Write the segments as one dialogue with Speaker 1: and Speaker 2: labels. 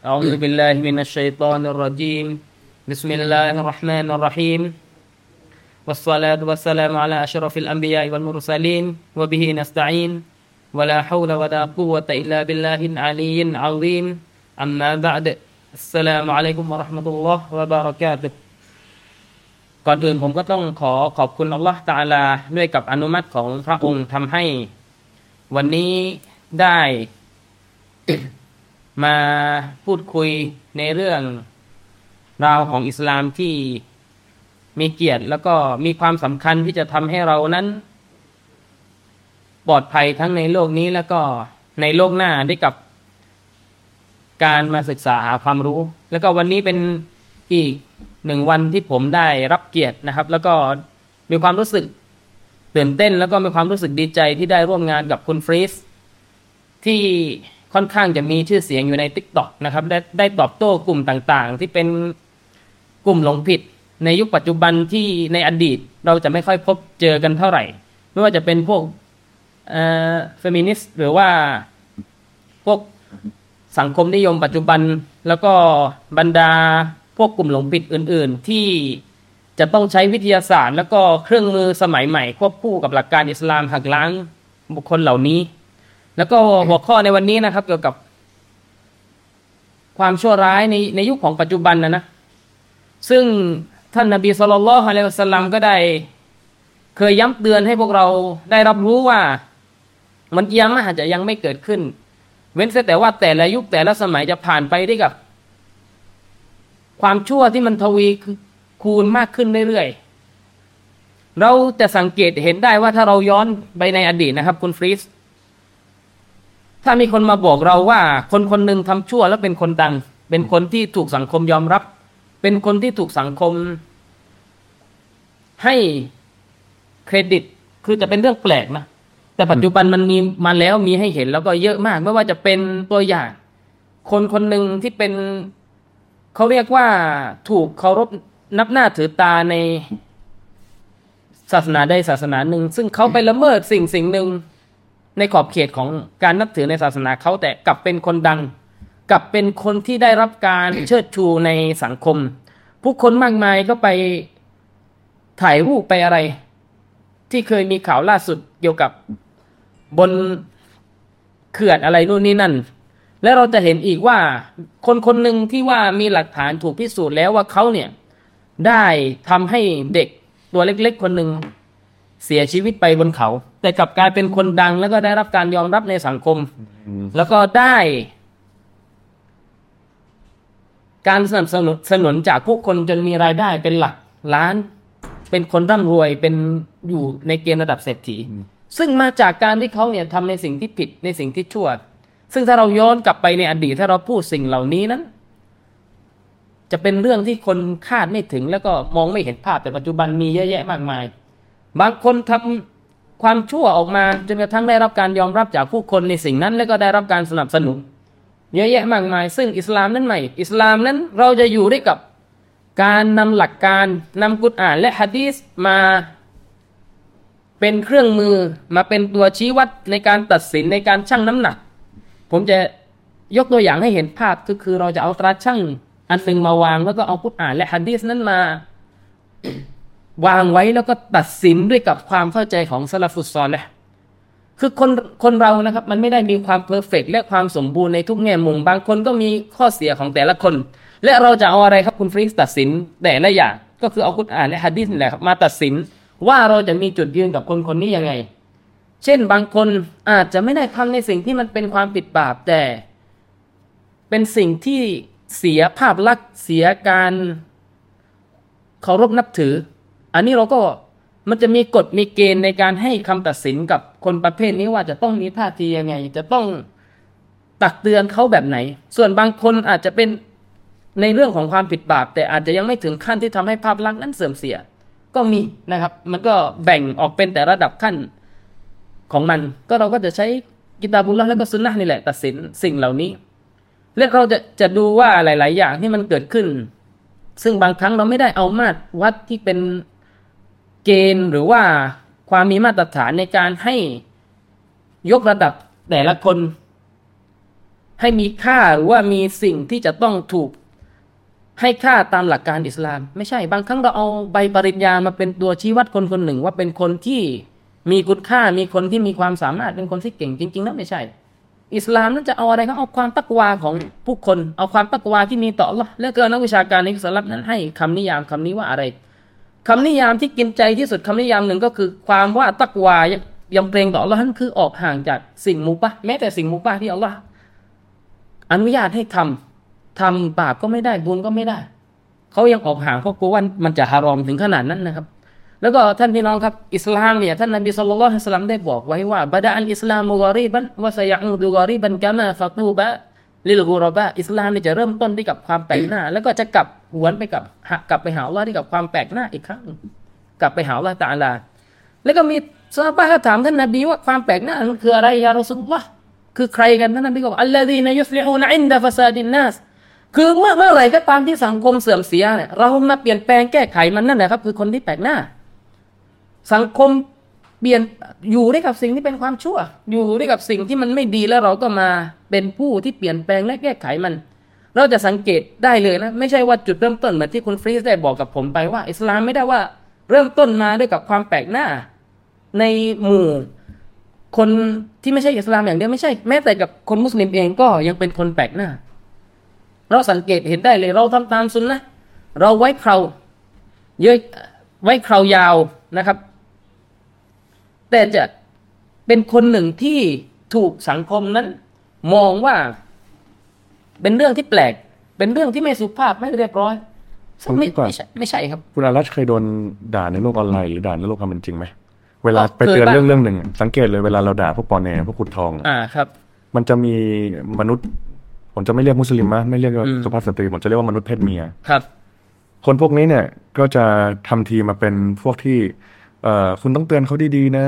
Speaker 1: أعوذ بالله من الشيطان الرجيم بسم الله الرحمن الرحيم والصلاة والسلام على أشرف الأنبياء والمرسلين وبه نستعين ولا حول ولا قوة إلا بالله العلي العظيم أما بعد السلام عليكم ورحمة الله وبركاته ก่อนอื่นผมก็ต้องขอขอบคุณอัลลอฮ์ตะอาลาด้วยกับอนุมัติของพระองค์ทำให้ วันนี้ได้ มาพูดคุยในเรื่องราวของอิสลามที่มีเกียรติ แล้วก็มีความสำคัญที่จะทำให้เรานั้น ปลอดภัยทั้งในโลกนี้แล้วก็ในโลกหน้าด้วยกับ การมาศึกษาหาความรู้ แล้วก็วันนี้เป็นอีกหนึ่งวันที่ผมได้รับเกียรตินะครับ แล้วก็มีความรู้สึกตื่นเต้น แล้วก็มีความรู้สึกดีใจที่ได้ร่วมงานกับคุณฟรีสที่ค่อนข้างจะมีชื่อเสียงอยู่ใน t ิ k t o k นะครับได้ได้ตอบโต้กลุ่มต่างๆ ที่เป็นกลุ่มหลงผิด ในยุคปัจจุบันที่ในอดีตเราจะไม่ค่อยพบเจอกันเท่าไหร่ ไม่ว่าจะเป็นพวกเอ่อเฟมินิสต์หรือว่าพวก สังคมนิยมปัจจุบันแล้วก็บรรดาพวกกลุ่มหลงผิดอื่น ๆ ที่จะต้องใช้วิทยาศาสตร์ แล้วก็เครื่องมือสมัยใหม่ ควบคู่กับหลักการอิสลามหักล้างบุคคลเหล่านี้ แล้วก็หัวข้อในวันนี้นะครับ เกี่ยวกับ ความชั่วร้ายในในยุคของปัจจุบันนะนะซึ่งท่านนบีสุลต่านละฮ์อะลัยฮิวะสัลลัมก็ได้ เคยย้ำเตือนให้พวกเราได้รับรู้ว่า มันยังอาจจะยังไม่เกิดขึ้น เว้นเสียแต่ว่าแต่ละยุคแต่ละสมัยจะผ่านไปได้กับ ความชั่วที่มันทวีคูณมากขึ้นเรื่อยๆ เราจะสังเกตเห็นได้ว่าถ้าเราย้อนไปในอดีตนะครับ คุณฟรีสถ้ามีคนมาบอกเราว่า คนคนหนึ่งทำชั่วแล้วเป็นคนดัง เป็นคนที่ถูกสังคมยอมรับ เป็นคนที่ถูกสังคม ให้เครดิตคือจะเป็นเรื่องแปลกนะ แต่ปัจจุบันมันมีมาแล้วมีให้เห็นแล้วก็เยอะมาก ไม่ว่าจะเป็นตัวอย่าง คนคนหนึ่งที่เป็นเขาเรียกว่าถูกเคารพนับหน้าถือตาในศาสนาใดศาสนาหนึ่ง ซึ่งเขาไปละเมิดสิ่งสิ่งหนึ่งในขอบเขตของการนับถือในศาสนาเขาแต่กลับเป็นคนดัง กลับเป็นคนที่ได้รับการ เชิดชูในสังคม ผู้คนมากมายก็ไปถ่ายรูปไปอะไร ที่เคยมีข่าวล่าสุดเกี่ยวกับบนเขื่อนอะไรนู่นนี่นั่น และเราจะเห็นอีกว่าคนคนหนึ่งที่ว่ามีหลักฐานถูกพิสูจน์แล้วว่าเขาเนี่ย ได้ทำให้เด็กตัวเล็กๆ คนหนึ่งเสียชีวิตไปบนเขา แต่กลับกลายเป็นคนดังแล้วก็ได้รับการยอมรับในสังคม แล้วก็ได้ การสนับสนุนสนุนจากผู้คนจนมีรายได้เป็นหลักล้าน เป็นคนร่ำรวยเป็นอยู่ในเกณฑ์ระดับเศรษฐี ซึ่งมาจากการที่เขาเนี่ยทำในสิ่งที่ผิดในสิ่งที่ชั่ว ซึ่งถ้าเราย้อนกลับไปในอดีตถ้าเราพูดสิ่งเหล่านี้นั้น จะเป็นเรื่องที่คนคาดไม่ถึงแล้วก็มองไม่เห็นภาพแต่ปัจจุบันมีเยอะแยะมากมาย บางคนทำความชั่วออกมาจนกระทั่งได้รับการยอมรับจากผู้คนในสิ่งนั้น แล้วก็ได้รับการสนับสนุน เยอะแยะมากมาย ซึ่งอิสลามนั้นใหม่ อิสลามนั้นเราจะอยู่ด้วยกับการนำหลักการนำกุรอานและฮะดีสมา เป็นเครื่องมือมาเป็นตัวชี้วัดในการตัดสินในการชั่งน้ำหนัก ผมจะยกตัวอย่างให้เห็นภาพก็คือเราจะเอาตราชั่งอันหนึ่งมาวางแล้วก็เอากุรอานและฮะดีสนั้นมา วางไว้แล้วก็ตัดสินด้วยกับความเข้าใจของสลาฟุตซอลแหละ คือคนคนเรานะครับ มันไม่ได้มีความเพอร์เฟกและความสมบูรณ์ในทุกแง่มุม บางคนก็มีข้อเสียของแต่ละคน และเราจะเอาอะไรครับคุณฟรีสตัดสินแต่ละอย่าง ก็คือเอากุตอ่านและฮัดดิสนี่แหละครับมาตัดสินว่าเราจะมีจุดยืนกับคนคนนี้ยังไง เช่นบางคนอาจจะไม่ได้ทำในสิ่งที่มันเป็นความผิดบาปแต่ เป็นสิ่งที่เสียภาพลักษณ์เสียการเคารพนับถือ อันนี้เราก็มันจะมีกฎมีเกณฑ์ในการให้คำตัดสินกับคนประเภทนี้ว่าจะต้องมีท่าทียังไง จะต้องตักเตือนเขาแบบไหน ส่วนบางคนอาจจะเป็นในเรื่องของความผิดบาป แต่อาจจะยังไม่ถึงขั้นที่ทำให้ภาพลักษณ์นั้นเสื่อมเสีย ก็มีนะครับ มันก็แบ่งออกเป็นแต่ระดับขั้น ของมันก็เราก็จะใช้กิตาบุลลาฮ์และก็ซุนนะห์นี่แหละตัดสินสิ่งเหล่านี้ และเราจะจะดูว่าหลาย ๆ อย่างที่มันเกิดขึ้น ซึ่งบางครั้งเราไม่ได้เอามาตรวัดที่เป็นเกณฑ์หรือว่าความมีมาตรฐานในการให้ยกระดับแต่ละคน ให้มีค่าหรือว่ามีสิ่งที่จะต้องถูก ให้ค่าตามหลักการอิสลาม ไม่ใช่บางครั้งเราเอาใบปริญญามาเป็นตัวชี้วัดคนคนหนึ่ง ว่าเป็นคนที่มีคุณค่ามีคนที่มีความสามารถเป็นคนที่เก่งจริงๆแล้วไม่ใช่ อิสลามนั้นจะเอาอะไรก็เอาความตักวาของผู้คน เอาความตักวาที่มีต่อ Allah และเกินนักวิชาการในอิสลามนั้นให้คำนิยามคำนี้ว่าอะไรคำนิยามที่กินใจที่สุดคำนิยามหนึ่งก็คือ ความว่าตักวายยำเกรงต่อ Allah นั่นคือออกห่างจากสิ่งมูปะห์แม้แต่สิ่งมูปะห์ที่ Allah อนุญาตให้ทำทำบาปก็ไม่ได้บุญก็ไม่ได้ เขายังออกห่างเขากลัวว่ามันจะฮารอมถึงขนาดนั้นนะครับ แล้วก็ท่านพี่น้องครับ อิสลามเนี่ยท่านนบีสุลต่านสลัมได้บอกไว้ว่าบดาอันอิสลามุกอรีบันวะสยาอูดุกอรีบันกามาฟักูบะลิลกูรบะอิสลามเนี่ยจะเริ่มต้นด้วยกับความแปลกหน้า แล้วก็จะกลับหวนไปกับหะกลับไปหาอัลลอฮ์ด้วยกับความแปลกหน้าอีกครั้ง กลับไปหาอัลลอฮ์ตะอาลา แล้วก็มีซอฮาบะห์ก็ถามท่านนบีว่าความแปลกหน้ามันคืออะไรยารอสุลลอฮ์คือใครกันท่านนบีก็บอกอัลลอฮีนายุสลิฮูนอินดาฟาซาดินนัสคือเมื่อเมื่อไหร่ก็ตามที่สังคมเสื่อมเสียเนี่ยเรามาเปลี่ยนแปลงแก้ไขมันนั่นแหละครับคือคนที่แปลกหน้า สังคมเปลี่ยนอยู่ด้วยกับสิ่งที่เป็นความชั่ว อยู่ด้วยกับสิ่งที่มันไม่ดีแล้วเราก็มาเป็นผู้ที่เปลี่ยนแปลงและแก้ไขมัน เราจะสังเกตได้เลยนะ ไม่ใช่ว่าจุดเริ่มต้นเหมือนที่คุณฟรีสได้บอกกับผมไปว่า อิสลามไม่ได้ว่าเริ่มต้นมาด้วยกับความแปลกหน้า ในหมู่คนที่ไม่ใช่อิสลามอย่างเดียวไม่ใช่แม้แต่กับคนมุสลิมเองก็ยังเป็นคนแปลกหน้า เราสังเกตเห็นได้เลย เราทำตามซุนนะห์เราไว้เคราเยอะไว้เครายาวนะครับ แต่จะเป็นคนหนึ่งที่ถูกสังคมนั้น มองว่า เป็นเรื่องที่แปลก เป็นเรื่องที่ไม่สุภาพไม่เรียบร้อยซึ่งไม่
Speaker 2: ผมคิดว่า
Speaker 1: ไม่ใช่ไม่ใช่ครับ
Speaker 2: คุณอารัชเคยโดนด่าในโลกออนไลน์หรือด่าในโลกความเป็นจริงไหมเวลา
Speaker 1: ก็
Speaker 2: ไปเตือน
Speaker 1: เคยบ้าง
Speaker 2: เรื่องเรื่องหนึ่งอะสังเกตเลยเวลาเราด่าพวกปอแนพวกขุดทองอะ
Speaker 1: อ่าครับ
Speaker 2: มันจะมีมนุษย์ผมจะไม่เรียกมุสลิมนะไม่เรียกว่า
Speaker 1: อืม
Speaker 2: สุภาพสตรีผมจะเรียกว่ามนุษย์เพศเมีย
Speaker 1: ครับ
Speaker 2: คนพวกนี้เนี่ยก็จะทำทีมาเป็นพวกที่เอ่อคุณต้องเตือนเขาดีๆนะ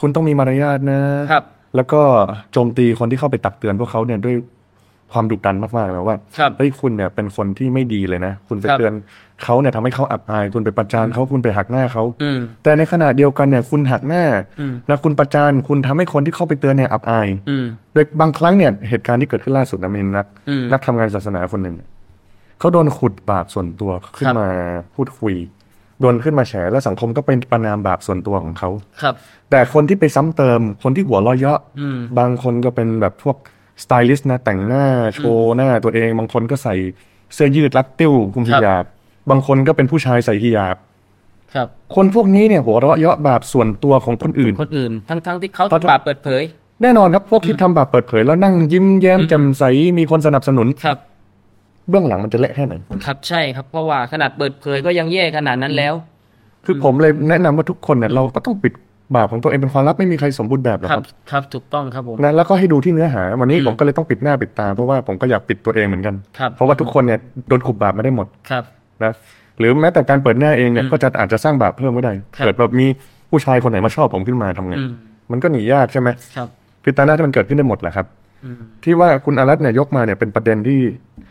Speaker 2: คุณต้องมีมารยาทนะครับ แล้วก็โจมตีคนที่เข้าไปตักเตือนพวกเขาเนี่ยด้วยความดุดันมากๆเลยว่า
Speaker 1: ครับ
Speaker 2: เฮ้ยคุณเนี่ยเป็นคนที่ไม่ดีเลยนะ คุณไป
Speaker 1: ครับ
Speaker 2: เตือนเขาเนี่ยทำให้เขาอับอาย คุณไปประจานเขาคุณไปหักหน้าเขา
Speaker 1: อืม
Speaker 2: แต่ในขณะเดียวกันเนี่ยคุณหักหน้า
Speaker 1: อืม
Speaker 2: และคุณประจานคุณทำให้คนที่เข้าไปเตือนเนี่ยอับอาย
Speaker 1: อืม
Speaker 2: โดยบางครั้งเนี่ยเหตุการณ์ที่เกิดขึ้นล่าสุดนะมีนัก
Speaker 1: อืม
Speaker 2: นักทำงานศาสนาคนหนึ่งเขาโดนขุดบาปส่วนตัวขึ้น
Speaker 1: ครับ
Speaker 2: มาพูดคุยโดนขึ้นมาแฉแล้วสังคมก็เป็นประนามบาปส่วนตัวของเขา
Speaker 1: ครับ
Speaker 2: แต่คนที่ไปซ้ำเติม คนที่หัวเร้อยเยาะ
Speaker 1: อืม
Speaker 2: บางคนก็เป็นแบบพวกสไตลิสต์นะแต่งหน้าโชว์หน้าตัวเอง บางคนก็ใส่เสื้อยืดรัดติ้วคุมฮิญาบ บางคนก็เป็นผู้ชายใส่ฮิญาบ
Speaker 1: ครับ
Speaker 2: คนพวกนี้เนี่ยหัวเราะเยาะบาปส่วนตัวของคนอื่น
Speaker 1: คนอื่น ทั้งทั้งที่เขา
Speaker 2: เขาจะ
Speaker 1: ปาปเปิดเผย
Speaker 2: แน่นอนครับพวกที่ทำบาปเปิดเผยแล้วนั่งยิ้มแย้มแจ่มใสมีคนสนับสนุน
Speaker 1: ครับ
Speaker 2: เบื้องหลังมันจะเละแค่ไหน
Speaker 1: ครับใช่ครับ เพราะว่าขนาดเปิดเผยก็ยังแย่ขนาดนั้นแล้ว
Speaker 2: คือผมเลยแนะนำว่าทุกคนเนี่ยเราก็ต้องปิดบาปของตัวเองเป็นความลับไม่มีใครสมบูรณ์แบบหรอก
Speaker 1: ค
Speaker 2: ค
Speaker 1: รั
Speaker 2: รับ บ
Speaker 1: ครับ ถูกต้องครับผม
Speaker 2: นะแล้วก็ให้ดูที่เนื้อหา วันนี้ผมก็เลยต้องปิดหน้าปิดตาเพราะว่าผมก็อยากปิดตัวเองเหมือนกัน
Speaker 1: ครับ
Speaker 2: เพราะว่าทุกคนเนี่ยโดนขุบบาปมาได้หมด
Speaker 1: ครับ
Speaker 2: นะหรือแม้แต่การเปิดหน้าเองเนี่ย
Speaker 1: อืม
Speaker 2: ก็จะอาจจะสร้างบาปเพิ่มก็ได้
Speaker 1: ครับ
Speaker 2: เกิดแบบมีผู้ชายคนไหนมาชอบผมขึ้นมาทำไง
Speaker 1: อืม
Speaker 2: มันก็หนียากใช่ไหม
Speaker 1: ครับ
Speaker 2: คือตาหน้าที่มันเกิดขึ้นได้หมดแหละครับ
Speaker 1: อืม
Speaker 2: ที่ว่าคุณอารัตเนี่ยยกมาเนี่ยเป็นประเด็นที่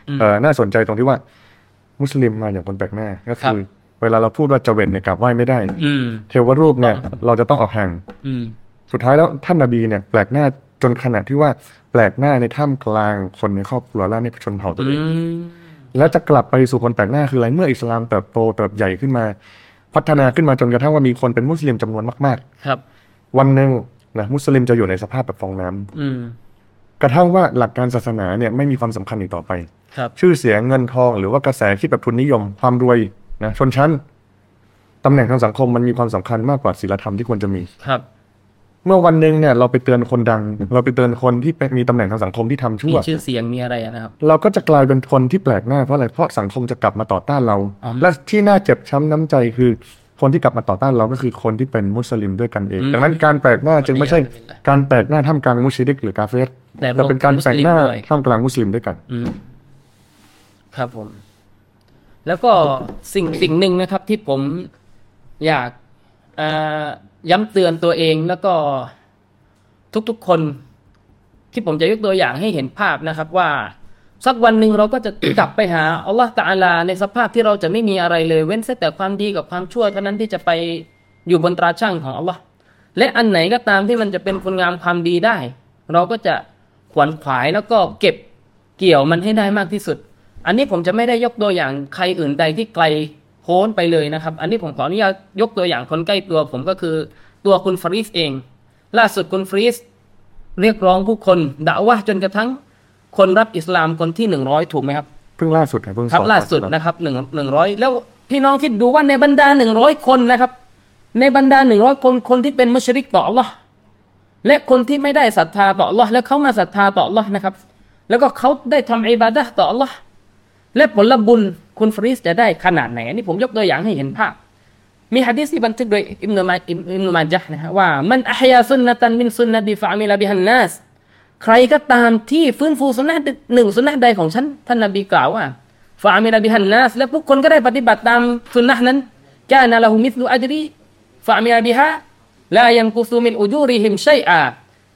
Speaker 1: อืม
Speaker 2: เอ่อน่าสนใจตรงที่ว่า มุสลิมมาอย่างคนแปลกหน้าก็
Speaker 1: ครับ
Speaker 2: คือเวลาเราพูดว่าจะเวนเนี่ยกราบไหว้ไม่ได้
Speaker 1: อืม
Speaker 2: เทวรูปเนี่ยเราจะต้องออกห่าง
Speaker 1: อืม
Speaker 2: สุดท้ายแล้วท่านนบีเนี่ยแปลกหน้าจนขนาดที่ว่าแปลกหน้าในท่ามกลางคนในครอบครัวและในชนเผ่าตัว
Speaker 1: อื
Speaker 2: เอง
Speaker 1: ม
Speaker 2: แล้วจะกลับไปสู่คนแปลกหน้าคืออะไรเมื่ออิสลามเติบโตเติบใหญ่ขึ้นมา พัฒนาขึ้นมาจนกระทั่งว่ามีคนเป็นมุสลิมจำนวนมาก
Speaker 1: ครับ
Speaker 2: ๆ วันหนึ่งนะมุสลิมจะอยู่ในสภาพแบบฟองน้ำ
Speaker 1: อืม
Speaker 2: กระทั่งว่าหลักการศาสนาเนี่ยไม่มีความสำคัญอีกต่อไป
Speaker 1: ครับ
Speaker 2: ชื่อเสียงเงินทองหรือว่ากระแสคิดแบบทุนนิยมความรวยนะชนชั้นตำแหน่งทางสังคมมันมีความสำคัญมากกว่าศีลธรรมที่ควรจะมี
Speaker 1: ครับ
Speaker 2: เมื่อวันหนึ่งเนี่ยเราไปเตือนคนดัง เราไปเตือนคนที่เป็นมีตำแหน่งทางสังคมที่ทำชั่
Speaker 1: มี
Speaker 2: ว
Speaker 1: ชื่อเสียงมีอะไรอะนะครับ
Speaker 2: เราก็จะกลายเป็นคนที่แปลกหน้าเพราะอะไร เพราะสังคมจะกลับมาต่อต้านเรา
Speaker 1: อ๋อ
Speaker 2: และที่น่าเจ็บช้ำน้ำใจคือ คนที่กลับมาต่อต้านเราก็คือคนที่เป็นมุสลิมด้วยกันเอง
Speaker 1: อืม
Speaker 2: ดังนั้นการแปลกหน้าจึงไม่ใช่การแปลกหน้าท่ามกลางมุชริกหรือกาเฟส
Speaker 1: แต่
Speaker 2: แต่เป็นการแปลกหน้า
Speaker 1: มุสลิมด้วย
Speaker 2: ท่ามกลางมุสลิมด้วยกัน
Speaker 1: อืม ครับผม แล้วก็สิ่งสิ่งหนึ่งนะครับที่ผมอยากเอ่อย้ำเตือนตัวเองแล้วก็ทุกๆคน ที่ผมจะยกตัวอย่างให้เห็นภาพนะครับว่า สักวันหนึ่งเราก็จะ กลับไปหาอัลลอฮฺตะอาลาในสภาพที่เราจะไม่มีอะไรเลย เว้นแต่ความดีกับความชั่วเท่านั้นที่จะไปอยู่บนตราช่างของอัลลอฮ์และอันไหนก็ตามที่มันจะเป็นคุณงามความดีได้ เราก็จะข ขวนขวายแล้วก็เก็บเกี่ยวมันให้ได้มากที่สุด อันนี้ผมจะไม่ได้ยกตัวอย่างใครอื่นใดที่ไกลโพ้นไปเลยนะครับ อันนี้ผมขออนุญาตยกตัวอย่างคนใกล้ตัว ผมก็คือตัวคุณฟรีสเอง ล่าสุดคุณฟรีสเรียกร้องผู้คนด่าว่าจนกระทั่งคนรับอิสลามคนที่หนึ่งร้อยถูกไหมครับ
Speaker 2: เพิ่งล่าสุดนะเพิ่ง
Speaker 1: ครับ
Speaker 2: สอบ
Speaker 1: ล่าสุด
Speaker 2: ครับ
Speaker 1: นะครับหนึ่งหนึ่งร้อยแล้วพี่น้องคิดดูว่าในบรรดาหนึ่งร้อยคนนะครับ ในบรรดาหนึ่งร้อยคนคนที่เป็นมุชริกต่อ Allah และคนที่ไม่ได้ศรัทธาต่อ Allah แล้วเขามาศรัทธาต่อ Allah นะครับ แล้วก็เขาได้ทำอิบาดะห์ต่อ Allah และผลบุญคุณฟรีสจะได้ขนาดไหนอันนี้ผมยกตัวอย่างให้เห็นภาพ มีฮะดีษที่บันทึกโดยอิมนุมาอิมอิมนุมาจฮ์นะฮะว่ามันอัฮยาซุนนะตันมินซุนนะดีฟะอามิลาบิฮันนัสใครก็ตามที่ฟื้นฟูสุนนะห์หนึ่งสุนนะห์ใดของฉันท่านนบีกล่าวว่าฟะอามิลาบิฮันนัสและผู้คนก็ได้ปฏิบัติตามสุนนะห์นั้นกานะละหุมิสลุอัจรีฟะอามิลาบิฮะลายังกุซูมินอุจูริฮิมชัยอา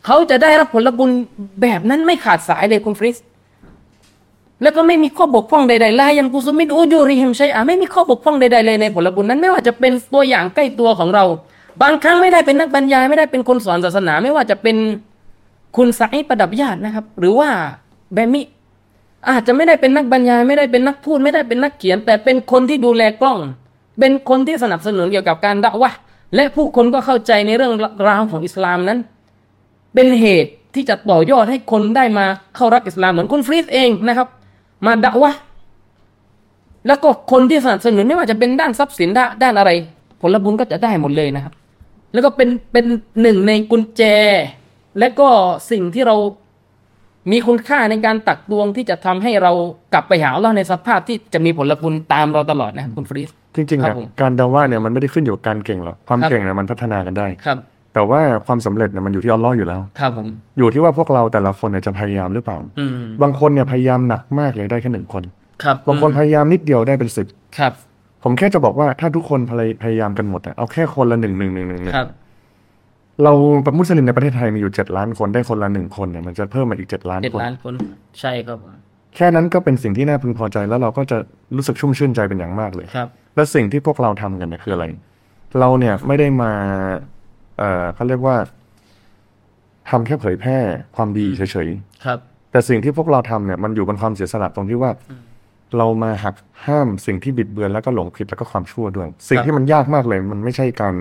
Speaker 1: เขาจะได้รับผลบุญแบบนั้นไม่ขาดสายเลยคุณฟริส แล้วก็ไม่มีข้อบกพร่องใดๆลายันกุซุมินอูยูริฮิมชัยอาไม่มีข้อบกพร่องใดๆเลยในผลบุญนั้นไม่ว่าจะเป็นตัวอย่างใกล้ตัวของเรา บางครั้งไม่ได้เป็นนักบรรยายไม่ได้เป็นคนสอนศาสนา ไม่ว่าจะเป็นคุณสายประดับญาตินะครับ หรือว่าแบมิ อาจจะไม่ได้เป็นนักบรรยาย ไม่ได้เป็นนักพูด ไม่ได้เป็นนักเขียน แต่เป็นคนที่ดูแลกล้อง เป็นคนที่สนับสนุนเกี่ยวกับการดะวะห์และผู้คนก็เข้าใจในเรื่องราวของอิสลามนั้น เป็นเหตุที่จะต่อยอดให้คนได้มาเข้ารักอิสลามเหมือนคุณฟรีสเองนะครับ มาดะวะห์แล้วก็คนที่สนับสนุนไม่ว่าจะเป็นด้านทรัพย์สินด้านด้านอะไร ผลบุญก็จะได้หมดเลยนะครับ แล้วก็เป็นเป็นหนึ่งในกุญแจ และก็สิ่งที่เรามีคุณค่าในการตักตวงที่จะทำให้เรากลับไปหาเราในสภาพที่จะมีผลบุญตามเราตลอดนะคุณฟรีส
Speaker 2: จริงๆ
Speaker 1: ครั
Speaker 2: เนี่
Speaker 1: บ
Speaker 2: ย
Speaker 1: ผม
Speaker 2: การดาว่าเนี่ยมันไม่ได้ขึ้นอยู่กับการเก่งหรอกความ
Speaker 1: ครับ
Speaker 2: เก่งเนี่ยมันพัฒนากันได้
Speaker 1: ครับ
Speaker 2: แต่ว่าความสำเร็จเนี่ยมันอยู่ที่อัลลอฮ์อยู่แล้ว
Speaker 1: ครับผม
Speaker 2: อยู่ที่ว่าพวกเราแต่ละคนเนี่ยจะพยายามหรือเปล่า
Speaker 1: อืม
Speaker 2: บางคนเนี่ยพยายามหนักมากเลยได้แค่หนึ่งคน
Speaker 1: ครับ
Speaker 2: บางคนพยายามนิดเดียวได้เป็นสิบ
Speaker 1: ครับ
Speaker 2: ผมแค่จะบอกว่าถ้าทุกคนพยพยายามกันหมดอะเอาแค่คนละหนึ่งหนึ่งหนึ่งหนึ่ง
Speaker 1: ครับ
Speaker 2: เราประมุสลิมในประเทศไทยมีอยู่เจ็ดล้านคนได้คนละหนึ่งคนเนี่ยมันจะเพิ่มมาอีกเจ็ดล้าน
Speaker 1: เจ็ด
Speaker 2: คน
Speaker 1: ล้านคน ใช่ครับผม
Speaker 2: แค่นั้นก็เป็นสิ่งที่น่าพึงพอใจแล้วเราก็จะรู้สึกชุ่มชื่นใจเป็นอย่างมากเลย
Speaker 1: ครับ
Speaker 2: และสิ่งที่พวกเราทำกันเนี่ยคืออะไร เราเนี่ยไม่ได้มา เอ่อเขาเรียกว่าทำแค่เผยแพร่ความดีเฉย
Speaker 1: ครับ
Speaker 2: ๆ แต่สิ่งที่พวกเราทำเนี่ยมันอยู่บนความเสียสละตรงที่ว่า เรามาหักห้ามสิ่งที่บิดเบือนแล้วก็หลงผิดแล้วก็ความชั่วด้วย สิ่งที่มันยากมากเลย มันไม่ใช่การ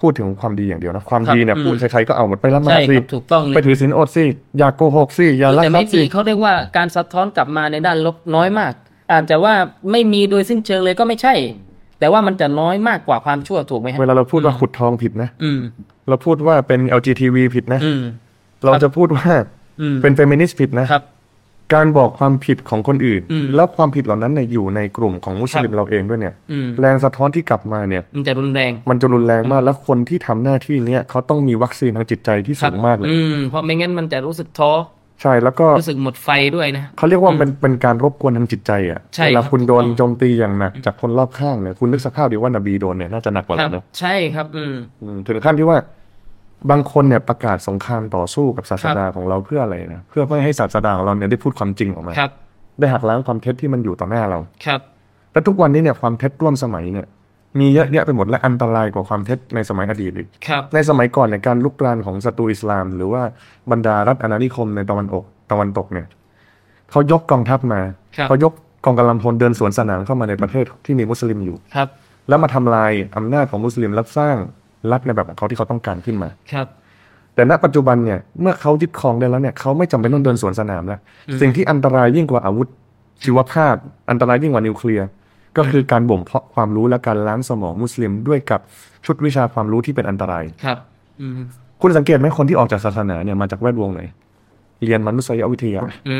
Speaker 2: พูดถึงความดีอย่างเดียวนะ ความ
Speaker 1: ครับ
Speaker 2: ดีเนี่ย
Speaker 1: อืม
Speaker 2: พูดใครๆก็เอาหมดไปละหมา
Speaker 1: ใช่
Speaker 2: ดสิ
Speaker 1: ครับถูกต้องเลย
Speaker 2: ไปถือศีลอดสิอย่าโกหกสิอย่าลัก
Speaker 1: แต่
Speaker 2: ทรั
Speaker 1: ไม่
Speaker 2: พ
Speaker 1: มี
Speaker 2: ย์สิ
Speaker 1: เขาเรียกว่าการสะท้อนกลับมาในด้านลบน้อยมาก อาจจะว่าไม่มีโดยสิ้นเชิงเลยก็ไม่ใช่ แต่ว่ามันจะน้อยมากกว่าความชั่วถูกไหม
Speaker 2: เว
Speaker 1: ฮะ
Speaker 2: ลาเราพูดว่าขุดทองผิดนะ
Speaker 1: อืม
Speaker 2: เราพูดว่าเป็น LGTV ผิดนะ
Speaker 1: อืม
Speaker 2: เราจะพูดว่า
Speaker 1: อืม
Speaker 2: เป็นเฟมินิสต์ผิดนะ
Speaker 1: ครับ
Speaker 2: การบอกความผิดของคนอื่น
Speaker 1: อืม
Speaker 2: แล้วความผิดเหล่านั้นเนี่ยอยู่ในกลุ่มของมุสลิ
Speaker 1: ค
Speaker 2: ม
Speaker 1: รับ
Speaker 2: เราเองด้วยเนี่ย
Speaker 1: อืม
Speaker 2: แรงสะท้อนที่กลับมาเนี่ย
Speaker 1: มันจะรุนแรง
Speaker 2: มันจะรุนแรงมากแล้วคนที่ทำหน้าที่เนี่ยเขาต้องมีวัคซีนทางจิตใจที่
Speaker 1: ครั
Speaker 2: สูงมากเลย
Speaker 1: อืม เพราะไม่งั้นมันจะรู้สึกท้อ
Speaker 2: ใช่แล้วก็
Speaker 1: รู้สึกหมดไฟด้วยนะ
Speaker 2: เขาเรียกว่าเป็นเป็นการรบกวนทางจิตใจอ่ะ
Speaker 1: ใช่
Speaker 2: เวลา
Speaker 1: ครับ
Speaker 2: คุณโดน
Speaker 1: ถูกต้อง
Speaker 2: โจมตีอย่างหนักจากคนรอบข้างเนี่ยคุณนึกสภาพดีว่านบีโดนเนี่ยน่าจะหนักกว่า
Speaker 1: ครั
Speaker 2: เรา
Speaker 1: บ
Speaker 2: เนอะ
Speaker 1: ใช่ครับ อืม
Speaker 2: อืมถึงขั้นที่ว่าบางคนเนี่ยประกาศสงครามต่อสู้กับศาสดาของเราเพื่ออะไรนะเพื่อไม่ให้ศาสดาของเราเนี่ยได้พูดความจริงออกมา
Speaker 1: ครับ
Speaker 2: ได้หักล้างความเท็จที่มันอยู่ต่อหน้าเรา
Speaker 1: ครับ
Speaker 2: และทุกวันนี้เนี่ยความเท็จร่วมสมัยเนี่ยมีเยอะแยะไปหมดและอันตรายกว่าความเท็จในสมัยอดีตอีก
Speaker 1: ครับ
Speaker 2: ในสมัยก่อนเนี่ยการลุกรานของศัตรูอิสลาม หรือว่าบรรดารัฐอาณานิคมในตะวันออกตะวันตกเนี่ยเขายกกองทัพมา
Speaker 1: ครับ
Speaker 2: เขายกกองกำลังพลเดินสวนสนามเข้ามาในประเทศที่มีมุสลิมอยู่
Speaker 1: ครับ
Speaker 2: แล้วมาทำลายอำนาจของมุสลิมและสร้างรัฐในแบบของเขาที่เขาต้องการขึ้นมา
Speaker 1: ครับ
Speaker 2: แต่ณปัจจุบันเนี่ยเมื่อเขายึดครองได้แล้วเนี่ยเขาไม่จำเป็นต้องเดินสวนสนามแล้วสิ่งที่อันตรายยิ่งกว่าอาวุธ ชีวภาพ อันตรายยิ่งกว่านิวเคลียร์ก็คือการบ่มเพาะความรู้และการล้างสมองมุสลิมด้วยกับชุดวิชาความรู้ที่เป็นอันตราย
Speaker 1: ครับ อืม
Speaker 2: คุณสังเกตไหมคนที่ออกจากศาสนาเนี่ยมาจากแวดวงไหนเรียนมนุษยวิทยา
Speaker 1: อื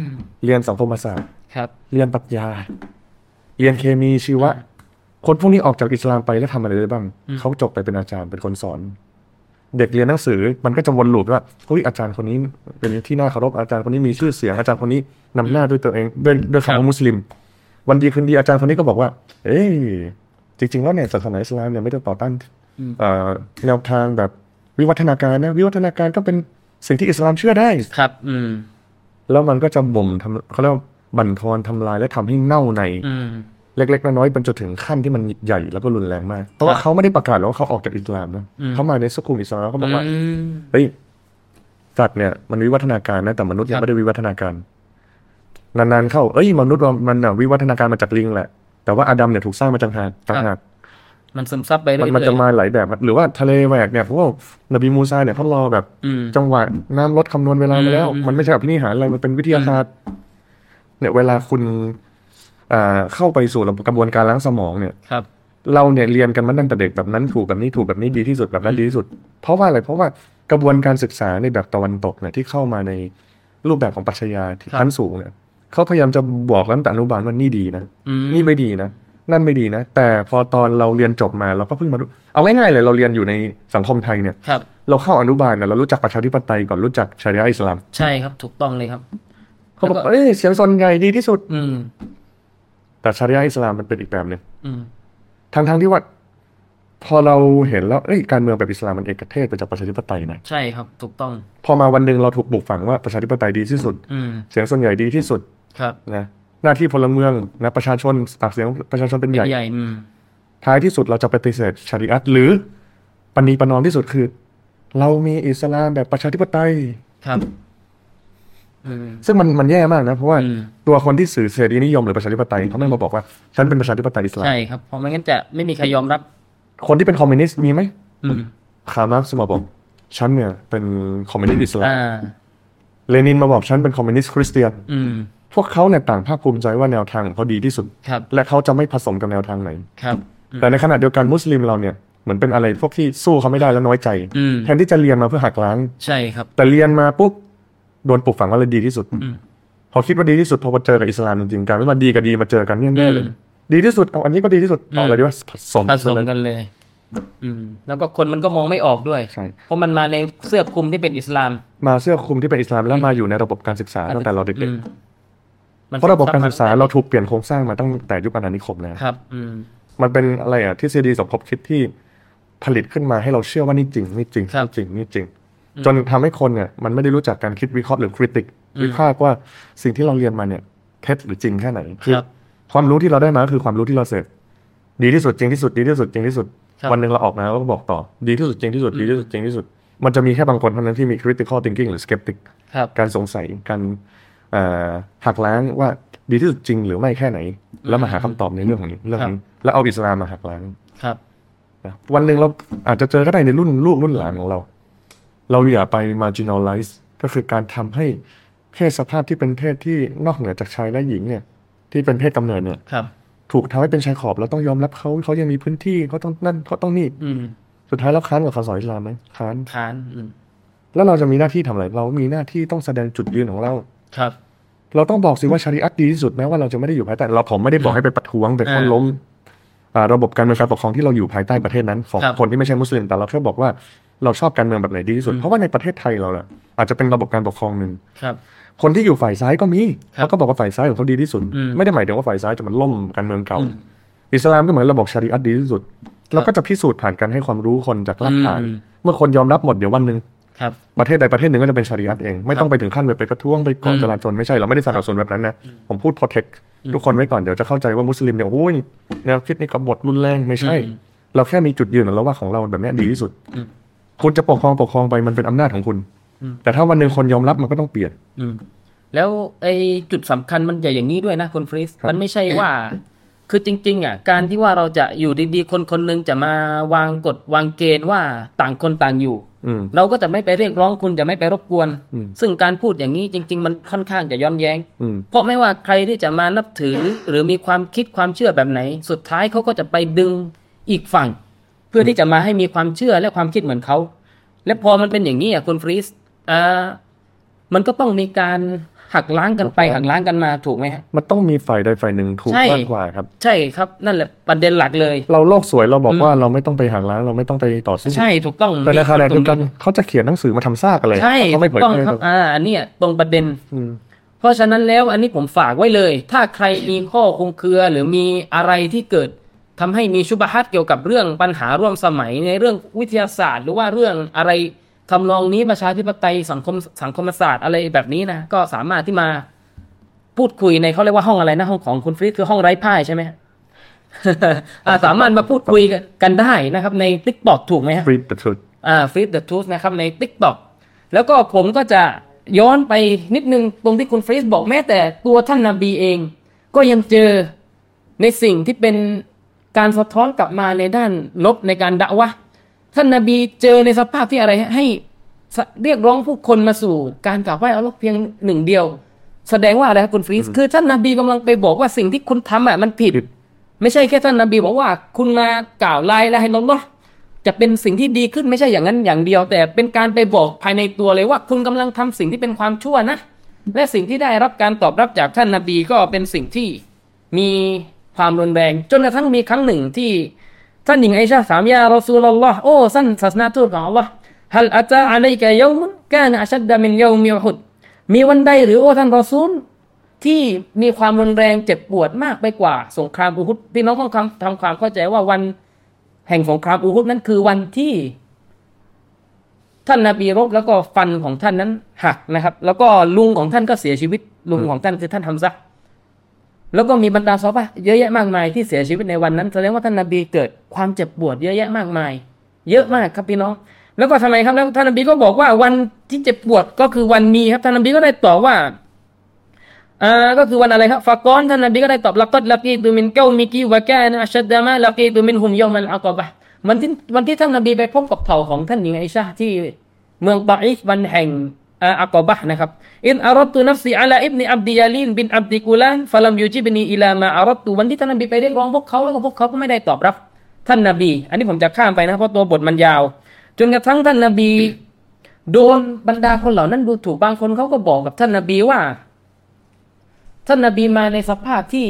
Speaker 1: ม
Speaker 2: เรียนสังคมศาสตร์
Speaker 1: ครับ
Speaker 2: เรียนปรัชญา เรียนเคมีชีวะ คนพวกนี้ออกจากอิสลามไปแล้วทำอะไรได้บ้างเขาจบไปเป็นอาจารย์เป็นคนสอน เด็กเรียนหนังสือมันก็จะวนลูปว่าเฮ้ยอาจารย์คนนี้เป็นที่น่าเคารพอาจารย์คนนี้มีชื่อเสียงอาจารย์คนนี้นำหน้าด้วยตัวเองด้วยด้วยคำว่ามุสลิม วันดีคืนดีอาจารย์คนนี้ก็บอกว่า เอ้ยจริงๆแล้วเนี่ยศาสนาอิสลามเนี่ยไม่ได้ต่อต้านเอ่อแนวทางแบบวิวัฒนาการนะวิวัฒนาการก็เป็นสิ่งที่อิสลามเชื่อได้
Speaker 1: ครับ อืม
Speaker 2: แล้วมันก็จะบ่มทำเขาเรียกว่าบั่นทอนทำลายและทำให้เน่าใน
Speaker 1: อืม
Speaker 2: เล็กๆ น้อยๆเป็นจนถึงขั้นที่มันใหญ่แล้วก็รุนแรงมาก เพราะว่าเขาไม่ได้ประกาศหรอกว่าเขาออกจากอิสลามนะเขามาในสกุลอิสลามแล้วเขาบอกว่า
Speaker 1: อืม
Speaker 2: เฮ้ย สัตว์เนี่ยมันวิวัฒนาการนะแต่มนุษย์ยั
Speaker 1: ครับ
Speaker 2: งไม่ได้วิวัฒนาการ นานๆเข้าเอ้ยมนุษย์มันน่ะวิวัฒนาการมาจากลิงแหละ แต่ว่าอาดัมเนี่ยถูกสร้างมาจากหากต่างหาก
Speaker 1: มันซึมซับไปเรื่
Speaker 2: มั
Speaker 1: อนยๆ
Speaker 2: มันจะมาหลายแบบอะหรือว่าทะเลแหวกเนี่ยพวกนบีมูซาเนี่ยเขารอแบบ
Speaker 1: อืม
Speaker 2: จังหวะน้ำลดคำนวณเวลา
Speaker 1: อืม
Speaker 2: ไปแล้ว
Speaker 1: อืม
Speaker 2: มันไม่ใช่แบบพินิหารอะไรมันเป็นวิทยาศาสตร์ เนี่ยเวลาคุณอ่าเข้าไปสู่ระบบกระบวนการล้างสมองเนี่ย
Speaker 1: ครับ
Speaker 2: เราเนี่ยเรียนกันมาตั้งแต่เด็กแบบนั้นถูกแบบนี้ถูกแบบนี้ดีที่สุดแบบนั้นดีที่สุด เพราะว่าอะไรเพราะว่ากระบวนการศึกษาในแบบตะวันตกเนี่ยที่เข้ามาในรูปแบบของปรัชญาที่
Speaker 1: ครับ
Speaker 2: ขั้นสูงเนี่ยเขาพยายามจะบอกตั้งแต่อนุบาลว่านี่ดีนะ
Speaker 1: อืม
Speaker 2: นี่ไม่ดีนะ นั่นไม่ดีนะ แต่พอตอนเราเรียนจบมาเราก็เพิ่งมารู้เอาง่ายๆเลยเราเรียนอยู่ในสังคมไทยเนี่ย
Speaker 1: ครับ
Speaker 2: เราเข้าอนุบาลเนี่ยเรารู้จักประชาธิปไตยก่อนรู้จักชาริอะห์อิสลาม
Speaker 1: ใช่ครับ ถูกต้องเลยครับ
Speaker 2: เขาบอก
Speaker 1: แล้วก็
Speaker 2: เอ้ยเสียงส่วนใหญ่ดีที่สุด
Speaker 1: อืม
Speaker 2: แต่ชาริอะห์อิสลามมันเป็นอีกแบบหนึ่ง
Speaker 1: อืม
Speaker 2: ทั้งๆที่ว่า พอเราเห็นแล้วเอ้ยการเมืองแบบอิสลามมันเอกเทศไปจากประชาธิปไตยนะ
Speaker 1: ใช่ครับ ถูกต้อง
Speaker 2: พอมาวันหนึ่งเราถูกปลูกฝังว่าประชาธิปไตยดีที่สุด
Speaker 1: อืม
Speaker 2: เสียงส่วนใหญ่ดีที่สุด
Speaker 1: ครับ
Speaker 2: นะหน้าที่พลเมืองนะประชาชนปากเสียงประชาชนเป็นใหญ่
Speaker 1: ใหญ่อืม
Speaker 2: ท้ายที่สุดเราจะปฏิเสธชาริอัตหรือปณีประนอมที่สุดคือ เรามีอิสลามแบบประชาธิปไตย
Speaker 1: ครับ อืม
Speaker 2: ซึ่งมันมันแย่มากนะ เพราะว่า
Speaker 1: อืม
Speaker 2: ตัวคนที่สื่อเสรีนิยมหรือประชาธิปไตยเขาไม่มาบอกว่า ฉันเป็นประชาธิปไตยอิสลาม
Speaker 1: ใช่ครับ เพราะไม่งั้นจะไม่มีใครยอมรับ
Speaker 2: คนที่เป็นคอมมิวนิสต์มีไหม
Speaker 1: อืม
Speaker 2: คาร์ลมาร์กซ์มาบอก ฉันเนี่ยเป็นคอมมิวนิสต์อิสลาม
Speaker 1: อ่า
Speaker 2: เลนินมาบอกฉันเป็นคอมมิวนิสต์คริสเตียน
Speaker 1: อืม
Speaker 2: พวกเขาเนี่ยต่างภาคภูมิใจว่าแนวทางของเขาดีที่สุด
Speaker 1: ครับ
Speaker 2: และเขาจะไม่ผสมกับแนวทางไหน
Speaker 1: ครับ
Speaker 2: แต่ในขณะเดียวกันมุสลิมเราเนี่ยเหมือนเป็นอะไรพวกที่สู้เขาไม่ได้แล้วน้อยใจ
Speaker 1: อืม
Speaker 2: แทนที่จะเรียนมาเพื่อหักล้าง
Speaker 1: ใช่ครับ
Speaker 2: แต่เรียนมาปุ๊บโดนปลูกฝังว่าเราดีที่สุด
Speaker 1: อืม
Speaker 2: พอคิดว่าดีที่สุดพอมาเจอกับอิสลามจริงๆกลารไม่มาดีกับดีมาเจอกันเนี่ยแน่เลย
Speaker 1: อืม
Speaker 2: ดีที่สุดเอาอันนี้ก็ดีที่สุด
Speaker 1: อืม
Speaker 2: เอาอะไรดีว่าผสม
Speaker 1: ผสมกันเลย อืม แล้วก็คนมันก็มองไม่ออกด้วย
Speaker 2: ใช่
Speaker 1: เพราะมันมาในเสื้อคลุมที่เป็นอิสลาม
Speaker 2: มาเสื้อคลุมที่เป็นอิสลามแล้วมาอยู่ในระบบการศึกษาตั้งแต่เราเด็ก
Speaker 1: อืมมั
Speaker 2: ๆ
Speaker 1: น
Speaker 2: เพราะระบบการศึกษาเราถูกเปลี่ยนโครงสร้างมาตั้งแต่ยุคอาณานิคมแล้ว
Speaker 1: ครับ อืม
Speaker 2: มันเป็นอะไรอ่ะทฤษฎีสมคบคิดที่ผลิตขึ้นมาให้เราเชื่อว่านี่จริงนี่จริง
Speaker 1: ครับ
Speaker 2: นี่จริงนี่จริง จนทำให้คนเนี่ยมันไม่ได้รู้จักการคิดวิเคราะห์หรือคริติก
Speaker 1: อืม
Speaker 2: วิพากษ์ว่าสิ่งที่เราเรียนมาเนี่ยเท็จหรือจริงแค่ไหน
Speaker 1: ครับ
Speaker 2: ความรู้ที่เราได้มาก็คือความรู้ที่เราเสพดีที่สุดจริงที่สุดดีที่สุดจริงที่สุด
Speaker 1: ครับ
Speaker 2: วันหนึ่งเราออกมาแล้วก็บอกต่อ ดีที่สุดจริงที่สุดดีที่สุดจริงที่สุด มันจะมีแค่บางคนเท่านั้นที่มี critical thinking หรือ skeptic
Speaker 1: ครับ
Speaker 2: การสงสัยการเอ่อหักล้างว่าดีที่สุดจริงหรือไม่แค่ไหน แล้วมาหาคำตอบในเรื่องของนี้เรื่องนี้แล้วเอาอิสลามมาหักล้าง
Speaker 1: ครับ
Speaker 2: นะวันหนึ่งเราอาจจะเจอก็ได้ในรุ่นลูกรุ่นหลานของเรา เราอย่าไป marginalize ก็คือการทำให้เพศสภาพที่เป็นเพศที่นอกเหนือจากชายและหญิงเนี่ย ที่เป็นเพศกำเนิดเนี่ย
Speaker 1: ครับ
Speaker 2: ถูกทำให้เป็นชายขอบเราต้องยอมรับเขาเขายังมีพื้นที่เขาต้องนั่นเขาต้องนี่
Speaker 1: อืม
Speaker 2: สุดท้ายเราค้านกับคำสอนอิสลามไหมค้าน
Speaker 1: ค้านอืม
Speaker 2: แล้วเราจะมีหน้าที่ทำอะไร เรามีหน้าที่ต้องแสดงจุดยืนของเรา
Speaker 1: ครับ
Speaker 2: เราต้องบอกสิว่าชาริอัตดีที่สุดแม้ว่าเราจะไม่ได้อยู่ภายใต้เราผมไม่ได้บอกให้ไปประท้วงไปโค่น
Speaker 1: อ่า
Speaker 2: ล้มอ่าระบบการเมืองการปกครองที่เราอยู่ภายใต้ประเทศนั้นของ
Speaker 1: ครับ
Speaker 2: คนที่ไม่ใช่มุสลิมแต่เราแค่บอกว่าเราชอบการเมืองแบบไหนดีที่สุด
Speaker 1: อืม
Speaker 2: เพราะว่าในประเทศไทยเราอะอาจจะเป็นระบบการปกครองหนึ่ง
Speaker 1: ครับ
Speaker 2: คนที่อยู่ฝ่ายซ้ายก็มี
Speaker 1: ครับ
Speaker 2: เขาก็บอกว่าฝ่ายซ้ายของเขาดีที่สุด
Speaker 1: อืม
Speaker 2: ไม่ได้หมายถึงว่าฝ่ายซ้ายจะมันล่มการเมืองเก่า
Speaker 1: อืม
Speaker 2: อิสลามก็เหมือนระบบชาริอัตดีที่สุด เราก็จะพิสูจน์ผ่านการให้ความรู้คนจากหลักฐาน
Speaker 1: อืม
Speaker 2: เมื่อคนยอมรับหมดเดี๋ยววันหนึ่ง
Speaker 1: ครับ
Speaker 2: ประเทศใดประเทศหนึ่งก็จะเป็นชาริอัตเอง ไม่ต้องไปถึงขั้นแบบไปประท้วงไปก่อ
Speaker 1: อืม
Speaker 2: จราจนไม่ใช่เราไม่ได้สนับสนุนแบบนั้นนะผมพูด protect
Speaker 1: อืม
Speaker 2: ทุกคนไว้ก่อนเดี๋ยวจะเข้าใจว่ามุสลิมเนี่ยโอ้ยแนวคิดนี่กบฏรุนแรงไม่ใช่
Speaker 1: อืม
Speaker 2: เราแค่มีจุดยืนของเราว่าของเราแบบเนี้ยดีที่สุด
Speaker 1: อืม
Speaker 2: คุณจะปกครองปกครองไปมันเป็นอำนาจของคุณ
Speaker 1: อืม
Speaker 2: แต่ถ้าวันหนึ่งคนยอมรับมันก็ต้องเปลี่ยน
Speaker 1: อืมแล้วไอ้จุดสำคัญมันใหญ่อย่างนี้ด้วยนะคุณฟริส
Speaker 2: ครับ
Speaker 1: มันไม่ใช่ว่า คือจริง ๆ อ่ะ การที่ว่าเราจะอยู่ดีๆ คนคนหนึงจะมาวางกฎวางเกณฑ์ว่าต่างคนต่างอยู่
Speaker 2: อืม
Speaker 1: เราก็จะไม่ไปเรียกร้องคุณจะไม่ไปรบกวน
Speaker 2: อืม
Speaker 1: ซึ่งการพูดอย่างนี้จริง ๆ มันค่อนข้างจะย้อนแย้ง
Speaker 2: อืม
Speaker 1: เพราะไม่ว่าใครที่จะมานับถือ หรือมีความคิดความเชื่อแบบไหน สุดท้ายเขาก็จะไปดึงอีกฝั่ง เพื่อที่จะมาให้มีความเชื่อและความคิดเหมือนเขา และพอมันเป็นอย่างนี้อ่ะคุณฟรีสอ่ามันก็ต้องมีการหักล้างกันไปหักล้างกันมาถูกไหมฮะ
Speaker 2: มันต้องมีฝ่ายใดฝ่ายหนึ่งถูก
Speaker 1: ใช่
Speaker 2: มากกว่าครับ
Speaker 1: ใช่ครับนั่นแหละประเด็นหลักเลย
Speaker 2: เราโลกสวยเราบอก
Speaker 1: อืม
Speaker 2: ว่าเราไม่ต้องไปหักล้างเราไม่ต้องไปต่อสู้
Speaker 1: ใช่ถูกต้อง
Speaker 2: แต่ในขณะเดียวกันเขาจะเขียนหนังสือมาทำซากอะไร
Speaker 1: ใช่
Speaker 2: เขาไม่เผ
Speaker 1: ถู
Speaker 2: ย
Speaker 1: กต้อง
Speaker 2: แพร่
Speaker 1: ครับ อ่าอันเนี้ยตรงประเด็น
Speaker 2: อืม
Speaker 1: เพราะฉะนั้นแล้วอันนี้ผมฝากไว้เลย ถ้าใครมีข้อคลุมเครือหรือมีอะไรที่เกิดทำให้มีชุบฮัตเกี่ยวกับเรื่องปัญหาร่วมสมัยในเรื่องวิทยาศาสตร์ หรือว่าเรื่องอะไรทำนองนี้ประชาธิปไตยสังคมสังคมศาสตร์อะไรแบบนี้นะ ก็สามารถที่มาพูดคุยในเขาเรียกว่าห้องอะไรนะห้องของคุณฟรีดคือห้องไร้พ่ายใช่ไหม อ่าสามารถมาพูดคุยกันได้นะครับ ในติ๊กบอกถูกไหมฮะ
Speaker 2: ฟรีดแต่ชุด
Speaker 1: อ่าฟีดเดอะทูสนะครับใน t ิ k t o k แล้วก็ผมก็จะย้อนไปนิดนึงตรงที่คุณเฟรซบอกแม้แต่ตัวท่านนบีเอง ก็ยังเจอในสิ่งที่เป็นการสะท้อนกลับมาในด้านลบในการด่าวะห์ท่านนบีเจอในสภาพที่อะไรฮะให้สะเรียกร้องผู้คนมาสู่ การกราบไหว้อัลเลอฮ์เพียงหนึ่งเดียว แสดงว่าอะไรครับคุณฟรีสคือท่านนบีกำลังไปบอกว่าสิ่งที่คุณทำอ่ะมันผิด
Speaker 2: ผิด
Speaker 1: ไม่ใช่แค่ท่านนบีบอกว่าคุณมากล่าวลายละให้ลงลอฮ์จะเป็นสิ่งที่ดีขึ้นไม่ใช่อย่างนั้นอย่างเดียว แต่เป็นการไปบอกภายในตัวเลยว่าคุณกำลังทำสิ่งที่เป็นความชั่วนะ และสิ่งที่ได้รับการตอบรับจากท่านนบีก็เป็นสิ่งที่มีความรุนแรงจนกระทั่งมีครั้งหนึ่งที่ ท่านหญิงไอชาสามยารอซูลลอฮ์โอ้ท่านศาสนาทูตของอัลลอฮ์ฮัลอาตาอะลัยกะเยามุนกานะอัชัดดะมินเยามิอุฮุดมีวันใดหรือโอ้ท่านรอซูล ที่มีความรุนแรงเจ็บปวดมากไปกว่าสงครามอูฮุดพี่น้องต้องทำทำความเข้าใจว่าวันแห่งสงครามอูฮุดนั้นคือวันที่ ท่านนาบีรบแล้วก็ฟันของท่านนั้นหักนะครับ แล้วก็ลุงของท่านก็เสียชีวิต ลุงของท่านคือท่านทำซะห์แล้วก็มีบรรดาซอฟะห์เยอะแยะมากมายที่เสียชีวิตในวันนั้นแสดงว่าท่านนาบีเกิดความเจ็บปวดเยอะแยะมากมาย เยอะมากครับพี่น้อง แล้วก็ทำไมครับแล้วท่านนาบีก็บอกว่าวันที่เจ็บปวดก็คือวันนี้ครับท่านนาบีก็ได้ตอบว่า อ่าก็คือวันอะไรครับฟากอนท่านนบีก็ได้ตอบละกัดละกีตุมินเกามิกีวะแกนะอัชดดะมาละกีตุมินฮุมยอมันอักบะมันที่วันที่ท่านนบีไปพบกับเผ่าของท่านหญิงไอชาที่เมืองตาอิฟวันแห่งอ่าอักบะนะครับอินอารัตุนัฟซีอะลาอิบนอับดิยาลีนบินอับดิกุลานฟะลัมยูจิบนีอิลามาอารัตุวันที่ท่านนบีไปเรียกร้องพวกเขาแล้วก็พวกเขาก็ไม่ได้ตอบรับ ท่านนบี อันนี้ผมจะข้ามไปนะเพราะตัวบทมันยาว จนกระทั่งท่านนบี โดนบรรดาคนเหล่านั้นดูถูกบางคนเขาก็บอกกับท่านนบีว่า ท่านนบีมาในสภาพที่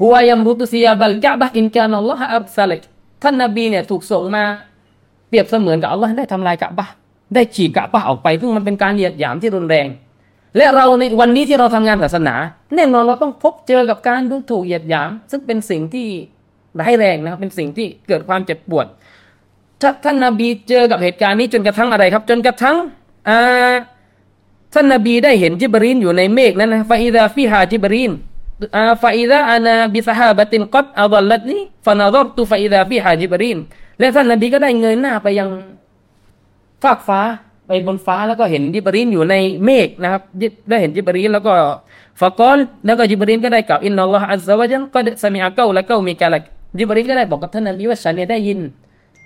Speaker 1: หัวยัมรุตุซียาบัลกะบะอินกานัลลอฮะอับซาลิกท่านนบีเนี่ยถูกส่งมา เปรียบเสมือนกับอัลลอฮ์ได้ทำลายกะบะได้ฉีกกะบะออกไปซึ่งมันเป็นการเหยียดหยามที่รุนแรง และเราในวันนี้ที่เราทำงานศาสนา แน่นอนเราต้องพบเจอกับการดูถูกเหยียดหยาม ซึ่งเป็นสิ่งที่ร้ายแรงนะครับเป็นสิ่งที่เกิดความเจ็บปวด ท่าท่านนาบีเจอกับเหตุการณ์นี้จนกระทั่งอะไรครับ จนกระทั่งอ่าท่านนาบีได้เห็นจิบรีนอยู่ในเมฆนั้นนะฟาอิดาฟิฮาจิบรีนอ่าฟาอิดาอานาบิสฮาบตินกัดอัลลัตนี้ฟานาดรตุฟาอิดาฟิฮาจิบรีนและท่านนาบีก็ได้เงยหน้าไปยังฟากฟ้าไปบนฟ้าแล้วก็เห็นจิบรีนอยู่ในเมฆนะครับยิบได้เห็นจิบรีนแล้วก็ฟะกอลแล้วก็จิบรีนก็ได้กล่าวอินนัลลอฮอัลซะวะจัลกัดสมิอาเกาและเกามีกาลักจิบรีนก็ได้บอกกับท่านนาบีว่าฉันเนี่ยได้ยิน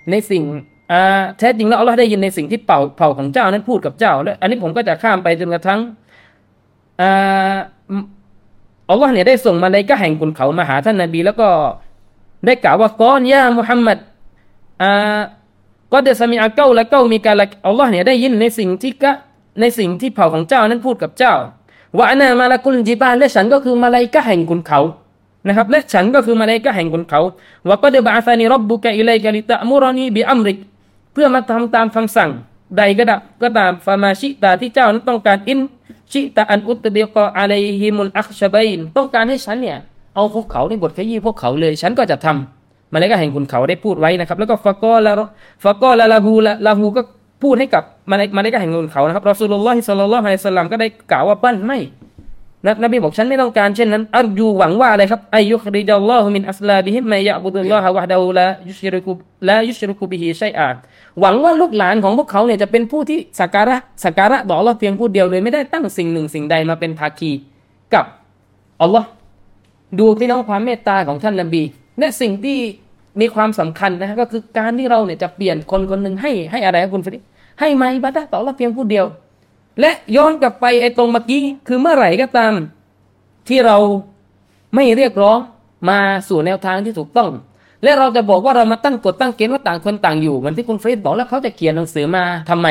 Speaker 1: ในสิ่งอ่าแท้จริงแล้วอัลลอฮ์ได้ยินในสิ่งที่เป่าเผ่าของเจ้านั้นพูดกับเจ้าแล้วอันนี้ผมก็จะข้ามไปจนกระทั่งอ่าอัลลอฮ์เนี่ยได้ส่งมาในกะห์แห่งขุนเขามาหาท่านนบีแล้วก็ได้กล่าวว่ากอนยามุฮัมมัดอ่าก็เดสมีอาเกาและเกามีกาละอัลลอฮ์เนี่ยได้ยินในสิ่งที่กะในสิ่งที่เผ่าของเจ้านั้นพูดกับเจ้าว่าอานามาลากุลจิบานและฉันก็คือมาลายกะห์แห่งขุนเขา นะครับและฉันก็คือมาเลกะห์แห่งคนเขาวะกอดบะอาซานีรับบุกะอิลัยกะลิตะมุรอนีบิอัมริก เพื่อมาทำตามคำสั่ง ใดก็ได้ก็ตามฟามาชิตาที่เจ้านั้นต้องการอินชิตาอันอุตเดียกออะลัยฮิมุลอัคชะบัยนต้องการให้ฉันเนี่ย เอาพวกเขาในบทขยี้พวกเขาเลย ฉันก็จะทำมาเลกะห์แห่งคนเขาได้พูดไว้นะครับ แล้วก็ฟะกอละฟะกอละลาฮูละลาฮูก็พูดให้กับมาเลมาเลกะห์แห่งคนเขานะครับรอซูลุลลอฮิศ็อลลัลลอฮุอะลัยฮิวะซัลลัมก็ได้กล่าวว่าบ้านไม่ นบนบีบอกฉันไม่ต้องการเช่นนั้นอัรยูหวังว่าอะไรครับอายุคริดัลลอฮุมินอัสลาบิฮิมมายะบุดุลลอฮะวะฮ์ดะฮูลายุชริกุลายุชริกุบิฮิชัยอาหวังว่าลูกหลานของพวกเขาเนี่ยจะเป็นผู้ที่สักการะสักการะต่ออัลลอฮ์เพียงผู้เดียวเลยไม่ได้ตั้งสิ่งหนึ่งสิ่งใดมาเป็นภาคีกับอัลลอฮ์ดูพี่น้องความเมตตาของท่านนบีและสิ่งที่มีความสำคัญนะฮะก็คือการที่เราเนี่ยจะเปลี่ยนคนคนหนึ่งให้ให้อะไรครับคุณฟริให้ไมาอิบาดะห์ต่ออัลลอฮ์เพียงผู้เดียว และย้อนกลับไปไอ้ตรงเมื่อกี้คือเมื่อไหร่ก็ตาม ที่เราไม่เรียกร้องมาสู่แนวทางที่ถูกต้อง และเราจะบอกว่าเรามาตั้งกฎตั้งเกณฑ์ว่าต่างคนต่างอยู่เหมือนที่คุณเฟรดบอกแล้วเขาจะเขียนหนังสือมาทำไม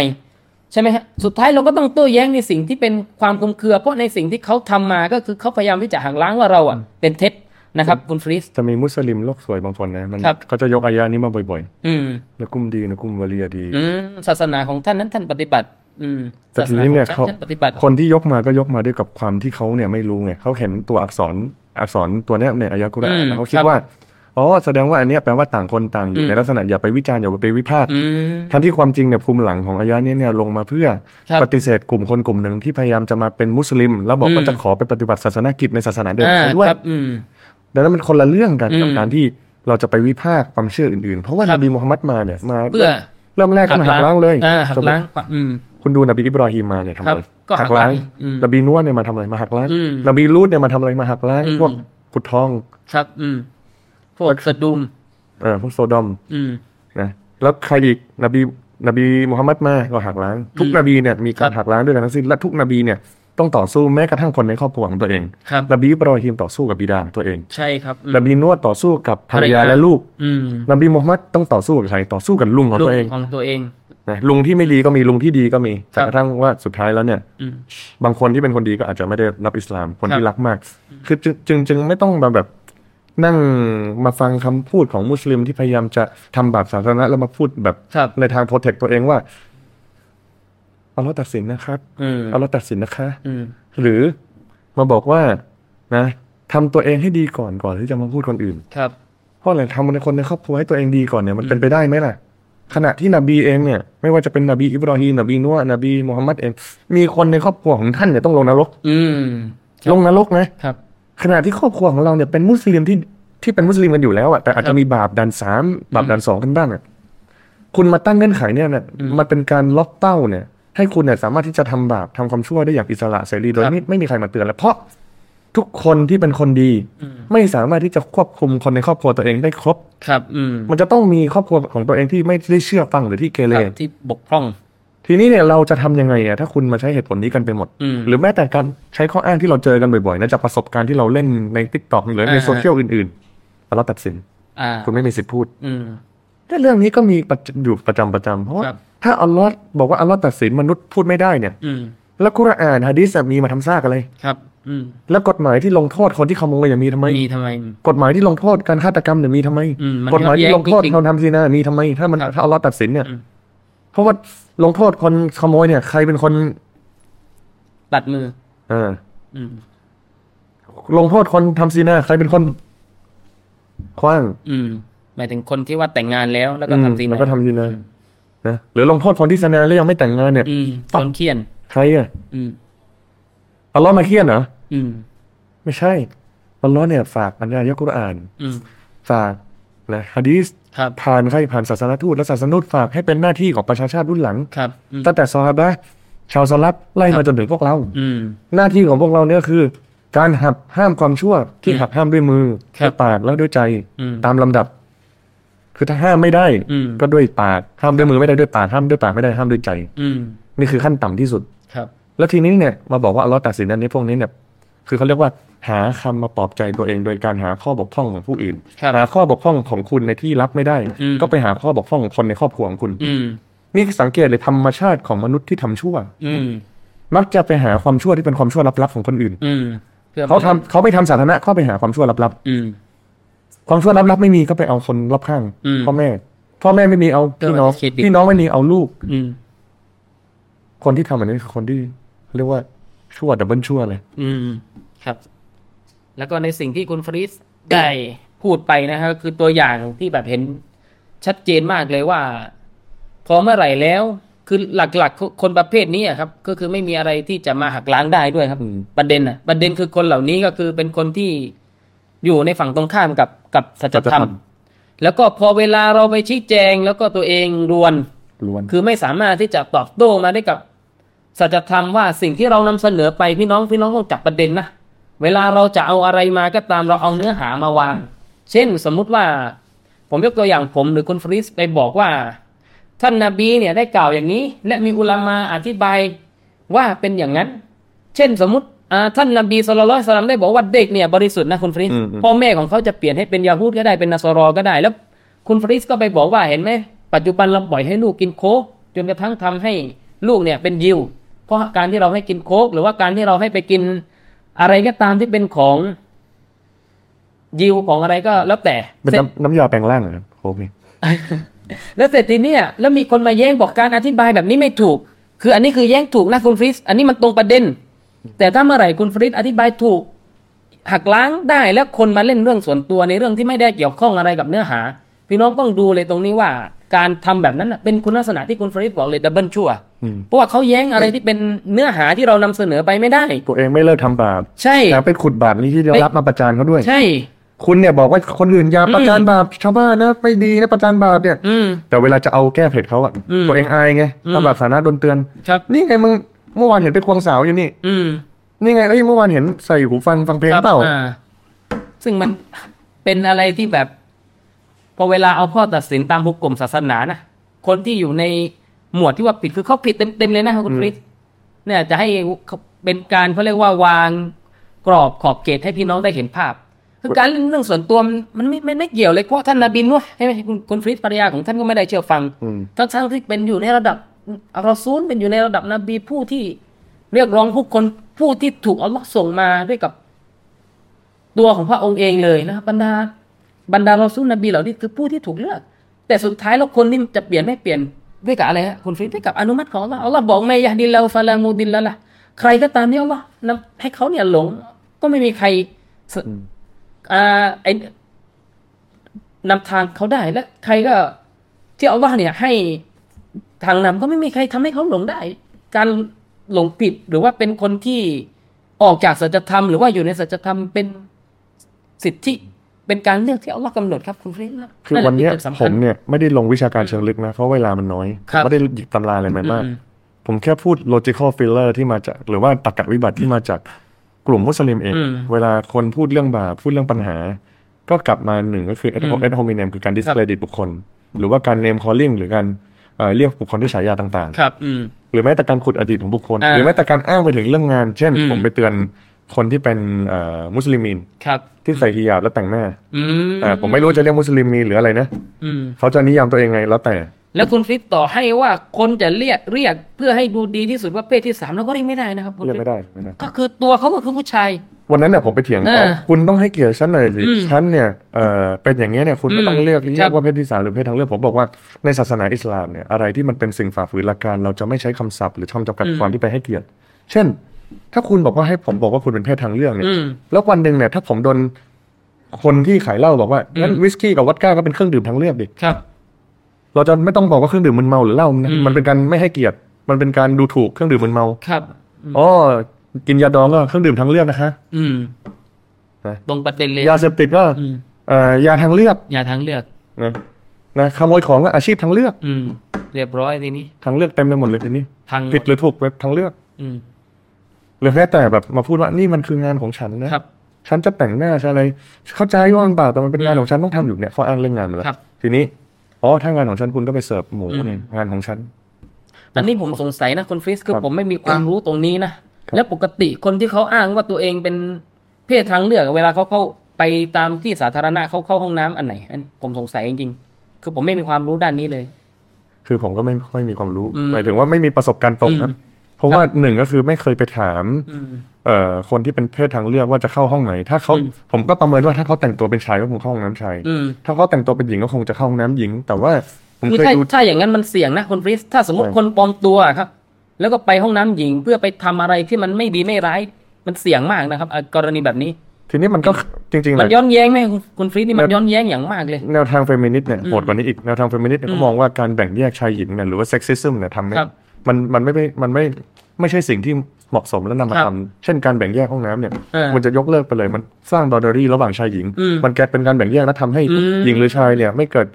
Speaker 1: ใช่ไหมฮะสุดท้ายเราก็ต้องโต้แย้งในสิ่งที่เป็นความคลุมเครือ เพราะในสิ่งที่เขาทำมาก็คือเขาพยายามที่จะหักล้างว่าเราอ่ะเป็นเท็จนะครับคุณฟรีส
Speaker 2: จะมีมุสลิมโลกสวยบางคนนะมัน
Speaker 1: ครับ
Speaker 2: เขาจะยกอายะนี้มาบ่อย
Speaker 1: อืม
Speaker 2: ๆนะกุมดีนะกุมวลียดี
Speaker 1: อืมศาสนาของท่านนั้นท่านปฏิบัติ อืม
Speaker 2: แต่ทีนี้เนี่ย
Speaker 1: ศาสาขอ
Speaker 2: เขา
Speaker 1: งท่านท่านปฏิบัติ
Speaker 2: คนที่ยกมาก็ยกมาด้วยกับความที่เขาเนี่ยไม่รู้ไงเขาเห็นตัวอักษรอักษรตัวเนี้ยในอายะกุรอาน
Speaker 1: อืม
Speaker 2: แล้วเขาคิ
Speaker 1: ครั
Speaker 2: ด
Speaker 1: บ
Speaker 2: ว่าอ๋อแสดงว่าอันเนี้ยแปลว่าต่างคนต่างอ
Speaker 1: อื
Speaker 2: ยู่
Speaker 1: ม
Speaker 2: ในลักษณะอย่าไปวิจารณ์อย่าไปวิพากษ์
Speaker 1: อืม
Speaker 2: ทั้งที่ความจริงเนี่ยภูมิหลังของอายะเนี้ยเนี่ยลงมาเพื่อ
Speaker 1: ครับ
Speaker 2: ปฏิเสธกลุ่มคนกลุ่มหนึ่งที่พยายามจะมาเป็นมุสลิม แล้วบอก
Speaker 1: อืม
Speaker 2: ว่าจะขอไปปฏิบัติศาสนกิจในศาสนาเดิม
Speaker 1: อ่า
Speaker 2: เขาด้วย
Speaker 1: ครับอืม
Speaker 2: ดังนั้นมันคนละเรื่องกันกับ
Speaker 1: อืม
Speaker 2: การที่เราจะไปวิพากษ์ความเชื่ออื่นๆ เพราะว่า
Speaker 1: ครั
Speaker 2: น
Speaker 1: บ
Speaker 2: บีมูฮัมมัดมาเนี่ยมา
Speaker 1: เพื่อ
Speaker 2: เริ่มแรกก็มาหักล้างเลย
Speaker 1: อ่าหักล้างอืม
Speaker 2: คุณดูนบีอิบรอฮีมมาเนี่ยทำ
Speaker 1: ครั
Speaker 2: อะ
Speaker 1: บ
Speaker 2: ไร
Speaker 1: ก็หั
Speaker 2: หั
Speaker 1: ก
Speaker 2: กล้าง
Speaker 1: ล้างอืม
Speaker 2: นบีนัวเนี่ยมาทำอะไรมาหักล้าง
Speaker 1: อืม
Speaker 2: นบีลูดเนี่ยมาทำอะไรมาหักล้าง
Speaker 1: อืม
Speaker 2: พวกขุดทอง
Speaker 1: ครับ อืมพวกสะดุม
Speaker 2: เออพวกโซดอม
Speaker 1: อืม
Speaker 2: นะแล้วใครอีกนบีนบีมุฮัมมัดมาก็หักล้าง ทุก
Speaker 1: อืม
Speaker 2: นบีเนี่ยมี
Speaker 1: ค
Speaker 2: กา
Speaker 1: รั
Speaker 2: ร
Speaker 1: บ
Speaker 2: หักล้างด้วยกันทั้งสิ้นและทุกนบีเนี่ยต้องต่อสู้แม้กระทั่งคนในครอบครัวของตัวเอง
Speaker 1: ครับ
Speaker 2: นบีอิบรอฮีมต่อสู้กับบิดาของตัวเอง
Speaker 1: ใช่ครับอืม
Speaker 2: นบีนวดต่อสู้กับภร
Speaker 1: ภ
Speaker 2: ร
Speaker 1: ร
Speaker 2: ยาย
Speaker 1: รา
Speaker 2: และลูก
Speaker 1: อืม
Speaker 2: นบีมุฮัมมัดต้องต่อสู้กับใครต่อสู้กับลุงของ
Speaker 1: ลูก
Speaker 2: ตัวเอง
Speaker 1: ของตัวเอง
Speaker 2: นะลุงที่ไม่ดีก็มีลุงที่ดีก็มี
Speaker 1: ครั
Speaker 2: แต่
Speaker 1: บ
Speaker 2: กระทั่งว่าสุดท้ายแล้วเนี่ย
Speaker 1: อืม
Speaker 2: บางคนที่เป็นคนดีก็อาจจะไม่ได้รับอิสลามคน
Speaker 1: ค
Speaker 2: ที่
Speaker 1: รับ
Speaker 2: รักมาก คือจึงจึงจึงไม่ต้องมาแบบนั่งมาฟังคำพูดของมุสลิมที่พยายามจะทำบาปศาสนาแล้วมาพูดแบบ
Speaker 1: ครับ
Speaker 2: ในทางโปรเทคตัวเองว่าเอาเราตัดสินนะครับ
Speaker 1: อืม
Speaker 2: เอาเราตัดสินนะคะ
Speaker 1: อืม
Speaker 2: หรือมาบอกว่านะทำตัวเองให้ดีก่อนก่อนที่จะมาพูดคนอื่น
Speaker 1: ครับ
Speaker 2: เพราะอะไรทำในคนในครอบครัวให้ตัวเองดีก่อนเนี่ยมันเป็นไปได้ไหมล่ะ ขณะที่นบีเองเนี่ย ไม่ว่าจะเป็นนบีอิบรอฮีมนบีนัวนบีมูฮัมมัดเอง มีคนในครอบครัวของท่านเนี่ยต้องลงนรก
Speaker 1: อืม ครับ
Speaker 2: ลงนรกนะครับ ขณะที่ครอบครัวของเราเนี่ยเป็นมุสลิมที่ที่เป็นมุสลิมกันอยู่แล้วอะแต่อาจ
Speaker 1: ครั
Speaker 2: จะ
Speaker 1: บ
Speaker 2: มีบาปดันสามบาปดันสองกันบ้างอะคุณมาตั้งเงื่อนไขเนี่ยนะ
Speaker 1: อืม
Speaker 2: มันเป็นการล็อกเต้าเนี่ย ให้คุณเนี่ยสามารถที่จะทำบาปทำความชั่วได้อย่างอิสระเสรีโดย
Speaker 1: ครับ
Speaker 2: ไม่ไม่มีใครมาเตือนแล้วเพราะทุกคนที่เป็นคนดี
Speaker 1: อืม
Speaker 2: ไม่สามารถที่จะควบคุมคนในครอบครัวตัวเองได้ครบ
Speaker 1: ครับ อืม
Speaker 2: มันจะต้องมีครอบครัวของตัวเองที่ไม่ได้เชื่อฟังหรือที่เก
Speaker 1: ค
Speaker 2: เร
Speaker 1: รับที่บกพร่อง
Speaker 2: ทีนี้เนี่ยเราจะทำยังไงอะถ้าคุณมาใช้เหตุผลนี้กันไปหมด
Speaker 1: อืม
Speaker 2: หรือแม้แต่การใช้ข้ออ้างที่เราเจอกันบ่อยๆนะจากประสบการณ์ที่เราเล่นในทิกตอกหรือใน
Speaker 1: อ่า
Speaker 2: โซเชียลอื่นๆแล้วเราตัดสิน
Speaker 1: อ่า
Speaker 2: คุณไม่มีสิทธิ์พูด
Speaker 1: อืม
Speaker 2: แต่เรื่องนี้ก็มีประจอยู่ประจำประจำเพราะว่า
Speaker 1: ครับ
Speaker 2: ถ้าอัลลอฮ์บอกว่าอัลลอฮ์ตัดสินมนุษย์พูดไม่ได้เนี่ย
Speaker 1: อืม
Speaker 2: แล้วกุรอานฮะดีษอะมีมาทำซากอะไร
Speaker 1: ครับ อืม
Speaker 2: แล้วกฎหมายที่ลงโทษคนที่ขโมยอย่ามีทำไม
Speaker 1: มีทำไม
Speaker 2: กฎหมายที่ลงโทษการฆาตกรรมเนี่ยมีทำไม
Speaker 1: อืมมัน
Speaker 2: กฎหมายที่ลงโทษ
Speaker 1: ขัดแย้ง
Speaker 2: คนทำซีนามีทำไม ถ้ามัน
Speaker 1: ครับ
Speaker 2: ถ้าอัลลอฮ์ตัดสินเนี่ย
Speaker 1: อืม
Speaker 2: เพราะว่าลงโทษคนขโมยเนี่ย ใครเป็นคน
Speaker 1: ตัดมือ
Speaker 2: เออ
Speaker 1: อืม
Speaker 2: ลงโทษคนทำซีนาใครเป็นคนคว้าง
Speaker 1: อืม หมายถึงคนที่ว่าแต่งงานแล้วแล้วก็ทำซี
Speaker 2: อืม
Speaker 1: น
Speaker 2: แล้วก็ทำซีนานะหรือลงโทษคนที่ซนาแล้วยังไม่แต่งงานเนี่ย
Speaker 1: อืมคนเคียน
Speaker 2: ใครอ่ะ
Speaker 1: อืม
Speaker 2: อัลลอฮ์มาเคียนเหรอ
Speaker 1: อืม
Speaker 2: ไม่ใช่อัลลอฮ์เนี่ยฝากอันยะกุรอาน
Speaker 1: อืม
Speaker 2: ฝากนะฮะดีษ
Speaker 1: ครับ
Speaker 2: ผ่านใครผ่านศาสนทูตและศาสนทูตฝากให้เป็นหน้าที่ของประชาชาติรุ่นหลัง
Speaker 1: ครับอืม
Speaker 2: ตั้งแต่ซอฮาบะห์ชาวสลับไล่
Speaker 1: ครั
Speaker 2: มา
Speaker 1: บ
Speaker 2: จนถึงพวกเรา
Speaker 1: อืม
Speaker 2: หน้าที่ของพวกเราเนี่ยคือ การหับห้ามความชั่วที่
Speaker 1: อืม
Speaker 2: หับห้ามด้วยมือ
Speaker 1: ครับ
Speaker 2: ด้วยปากแล้วด้วยใจ
Speaker 1: อืม
Speaker 2: ตามลำดับ คือถ้าห้ามไม่ได้
Speaker 1: อืม
Speaker 2: ก็ด้วยปากห้ามด้วยมือไม่ได้ด้วยปากห้ามด้วยปากไม่ได้ห้ามด้วยใจ
Speaker 1: อืม
Speaker 2: นี่คือขั้นต่ำที่สุด
Speaker 1: ครับ
Speaker 2: แล้วทีนี้เนี่ยมาบอกว่าอัลเลอฮ์ตัดสินอันนี้พวกนี้เนี่ยคือเขาเรียกว่า หาคำมาปลอบใจตัวเองโดยการหาข้อบกพร่องของผู้อื่น
Speaker 1: ครับ
Speaker 2: หาข้อบกพร่องของคุณในที่รับไม่ได้
Speaker 1: อืม
Speaker 2: ก็ไปหาข้อบกพร่องของคนในครอบครัวของคุณ
Speaker 1: อืม
Speaker 2: นี่คือสังเกตเลยธรรมชาติของมนุษย์ที่ทำชั่ว
Speaker 1: อืม
Speaker 2: มักจะไปหาความชั่วที่เป็นความชั่วลับๆของคนอื่น
Speaker 1: อืมพื่อ
Speaker 2: เขาทำเขาไม่ทำสาธารณะก็ไปหาความชั่วลับ
Speaker 1: อืม
Speaker 2: ๆความชั่วลับๆไม่มีก็ไปเอาคนรอบข้าง
Speaker 1: อืม
Speaker 2: พ่อแม่ พ่อแม่ไม่มีเอาพี่น้อง
Speaker 1: ก็เครดิต
Speaker 2: พี่น้องไม่มีเอาลูก
Speaker 1: อืม
Speaker 2: คนที่ทำแบบนี้คือคนที่เรียกว่าชั่วดับเบิลชั่วเลย
Speaker 1: อืม ครับ แล้วก็ในสิ่งที่คุณฟริสได้พูดไปนะครับคือตัวอย่างที่แบบเห็นชัดเจนมากเลยว่า พอเมื่อไหร่แล้ว คือหลักๆ คนประเภทนี้อะครับ ก็คือไม่มีอะไรที่จะมาหักล้างได้ด้วยครับ
Speaker 2: อืม
Speaker 1: ประเด็นอ่ะ ประเด็นคือคนเหล่านี้ก็คือเป็นคนที่อยู่ในฝั่งตรงข้ามกับกับสัจธรรม แล้วก็พอเวลาเราไปชี้แจง แล้วก็ตัวเองรวน
Speaker 2: ล้วน
Speaker 1: คือไม่สามารถที่จะตอบโต้มาได้กับสัจธรรมว่าสิ่งที่เรานำเสนอไปพี่น้องพี่น้องต้องจับประเด็นนะเวลาเราจะเอาอะไรมาก็ตามเราเอาเนื้อหามาวาง เช่นสมมุติว่า ผมยกตัวอย่างผมหรือคุณฟริสไปบอกว่า ท่านนาบีเนี่ยได้กล่าวอย่างนี้ และมีอุลามาอธิบายว่าเป็นอย่างนั้น เช่นสมมติอ่าท่านนบีสุลต่านสลัมได้บอกว่าเด็กเนี่ยบริสุทธิ์นะคุณฟริส
Speaker 2: อืมอืม
Speaker 1: พ่อแม่ของเขาจะเปลี่ยนให้เป็นยาฮูดก็ได้เป็นนาสรอก็ได้แล้ว คุณฟริสก็ไปบอกว่าเห็นไหมปัจจุบันเราปล่อยให้ลูกกินโค้กจนกระทั่งทำให้ลูกเนี่ยเป็นยิว เพราะการที่เราให้กินโค้กหรือว่าการที่เราให้ไปกินอะไรก็ตามที่เป็นของยิวของอะไรก็แล้วแต่
Speaker 2: เป็นน้ำน้ำยาแปลงร่างเหรอครับโค้กนี่
Speaker 1: แล้วเสร็จทีเนี่ยแล้วมีคนมาแย้งบอกการอธิบายแบบนี้ไม่ถูก คืออันนี้คือแย้งถูกนะคุณฟริสอันนี้มันตรงประเด็น แต่ถ้าเมื่อไหร่คุณฟริสอธิบายถูก หักล้างได้แล้วคนมาเล่นเรื่องส่วนตัวในเรื่องที่ไม่ได้เกี่ยวข้องอะไรกับเนื้อหา พี่น้องต้องดูเลยตรงนี้ว่าการทำแบบนั้นน่ะเป็นคุณลักษณะที่คุณฟริสบอกเลยดับเบิลชั่ว
Speaker 2: อืม
Speaker 1: เพราะว่าเขาแย้งอะไรที่เป็นเนื้อหาที่เรานำเสนอไปไม่ได้
Speaker 2: ตัวเองไม่เลิกทำบาป
Speaker 1: ใช่
Speaker 2: แต่ไปขุดบาปนี้ที่ได้รับมาประจานเขาด้วย
Speaker 1: ใช่
Speaker 2: คุณเนี่ยบอกว่าคนอื่นอย่าประกันบาปชาวบ้านนะไม่ดีนะประกันบาปเนี่ย
Speaker 1: อืม
Speaker 2: แต่เวลาจะเอาแก้เผ็ดเขาอะ
Speaker 1: อืม
Speaker 2: ตัวเองอายไง
Speaker 1: อืม
Speaker 2: ตำรวจสาธารณะโดนเตือน
Speaker 1: ครับ
Speaker 2: นี่ไงมึงเมื่อวานเห็นไปควงสาวอยู่นี่
Speaker 1: อืม
Speaker 2: นี่ไงเอ้ยเมื่อวานเห็นใส่หูฟังฟังเพลงเปล่า
Speaker 1: อ่ซึ่งมัน เป็นอะไรที่แบบ พอเวลาเอาข้อตัดสินตามหุกกลมศาสนานะคนที่อยู่ในหมวดที่ว่าผิดคือเขาผิดเต็มๆเลยนะครับคุณ
Speaker 2: อืม
Speaker 1: คริสเนี่ยจะให้เขาเป็นการเขาเรียกว่าวางกรอบขอบเขตให้พี่น้องได้เห็นภาพ คือการเรื่องเรื่องส่วนตัวมันมันไม่ไม่ไม่เกี่ยวเลยเพราะท่านนาบินวะใช่ไหมคุณคุณฟริสภรรยาของท่านก็ไม่ได้เชื่อฟัง
Speaker 2: อืม
Speaker 1: ทั้งทั้งที่เป็นอยู่ในระดับอัลลอฮ์ซูลเป็นอยู่ในระดับนบีผู้ที่เรียกร้องผู้คนผู้ที่ถูกอัลลอฮ์ส่งมาด้วยกับตัวของพระองค์เองเลยนะครับบรรดาบรรดาอัลลอฮ์ซูลนบีเหล่านี้คือผู้ที่ถูกเลือก แต่สุดท้ายแล้วคนนี่จะเปลี่ยนไม่เปลี่ยนด้วยกับอะไรฮะคุณฟรีดด้วยกับอนุมัติของอัลลอฮ์อัลลอฮ์บอกไม่ยะดิลาฟาลามูดินละละใครก็ตามที่อัลลอฮ์นำให้เขาเนี่ยหลง ก็ไม่มีใครส
Speaker 2: อืม
Speaker 1: อ่าไอ้นำทางเขาได้และใครก็ ที่อัลลอฮ์เนี่ยให้ทางนำก็ไม่มีใครทำให้เขาหลงได้ การหลงผิดหรือว่าเป็นคนที่ออกจากสัจธรรมหรือว่าอยู่ในสัจธรรมเป็นสิทธิเป็นการเลือกที่อัลลอฮ์กำหนดครับคุณฟรีดรับ
Speaker 2: คือวันเนี้ย
Speaker 1: แหละที่สำ
Speaker 2: ผ
Speaker 1: คัญ
Speaker 2: มเนี่ยไม่ได้ลงวิชาการเชิงลึกนะ เพราะเวลามันน้อย
Speaker 1: ครับ
Speaker 2: ไม่ได้หยิบตำราอะไรมามาก
Speaker 1: อืม
Speaker 2: ผมแค่พูด logical filler ที่มาจาก หรือว่าตรรกะวิบัติที่มาจากกลุ่มมุสลิมเอง
Speaker 1: อืม
Speaker 2: เวลาคนพูดเรื่องบาปพูดเรื่องปัญหา ก็กลับมาหนึ่งก็คือ ad hoc ad hominem คือการ discredit บุคคล หรือว่าการ name calling หรือการเอ่อเรียกบุคคลด้วยฉายาต่างๆ
Speaker 1: ครับ อืม
Speaker 2: หรือแม้แต่การขุดอดีตของบุคคล
Speaker 1: อ่า
Speaker 2: หรือแม้แต่การอ้างไปถึงเรื่องงาน เช่น
Speaker 1: อืม
Speaker 2: ผมไปเตือนคนที่เป็นเอ่อมุสลิมีน
Speaker 1: ครับ
Speaker 2: ที่ใส่ฮิญาบและแต่งหน้า
Speaker 1: อืม
Speaker 2: อ่าผมไม่รู้จะเรียกมุสลิมีนหรืออะไรนะ
Speaker 1: อืม
Speaker 2: เขาจะนิยามตัวเองไงแล้วแต่
Speaker 1: แล้วคุณฟริตต่อให้ว่าคนจะเรียกเรียกเพื่อให้ดูดีที่สุดว่าเพศที่สามเราก็เรียกไม่ได้นะครับคุณ
Speaker 2: เรี
Speaker 1: ฟ
Speaker 2: ยก
Speaker 1: ริ
Speaker 2: ไม่
Speaker 1: ต
Speaker 2: ได้ไม่ได้
Speaker 1: ก็คือตัวเขาก็คือผู้ชาย
Speaker 2: วันนั้นเนี่ยผมไปเถียง
Speaker 1: เออ
Speaker 2: เขาคุณต้องให้เกียรติฉันหน่อยสิ
Speaker 1: อืม
Speaker 2: ฉันเนี่ยเออเป็นอย่างเงี้ยเนี่ยคุณก็
Speaker 1: อืม
Speaker 2: ต้องเลือก
Speaker 1: ค
Speaker 2: เรี
Speaker 1: รั
Speaker 2: ย
Speaker 1: บ
Speaker 2: กว่าเพศที่สามหรือเพศทางเลือกผมบอกว่าในศาสนาอิสลามเนี่ยอะไรที่มันเป็นสิ่งฝ่าฝืนหลักการเราจะไม่ใช้คำศัพท์หรือคำจำกัดความที่ไปให้เกียรติ เช่น ถ้าคุณบอกว่าให้ผมบอกว่าคุณเป็นเพศทางเลือกเนี่ย
Speaker 1: อืม
Speaker 2: แล้ววันหนึ่งเนี่ยถ้าผมโดนคนที่ขายเหล้าบอกว่างั้น
Speaker 1: อืม
Speaker 2: วิสกี้กับวอดก้าก็เป็นเครื่องดื่มทางเลือกดิ
Speaker 1: ครับ
Speaker 2: เราจะไม่ต้องบอกว่าเครื่องดื่มมึนเมาหรือเหล้านะ
Speaker 1: อืม
Speaker 2: มันเป็นการไม่ให้เกียรติ มันเป็นการดูถูกเครื่องดื่มมึนเมา
Speaker 1: ครับ
Speaker 2: อ๋อกินยาดองก็เครื่องดื่มทางเลือกนะคะ
Speaker 1: อืม
Speaker 2: นะ
Speaker 1: ตรงประเด็นเลย
Speaker 2: ยาเสพติดก็
Speaker 1: อืม
Speaker 2: เอ่อยาทางเลือก
Speaker 1: อย่าทางเลือก
Speaker 2: นะนะขโมยของก็อาชีพทางเลือก
Speaker 1: อืม เรียบร้อยทีนี้
Speaker 2: ทางเลือกเต็มไปหมดเลยทีนี้
Speaker 1: ทาง
Speaker 2: ผิดหรือถูกเว็บทางเลือก
Speaker 1: อืม
Speaker 2: หรือแม้แต่แบบมาพูดว่านี่มันคืองานของฉันนะครับ ฉันจะแต่งหน้าฉันอะไรเข้าใจว่ามันบาปแต่มันเป็นงานของฉันต้องทำอยู่เนี่ยข้ออ้างเรื่องงานมาแล้ว
Speaker 1: ครับ
Speaker 2: ทีนี้ อ๋อ ถ้างานของฉันคุณก็ไปเสิร์ฟหมู
Speaker 1: อืม
Speaker 2: ในงานของฉัน
Speaker 1: อันนี้ผมสงสัยนะคุณฟริสคือ
Speaker 2: ครับ
Speaker 1: ผมไม่มีความรู้ตรงนี้นะครับ และปกติคนที่เขาอ้างว่าตัวเองเป็นเพศทางเลือก เวลาเขาเข้าไปตามที่สาธารณะเขาเข้าห้องน้ำอันไหนอันผมสงสัยจริงๆคือผมไม่มีความรู้ด้านนี้เลย
Speaker 2: คือผมก็ไม่ค่อยมีความรู้
Speaker 1: อืม
Speaker 2: หมายถึงว่าไม่มีประสบการณ์ตรง
Speaker 1: อื
Speaker 2: นะ
Speaker 1: ม
Speaker 2: เพราะว่าหนึ่งก็คือไม่เคยไปถาม
Speaker 1: อืม
Speaker 2: เอ่อ คนที่เป็นเพศทางเลือกว่าจะเข้าห้องไหน ถ้าเขา
Speaker 1: อืม
Speaker 2: ผมก็ประเมินว่าถ้าเขาแต่งตัวเป็นชายก็คงเข้าห้องน้ำชาย
Speaker 1: อืม
Speaker 2: ถ้าเขาแต่งตัวเป็นหญิงก็คงจะเข้าห้องน้ำหญิง แต่ว่าผม
Speaker 1: คือ
Speaker 2: เคย
Speaker 1: ถ้า
Speaker 2: ดู
Speaker 1: ถ้าอย่างนั้นมันเสี่ยงนะคนฟริสถ้าสมมติ
Speaker 2: ใช่
Speaker 1: คนปลอมตัวครับ แล้วก็ไปห้องน้ำหญิงเพื่อไปทำอะไรที่มันไม่ดีไม่ร้าย มันเสี่ยงมากนะครับอ่ะกรณีแบบนี้
Speaker 2: ทีนี้มันก็จริงๆ
Speaker 1: มั
Speaker 2: เล
Speaker 1: น
Speaker 2: ย
Speaker 1: ย้อนแย้งไหมคุณคุณฟริสนี่มั
Speaker 2: แล้
Speaker 1: น
Speaker 2: ว
Speaker 1: ย้อนแย้งอย่างมากเลย
Speaker 2: แนวทางเฟมินิสต์เนี่ย
Speaker 1: อืม
Speaker 2: โหดกว่านี้อีก แนวทางเฟมินิสต์เนี่ยก็มองว่าการแบ่งแยกชายหญิงเนี่ยหรือว่าเซ็กซิซึมเนี่ยทำไม่
Speaker 1: ครับ
Speaker 2: มันมันไม่มันไม่ไม่ใช่สิ่งที่เหมาะสมและนำมา
Speaker 1: ครับ
Speaker 2: ทำเช่นการแบ่งแยกห้องน้ำเนี่ย
Speaker 1: เออ
Speaker 2: มันจะยกเลิกไปเลยมันสร้างบอร์เดอรี่ระหว่างชายหญิง
Speaker 1: อืม
Speaker 2: มันแกลายเป็นการแบ่งแยกและทำให้
Speaker 1: อืม
Speaker 2: หญิงหรือชายเนี่ยไม่เกิด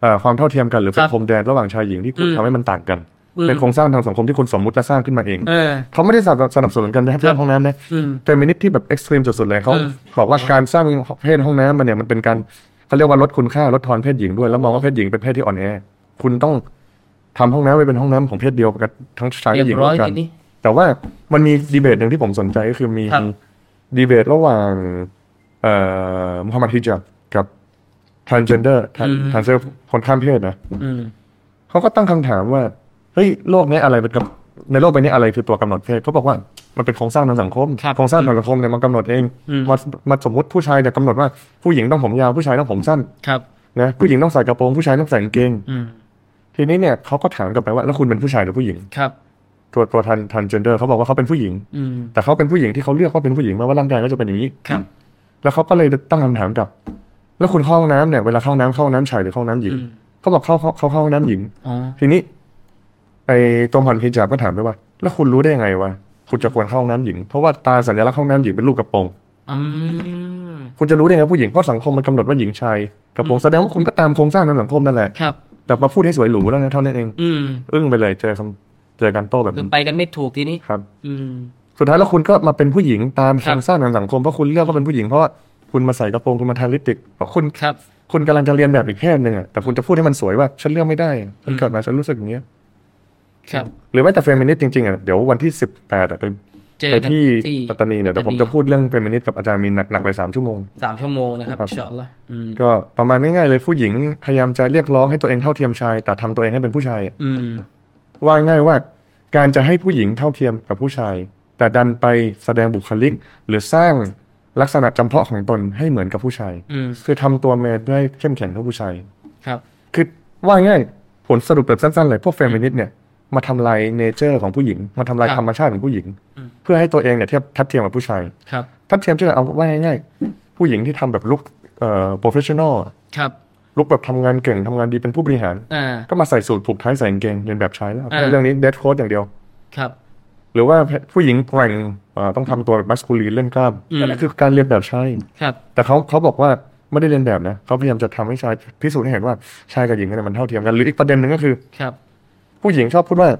Speaker 2: เอ่อความเท่าเทียมกันหรือเป็
Speaker 1: ครั
Speaker 2: น
Speaker 1: บ
Speaker 2: พรมแดนระหว่างชายหญิงที่คุณ
Speaker 1: อืม
Speaker 2: ทำให้มันต่างกัน
Speaker 1: อืม
Speaker 2: เป็นโครงสร้างทางสังคมที่คุณสมมุติและสร้างขึ้นมาเอง
Speaker 1: เออ
Speaker 2: เขาไม่ได้สนับสนับสนุนกันให้เพื่อนห้องน้ำนะ
Speaker 1: อืม
Speaker 2: เฟมินิสต์ที่แบบเอ็กซ์ตรีมสุดๆเลยเขา
Speaker 1: อืม
Speaker 2: บอกว่าการสร้างเพศห้องน้ำมันเนี่ยมันเป็นการเขาเรียกว่าลดคุณค่าลดทอนเพศหญิงด้วย แล้วมองว่าเพศหญิงเป็นเพศที่อ่อนแอคุณต้องทำห้องน้ำไว้เป็นห้องน้ำของเพศเดียวกันทั้งชายและหญิง
Speaker 1: เรียบร้อย
Speaker 2: ด้วยกั
Speaker 1: ทีนี้
Speaker 2: แต่ว่ามันมีดีเบตหนึ่งที่ผมสนใจก็คือมี
Speaker 1: ครับ
Speaker 2: ดีเบตระหว่างเอ่อมุฮัมมัดฮิญาบกับ transgender ทานเซอร์คนข้ามเพศนะ
Speaker 1: อืม
Speaker 2: เขาก็ตั้งคำถามว่าเฮ้ยโลกเนี้ยอะไรเป็นกับในโลกใบนี้อะไรคือตัวกำหนดเพศเขาบอกว่ามันเป็นโครงสร้างทางสังคม
Speaker 1: ครับ
Speaker 2: โครงสร้างทางสังคมเนี่ยมันกำหนดเอง
Speaker 1: อืม
Speaker 2: มามาสมมติผู้ชายเนี่ยกำหนดว่าผู้หญิงต้องผมยาวผู้ชายต้องผมสั้น
Speaker 1: ครับ
Speaker 2: นะผู้หญิงต้องใส่กระโปรงผู้ชายต้องใส่กางเกง
Speaker 1: อืม
Speaker 2: ทีนี้เนี่ยเขาก็ถามกลับไปว่าแล้วคุณเป็นผู้ชายหรือผู้หญิง
Speaker 1: ครับ
Speaker 2: ตัวตัวทันทันเจนเดอร์เขาบอกว่าเขาเป็นผู้หญิง
Speaker 1: อืม
Speaker 2: แต่เขาเป็นผู้หญิงที่เขาเลือกว่าเป็นผู้หญิงมาว่าร่างกายก็จะเป็นอย่างนี้
Speaker 1: ครับ
Speaker 2: แล้วเขาก็เลยตั้งคำถามกลับ แล้วคุณเข้าห้องน้ำเนี่ยเวลาเข้าห้องน้ำเข้าห้องน้ำชายหรือเข้าห้องน้ำหญิง
Speaker 1: อืม
Speaker 2: เขาบอกเข้าเข้าเข้าห้องน้ำหญิง
Speaker 1: อ๋อ
Speaker 2: ทีนี้ไอ้ตัวผ่อนฮิญาบก็ถามไปว่า แล้วคุณรู้ได้ยังไงวะคุณจะควรเข้าห้องน้ำหญิง เพราะว่าตาสัญลักษณ์ห้องน้ำหญิงเป็นรูปกระโปรง
Speaker 1: อืม
Speaker 2: คุณจะรู้ได้ไงว่าผู้หญิงเพราะสังคมมันกำหนดว่าหญิงชายกระโปรงแสดงว่าคุณก็ตามโครงสร้างทางสังคมนั่นแหละ
Speaker 1: ครับ
Speaker 2: แต่มาพูดให้สวยหรูแล้วนะเท่านั้นเอง
Speaker 1: อืม
Speaker 2: อึ้งไปเลยเจอคำเจอการโต้แบบ
Speaker 1: คือ
Speaker 2: นี้
Speaker 1: ไปกันไม่ถูกทีนี้
Speaker 2: ครับ
Speaker 1: อืม
Speaker 2: สุดท้ายแล้วคุณก็มาเป็นผู้หญิงตาม
Speaker 1: ค
Speaker 2: โครับ รงสร้างทางสังคมเพราะคุณเลือกว่าเป็นผู้หญิงเพราะว่าคุณมาใส่กระโปรงคุณมาทาลิปสติกเพราะคุณ
Speaker 1: ครับ
Speaker 2: คุณกำลังจะเรียนแบบอีกเพศหนึ่งอะแต่คุณจะพูดให้มันสวยว่าฉันเลือกไม่ได้ฉันเกิดมาฉันรู้สึกอย่างเงี้ย
Speaker 1: ครับ
Speaker 2: หรือแม้แต่เฟมินิสต์จริงๆอะเดี๋ยววันที่สิบแปดอะไป
Speaker 1: เจอ
Speaker 2: ไป
Speaker 1: กัน
Speaker 2: ที่
Speaker 1: ที่
Speaker 2: ปัตตานีเนี่ยเดี๋ยวผม
Speaker 1: ปัตตานี
Speaker 2: จะพูดเรื่องเฟมินิสต์กับอาจารย์มีนหนักๆไปสามชั่วโมง
Speaker 1: สามชั่วโมงนะครับ
Speaker 2: ครับ
Speaker 1: อินชาอัลลอฮ์อืม
Speaker 2: ก็ประมาณง่ายๆเลยผู้หญิงพยายามจะเรียกร้องให้ตัวเองเท่าเทียมชาย แต่ทำตัวเองให้เป็นผู้ชาย
Speaker 1: อืม
Speaker 2: ว่าง่ายว่าการจะให้ผู้หญิงเท่าเทียมกับผู้ชาย แต่ดันไปแสดงบุคลิก หรือสร้างลักษณะจำเพาะของตนให้เหมือนกับผู้ชาย
Speaker 1: อืม
Speaker 2: คือทำตัวแมนเพื่อให้เข้มแข็งเท่าผู้ชาย
Speaker 1: ครับ
Speaker 2: คือว่าง่ายผลสรุปแบบสั้นๆเลยพวกเฟมินิสต์เนี่ยมาทำลายเนเจอร์ของผู้หญิง มาทำลายธรรมชาติของผู้หญิง เพื่อให้ตัวเองเนี่ยเทียบทัดเทียมกับผู้ชาย
Speaker 1: ครับ
Speaker 2: ทัดเทียมที่เอาว่าง่ายๆผู้หญิงที่ทำแบบลุกเอ่อโปรเฟชชั่นอล
Speaker 1: ครับ
Speaker 2: ลุกแบบทำงานเก่งทำงานดีเป็นผู้บริหาร
Speaker 1: อ่า
Speaker 2: ก็มาใส่สูทผูกไท้ายใส่กางเกงเรียนแบบชายแล้ว
Speaker 1: อ่า
Speaker 2: เรื่องนี้เดทโค้ดอย่างเดียว
Speaker 1: ครับ
Speaker 2: หรือว่าผู้หญิงแกร่งเอ่อต้องทำตัวแบบมัสคูลีนเล่นกล้าม
Speaker 1: อืม
Speaker 2: นั่นแหละคือการเรียนแบบชาย
Speaker 1: ครับ
Speaker 2: แต่เขาเขาบอกว่าไม่ได้เรียนแบบนะเขาพยายามจะทำให้ชายพิสูจน์ให้เห็นว่าชายกับหญิงเนี่ยมันเท่าเทียมกันหรืออีกประเด็นหนึ่งก็คือ
Speaker 1: ครับ
Speaker 2: ผู้หญิงชอบพูดว่า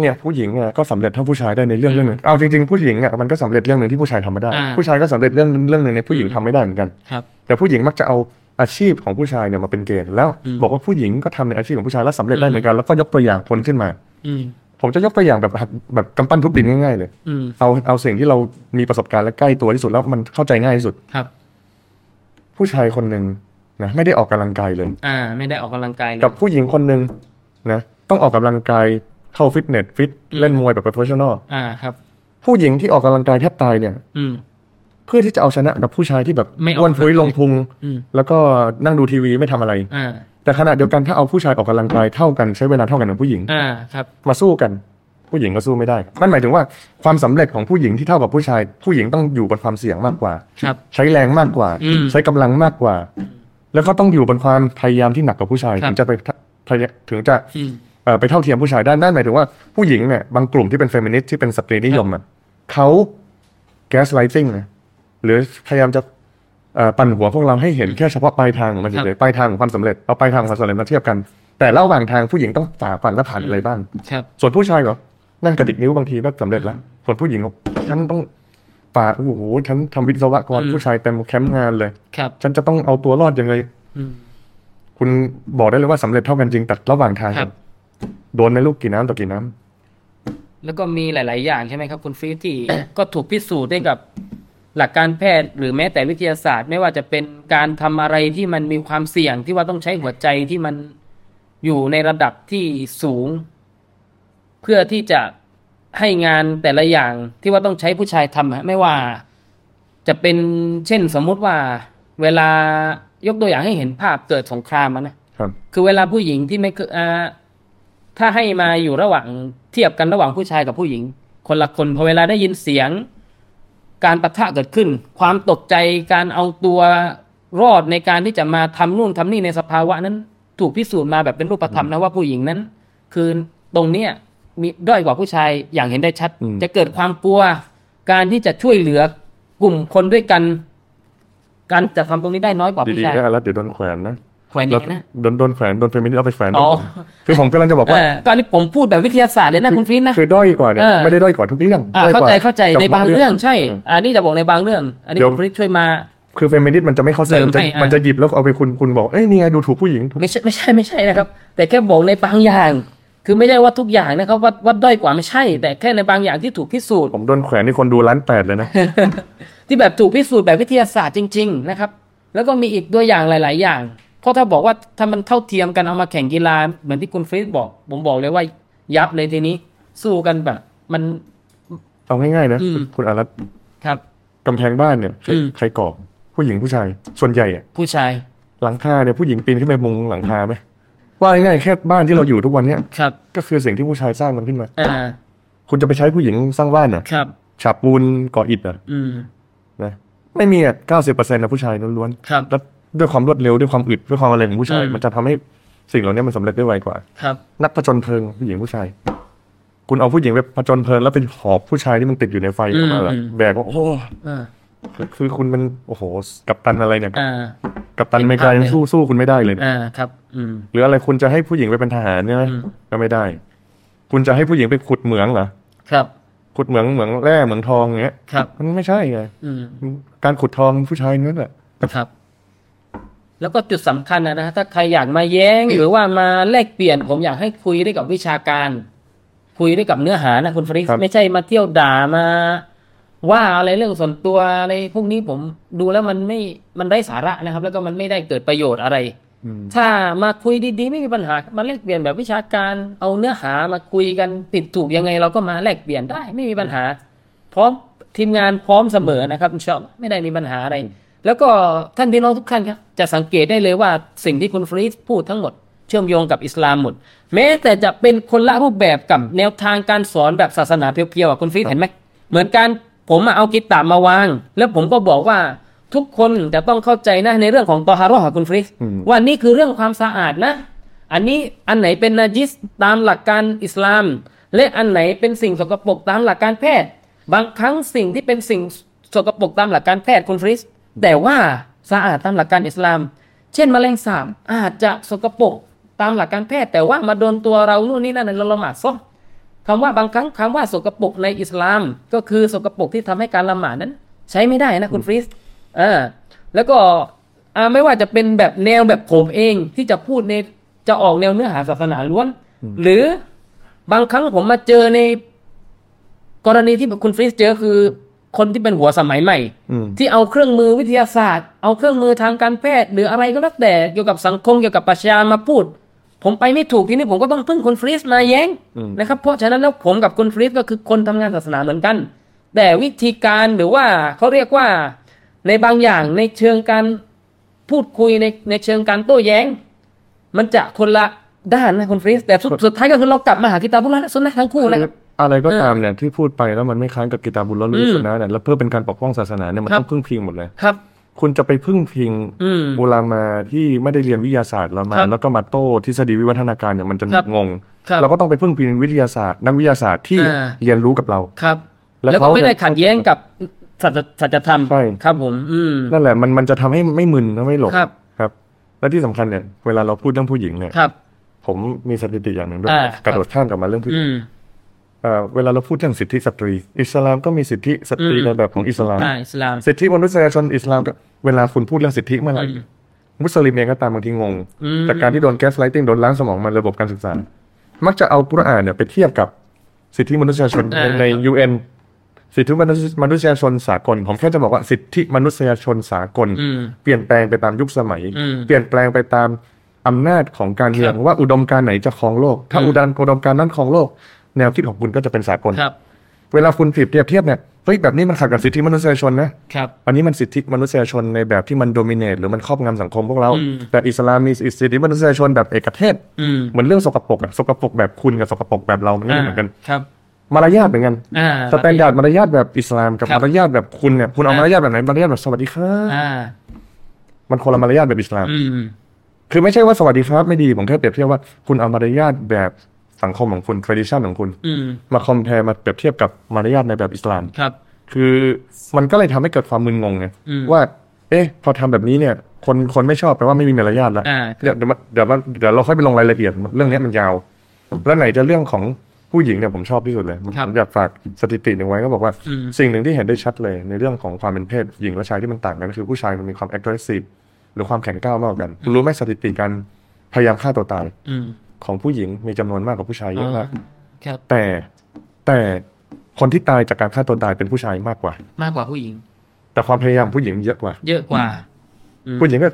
Speaker 2: เนี่ยผู้หญิงอะก็สำเร็จเท่าผู้ชายได้ในเรื่องเรื่องหนึ่งเอาจริงๆผู้หญิงอะมันก็สำเร็จเรื่องหนึ่งที่ผู้ชายทำไม่ได้ ผู้ชายก็สำเร็จเรื่องเรื่องหนึ่งในผู้หญิงทำไม่ได้เหมือนกัน
Speaker 1: ครับ
Speaker 2: แต่ผู้หญิงมักจะเอาอาชีพของผู้ชายเนี่ยมาเป็นเกณฑ์แล้ว บอกว่าผู้หญิงก็ทำในอาชีพของผู้ชายแล้วสำเร็จได้เหมือนกันแล้วก็ยกตัวอย่างคนขึ้นมา
Speaker 1: อืม
Speaker 2: ผมจะยกตัวอย่างแบบหัดแบบกำปั้นทุบดินง่ายๆเลย
Speaker 1: อืม
Speaker 2: เอาเอาสิ่งที่เรามีประสบการณ์และใกล้ตัวที่สุดแล้วมันเข้าใจง่ายที่สุด
Speaker 1: ครับ
Speaker 2: ผู้ชายคนหนึ่งนะไม่ได้ออกกำลังกายเลย
Speaker 1: อ่า ไม่ได้ออกกำลังกายเลย
Speaker 2: กับผู้หญิงคนหนึ่งนะต้องออกกำลังกายเข้าฟิตเนสฟิต
Speaker 1: อืม
Speaker 2: เล่นมวยแบบโปรเฟชชั่นอล
Speaker 1: อ่าครับ
Speaker 2: ผู้หญิงที่ออกกำลังกายแทบตายเนี่ย
Speaker 1: อืม
Speaker 2: เพื่อที่จะเอาชนะกับผู้ชายที่แบบ
Speaker 1: ไม่ออก
Speaker 2: อ้วนฟุ้ยลงพุง
Speaker 1: อืม
Speaker 2: แล้วก็นั่งดูทีวีไม่ทำอะไร
Speaker 1: อ่า
Speaker 2: แต่ขณะเดียวกันถ้าเอาผู้ชายออกกำลังกายเท่ากันใช้เวลาเท่ากันกับผู้หญิง
Speaker 1: อ่าครับ
Speaker 2: มาสู้กัน ผู้หญิงก็สู้ไม่ได้นั่นหมายถึงว่าความสำเร็จของผู้หญิงที่เท่ากับผู้ชาย ผู้หญิงต้องอยู่บนความเสี่ยงมากกว่า
Speaker 1: ครับ
Speaker 2: ใช้แรงมากกว่า
Speaker 1: อืม
Speaker 2: ใช้กำลังมากกว่า แล้วก็ต้องอยู่บนความพยายามที่หนักกว่าผู้ชาย
Speaker 1: ครับ
Speaker 2: ถึงจะไปพยายถึงจะ
Speaker 1: อืม
Speaker 2: เอ่อไปเท่าเทียมผู้ชายได้นั่นหมายถึงว่าผู้หญิงเนี่ยบางกลุ่มที่เป็นเฟมินิสต์ที่เป็นสตรีนิยมอ่ะเขาแกสไลติงนะหรือพยายามจะเอ่อปั่นหัวพวกเราให้เห็นแค่เฉพาะปลายทางของมัน
Speaker 1: ครับ
Speaker 2: เฉยๆปลายทางของความสำเร็จเอาปลายทางของความสำเร็จมาเทียบกัน แต่ระหว่างทางผู้หญิงต้องฝ่าฟันและผ่านอะไรบ้าง
Speaker 1: ครับ
Speaker 2: ส่วนผู้ชายเหรอ นั่งกระดิกนิ้วบางทีก็สำเร็จแล้ว ส่วนผู้หญิงบอกฉันต้องฝ่าโอ้โห ฉันทำวิศวกร
Speaker 1: อืม
Speaker 2: ผู้ชายเต็มแคมป์งานเลย
Speaker 1: ครับ
Speaker 2: ฉันจะต้องเอาตัวรอดยังไง
Speaker 1: อืม
Speaker 2: คุณบอกได้เลยว่าสำเร็จเท่ากันจริงแต่ระหว่างทาง
Speaker 1: ครับ
Speaker 2: โดนไหมลูกกี่น้ำต่อกี่น้ำ
Speaker 1: แล้วก็มีหลาย ๆ อย่างใช่ไหมครับ คุณฟิวที่ ก็ถูกพิสูจน์ได้กับหลักการแพทย์ หรือแม้แต่วิทยาศาสตร์ ไม่ว่าจะเป็นการทำอะไรที่มันมีความเสี่ยงที่ว่าต้องใช้หัวใจที่มันอยู่ในระดับที่สูง เพื่อที่จะให้งานแต่ละอย่างที่ว่าต้องใช้ผู้ชายทำฮะไม่ว่า จะเป็นเช่นสมมุติว่า เวลายกตัวอย่างให้เห็นภาพเกิดสงครามอะนะ
Speaker 2: ครับ
Speaker 1: คือเวลาผู้หญิงที่ไม่เคยอ่าถ้าให้มาอยู่ระหว่างเทียบกันระหว่างผู้ชายกับผู้หญิง คนละคนพอเวลาได้ยินเสียง การปะทะเกิดขึ้น ความตกใจการเอาตัวรอดในการที่จะมาทำนู่นทำนี่ในสภาวะนั้น ถูกพิสูจน์มาแบบเป็นรูปธรรมนะว่าผู้หญิงนั้น คือตรงเนี้ยมีด้อยกว่าผู้ชายอย่างเห็นได้ชัด
Speaker 2: อืม
Speaker 1: จะเกิดความกลัว การที่จะช่วยเหลือกลุ่มคนด้วยกัน การจะทำตรงนี้ได้น้อยกว่าผู้
Speaker 2: ดี
Speaker 1: ชาย
Speaker 2: ๆนะแล้วเดี๋ยวโดนแขวนนะ
Speaker 1: แขวนอ
Speaker 2: แล้
Speaker 1: ย่าว งนี้นะ
Speaker 2: โดนโดนแขวนโดนเฟมินิสต์เอาไปแขวน
Speaker 1: อ๋อ
Speaker 2: คือผมกำลังจะบอกว่า
Speaker 1: เออก็อันนี้ผมพูดแบบวิทยาศาสตร์เลยนะคุณฟินนะ
Speaker 2: คือด้อยกว่าเนี่ย
Speaker 1: เออ
Speaker 2: ไม่ได้ด้อยกว่าทุกเรื่อง
Speaker 1: อ่า
Speaker 2: ด้อย
Speaker 1: เข้าก
Speaker 2: ว่
Speaker 1: ใจเข้าใจ
Speaker 2: กับ
Speaker 1: ในบางเรื่องใช่ อันนี้จะบอกในบางเรื่อง อันนี้
Speaker 2: เดี๋ยว
Speaker 1: คุณฟินช่วยมา
Speaker 2: คือเฟมินิสต์มันจะไม่เข้าใจ
Speaker 1: เสริม
Speaker 2: มันจะ
Speaker 1: ให้อ่ะ
Speaker 2: มันจะหยิบแล้วเอาไปคุณคุณบอกเอ้ยนี่ไงดูถูกผู้หญิง
Speaker 1: ไม่ใช่ไม่ใช่ไม่ใช่นะครับ แต่แค่บอกในบางอย่าง คือไม่ได้ว่าทุกอย่างนะครับว่าว่าด้อยกว่าไม่ใช่ แต่แค่ในบางอย่างที่ถูกพิสูจน์
Speaker 2: ผมโดนแขวนที่คนดูล้านแปดเลยนะ
Speaker 1: ที่แบบถูกพิสูจน์แบบวิทยาศาสตร์จริง ๆ นะครับ แล้วก็มีอีกตัวอย่างหลาย ๆ อย่าง เพราะถ้าบอกว่าถ้ามันเท่าเทียมกันเอามาแข่งกีฬาเหมือนที่คุณฟริสบอก ผมบอกเลยว่ายับเลยทีนี้ สู้กันแบบ มัน
Speaker 2: เอาง่ายๆนะ
Speaker 1: อืม
Speaker 2: คุณอารัตน์
Speaker 1: ครับ
Speaker 2: กำแพงบ้านเนี่ยใคร
Speaker 1: อืม
Speaker 2: ใครก่อผู้หญิงผู้ชาย ส่วนใหญ่อะ
Speaker 1: ผู้ชาย
Speaker 2: หลังคาเนี่ยผู้หญิงปีนขึ้นไปมุงหลังคาไหมว่าง่ายๆแค่บ้านที่เราอยู่ทุกวันเนี่ย
Speaker 1: ครับ
Speaker 2: ก็คือสิ่งที่ผู้ชายสร้างมันขึ้นมา
Speaker 1: อ่า
Speaker 2: คุณจะไปใช้ผู้หญิงสร้างบ้านเหรอ
Speaker 1: ครับ
Speaker 2: ฉาบปูนก่ออิฐเหรอ
Speaker 1: อืม
Speaker 2: นะไม่มีอ่ะเก้าสิบเปอร์เซ็นต์นะผู้ชายล้วน
Speaker 1: ครับ
Speaker 2: ๆแล้วด้วยความรวดเร็วด้วยความอึดด้วยความอะไรของผู้ชาย
Speaker 1: อืม
Speaker 2: มันจะทำให้สิ่งเหล่านี้มันสำเร็จได้ไวกว่า
Speaker 1: ครับ
Speaker 2: นักผจญเพลิงผู้หญิงผู้ชาย คุณเอาผู้หญิงไปผจญเพลิงแล้วเป็นหอบผู้ชายที่มันติดอยู่ในไฟออกมาเหรอแบกว่าโอ้
Speaker 1: เออ
Speaker 2: คือคือคุณเป็นโอ้โหกับตันอะไรเนี่ย
Speaker 1: อ่า
Speaker 2: กับตันอเมริกายังสู้สู้คุณไม่ได้เลยเนี่ย
Speaker 1: อ่าครับ อืม
Speaker 2: หรืออะไรคุณจะให้ผู้หญิงไปเป็นทหารเนี่ยนะ
Speaker 1: อืม
Speaker 2: ก็ไม่ได้ คุณจะให้ผู้หญิงไปขุดเหมืองเหรอ
Speaker 1: ครับ
Speaker 2: ขุดเหมืองเหมืองแร่เหมืองทองอย่างเงี้ย
Speaker 1: ครับ
Speaker 2: มันไม่ใช่ไง
Speaker 1: อืม
Speaker 2: การขุดทองผู้ชายนั่นแหละ
Speaker 1: ครับ แล้วก็จุดสำคัญนะนะฮะถ้าใครอยากมาแย้ง หรือว่ามาแลกเปลี่ยน ผมอยากให้คุยด้วยกับวิชาการ คุยด้วยกับเนื้อหานะคุณฟริส
Speaker 2: ครับ
Speaker 1: ไม่ใช่มาเที่ยวด่ามา ว่าอะไรเรื่องส่วนตัวอะไรพวกนี้ผมดูแล้วมันไม่มันได้สาระนะครับ แล้วก็มันไม่ได้เกิดประโยชน์อะไร
Speaker 2: อืม
Speaker 1: ถ้ามาคุยดีๆ ไม่มีปัญหามาแลกเปลี่ยนแบบวิชาการเอาเนื้อหามาคุยกันผิดถูกยังไง เราก็มาแลกเปลี่ยนได้ไม่มีปัญหา พร้อมทีมงานพร้อมเสมอนะครับอินชาอบไม่ได้มีปัญหาอะไร แล้วก็ท่านพี่น้องทุกท่านครับจะสังเกตได้เลยว่าสิ่งที่คุณฟรีดพูดทั้งหมด เชื่อมโยงกับอิสลามหมด แม้แต่จะเป็นคนละรูปแบบกับแนวทางการสอนแบบศาสนาเพียวๆอ่ะคุณฟรีดเห็นไหมเหมือนการผมอะเอากิตตามาวาง แล้วผมก็บอกว่าทุกคนจะต้องเข้าใจนะในเรื่องของตอฮาระของคุณฟรีด
Speaker 2: อืม
Speaker 1: ว่านี่คือเรื่องความสะอาดนะ อันนี้อันไหนเป็นนาจิสตามหลักการอิสลาม และอันไหนเป็นสิ่งสกปรกตามหลักการแพทย์ บางครั้งสิ่งที่เป็นสิ่งสกปรกตามหลักการแพทย์คุณฟริส แต่ว่าสะอาดตามหลักการอิสลาม เช่นมแมลงสาบอาจจะสกปรกตามหลักการแพทย์ แต่ว่ามาโดนตัวเรานู่นนี่นั่นเราละหมาดซะ คำว่าบางครั้งคำว่าสกปรกในอิสลาม ก็คือสกปรกที่ทำให้การละหมาดนั้น ใช้ไม่ได้นะคุณฟริสเอ่าแล้วก็อ่าไม่ว่าจะเป็นแบบแนวแบบผมเองที่จะพูดในจะออกแนวเนื้อหาศาสนาล้วน หรือบางครั้งผมมาเจอในกรณีที่แบบคุณฟริสเจอคือคนที่เป็นหัวสมัยใหม่
Speaker 2: อืม
Speaker 1: ที่เอาเครื่องมือวิทยาศาสตร์ เอาเครื่องมือทางการแพทย์ หรืออะไรก็แล้วแต่เกี่ยวกับสังคมเกี่ยวกับประชามาพูด ผมไปไม่ถูกทีนี้ผมก็ต้องพึ่งคุณฟรีสมาแย้ง
Speaker 2: อืม
Speaker 1: นะครับ เพราะฉะนั้นแล้วผมกับคุณฟรีสก็คือคนทำงานศาสนาเหมือนกัน แต่วิธีการหรือว่าเขาเรียกว่าในบางอย่างในเชิงการพูดคุยในในเชิงการโต้แย้ง มันจะคนละด้านนะคุณฟรีสแต่สุดสุดท้ายก็คือเรากลับมาหากิตาบุลและสุนนะทั้งคู่นะครับ
Speaker 2: อะไรก็ตามเนี่ยที่พูดไปแล้วมันไม่ค้านกับกิตาบุลลอฮ์หรือ
Speaker 1: ม
Speaker 2: สุนนะเนี่ยแล้วเพื่อเป็นการปกป้องศาสนาเนี่ยมัน
Speaker 1: ครับ
Speaker 2: ต้องพึ่งพิงหมดเลย
Speaker 1: ครับ
Speaker 2: คุณจะไปพึ่งพิง
Speaker 1: อืม
Speaker 2: อุลามาที่ไม่ได้เรียนวิทยาศาสตร์เรามา
Speaker 1: ครับ
Speaker 2: แล้วก็มาโต้ทฤษฎีวิวัฒนาการเนี่ยมันจะ
Speaker 1: ครับ
Speaker 2: งง
Speaker 1: ครับ
Speaker 2: เราก็ต้องไปพึ่งพิงวิทยาศาสตร์ นักวิทยาศาสตร์ที่
Speaker 1: อ่า
Speaker 2: เรียนรู้กับเรา
Speaker 1: ครับ
Speaker 2: แล้
Speaker 1: แล้ว ว
Speaker 2: เขา
Speaker 1: ก็ไม่ได้ขัดแย้งกับสัจสัจธรรม
Speaker 2: ใช่
Speaker 1: ครับผม อืม
Speaker 2: นั่นแหละมันมันจะทำให้ไม่มึนและไม่หลง
Speaker 1: ครับ
Speaker 2: ครับ และที่สำคัญเนี่ยเวลาเราพูดเรื่องผู้หญิงเนี่ย
Speaker 1: ครับ
Speaker 2: ผมมีสถิติอย่างหนึ่งด้วย
Speaker 1: อ่า
Speaker 2: กระโดดข้ามกลับมาเรื่องผู้หญิ
Speaker 1: อื
Speaker 2: ง
Speaker 1: ม
Speaker 2: เอ่อเวลาเราพูดเรื่องสิทธิสตรี อิสลามก็มีสิทธิสตรี
Speaker 1: อืม
Speaker 2: ในแบบของอิสลาม
Speaker 1: อ่าอิสลาม
Speaker 2: สิทธิมนุษยชนอิสลามก็เวลาคุณพูดเรื่องสิทธิเมื่อไหร่
Speaker 1: อืม
Speaker 2: มุสลิมเองก็ตามบางทีงง
Speaker 1: อืม
Speaker 2: จากการที่โดนแก๊สไลติงโดนล้างสมองมาระบบการศึกษา มักจะเอากุรอานเนี่ยไปเทียบกับสิทธิมนุษยชนใน
Speaker 1: อ่า
Speaker 2: ใน UN สิทธิมนุษยมนุษยชนสากล ผมแค่จะบอกว่าสิทธิมนุษยชนสากล
Speaker 1: อืม
Speaker 2: เปลี่ยนแปลงไปตามยุคสมัย
Speaker 1: อืม
Speaker 2: เปลี่ยนแปลงไปตามอำนาจของการเมืองว่าอุดมการณ์ไหนจะครองโลก ถ้า
Speaker 1: อืม
Speaker 2: อุดมอุดมการณ์นั้นครองโลก แนวคิดของคุณก็จะเป็นสากล
Speaker 1: ครับ
Speaker 2: เวลาคุณเปรียบเทียบเทียบเนี่ยเฮ้ยแบบนี้มันขัดกับสิทธิมนุษยชนนะ
Speaker 1: ครับ
Speaker 2: อันนี้มันสิทธิมนุษยชนในแบบที่มันโดมิเนตหรือมันครอบงำสังคมพวกเรา
Speaker 1: อืม
Speaker 2: แต่อิสลามมีสิทธิมนุษยชนแบบเอกเทศ
Speaker 1: อืม
Speaker 2: เหมือนเรื่องสกปรกอะสกปรกแบบคุณกับสกปรกแบบเรามันไม่เหมือนกัน
Speaker 1: ครับ
Speaker 2: มารยาทเหมือนกัน
Speaker 1: อ่า
Speaker 2: สแตนดาร์ดมารยาทแบบอิสลามกับ
Speaker 1: ครับ
Speaker 2: มารยาทแบบคุณเนี่ยคุณ
Speaker 1: อ่าม
Speaker 2: เอาาม รยาทแบบไหนมารยาทแบบสวัสดีครับ
Speaker 1: อ่า
Speaker 2: มันคนละมารยาทแบบอิสลาม
Speaker 1: อืม
Speaker 2: คือไม่ใช่ว่าสวัสดีครับไม่ดีผมแค่เปรียบเทียบว่าคุณเอามารยาทแบบสังคมของคุณ tradition ของคุณ
Speaker 1: อืม
Speaker 2: มาคอมเพลมาเปรียบเทียบกับมารยาทในแบบอิสลาม
Speaker 1: ครับ
Speaker 2: คือมันก็เลยทำให้เกิดความมึนงงไง
Speaker 1: อืม
Speaker 2: ว่า เอ๊ะ พอทำแบบนี้เนี่ย คนคนไม่ชอบแปลว่าไม่มีมารยาทแล้ว
Speaker 1: อ่า
Speaker 2: เดี๋ยวเดี๋ยวมาเดี๋ยวมาเดี๋ยวเราค่อยไปลงรายละเอียดเรื่องเนี้ยมันยาว แล้วไหนจะเรื่องของผู้หญิงเนี่ยผมชอบที่สุดเลยผม
Speaker 1: ครับ
Speaker 2: อยากฝากสถิติหนึ่งไว้ก็บอกว่า
Speaker 1: อืม
Speaker 2: สิ่งหนึ่งที่เห็นได้ชัดเลยในเรื่องของความเป็นเพศหญิงและชายที่มันต่างกันก็คือผู้ชายมันมีความ aggressive หรือความแข็งกร้าวมากกว่ากันคุณรู้ไหมสถิติการพยายามฆ่าตัวตาย
Speaker 1: อืม
Speaker 2: ของผู้หญิงมีจำนวนมากกว่าผู้ชายเยอะมาก
Speaker 1: ครับ
Speaker 2: แต่แต่คนที่ตายจากการฆ่าตัวตายเป็นผู้ชายมากกว่า
Speaker 1: มากกว่าผู้หญิง
Speaker 2: แต่ความพยายามผู้หญิงเยอะกว่า
Speaker 1: เยอะกว่า อืม
Speaker 2: ผู้หญิงก็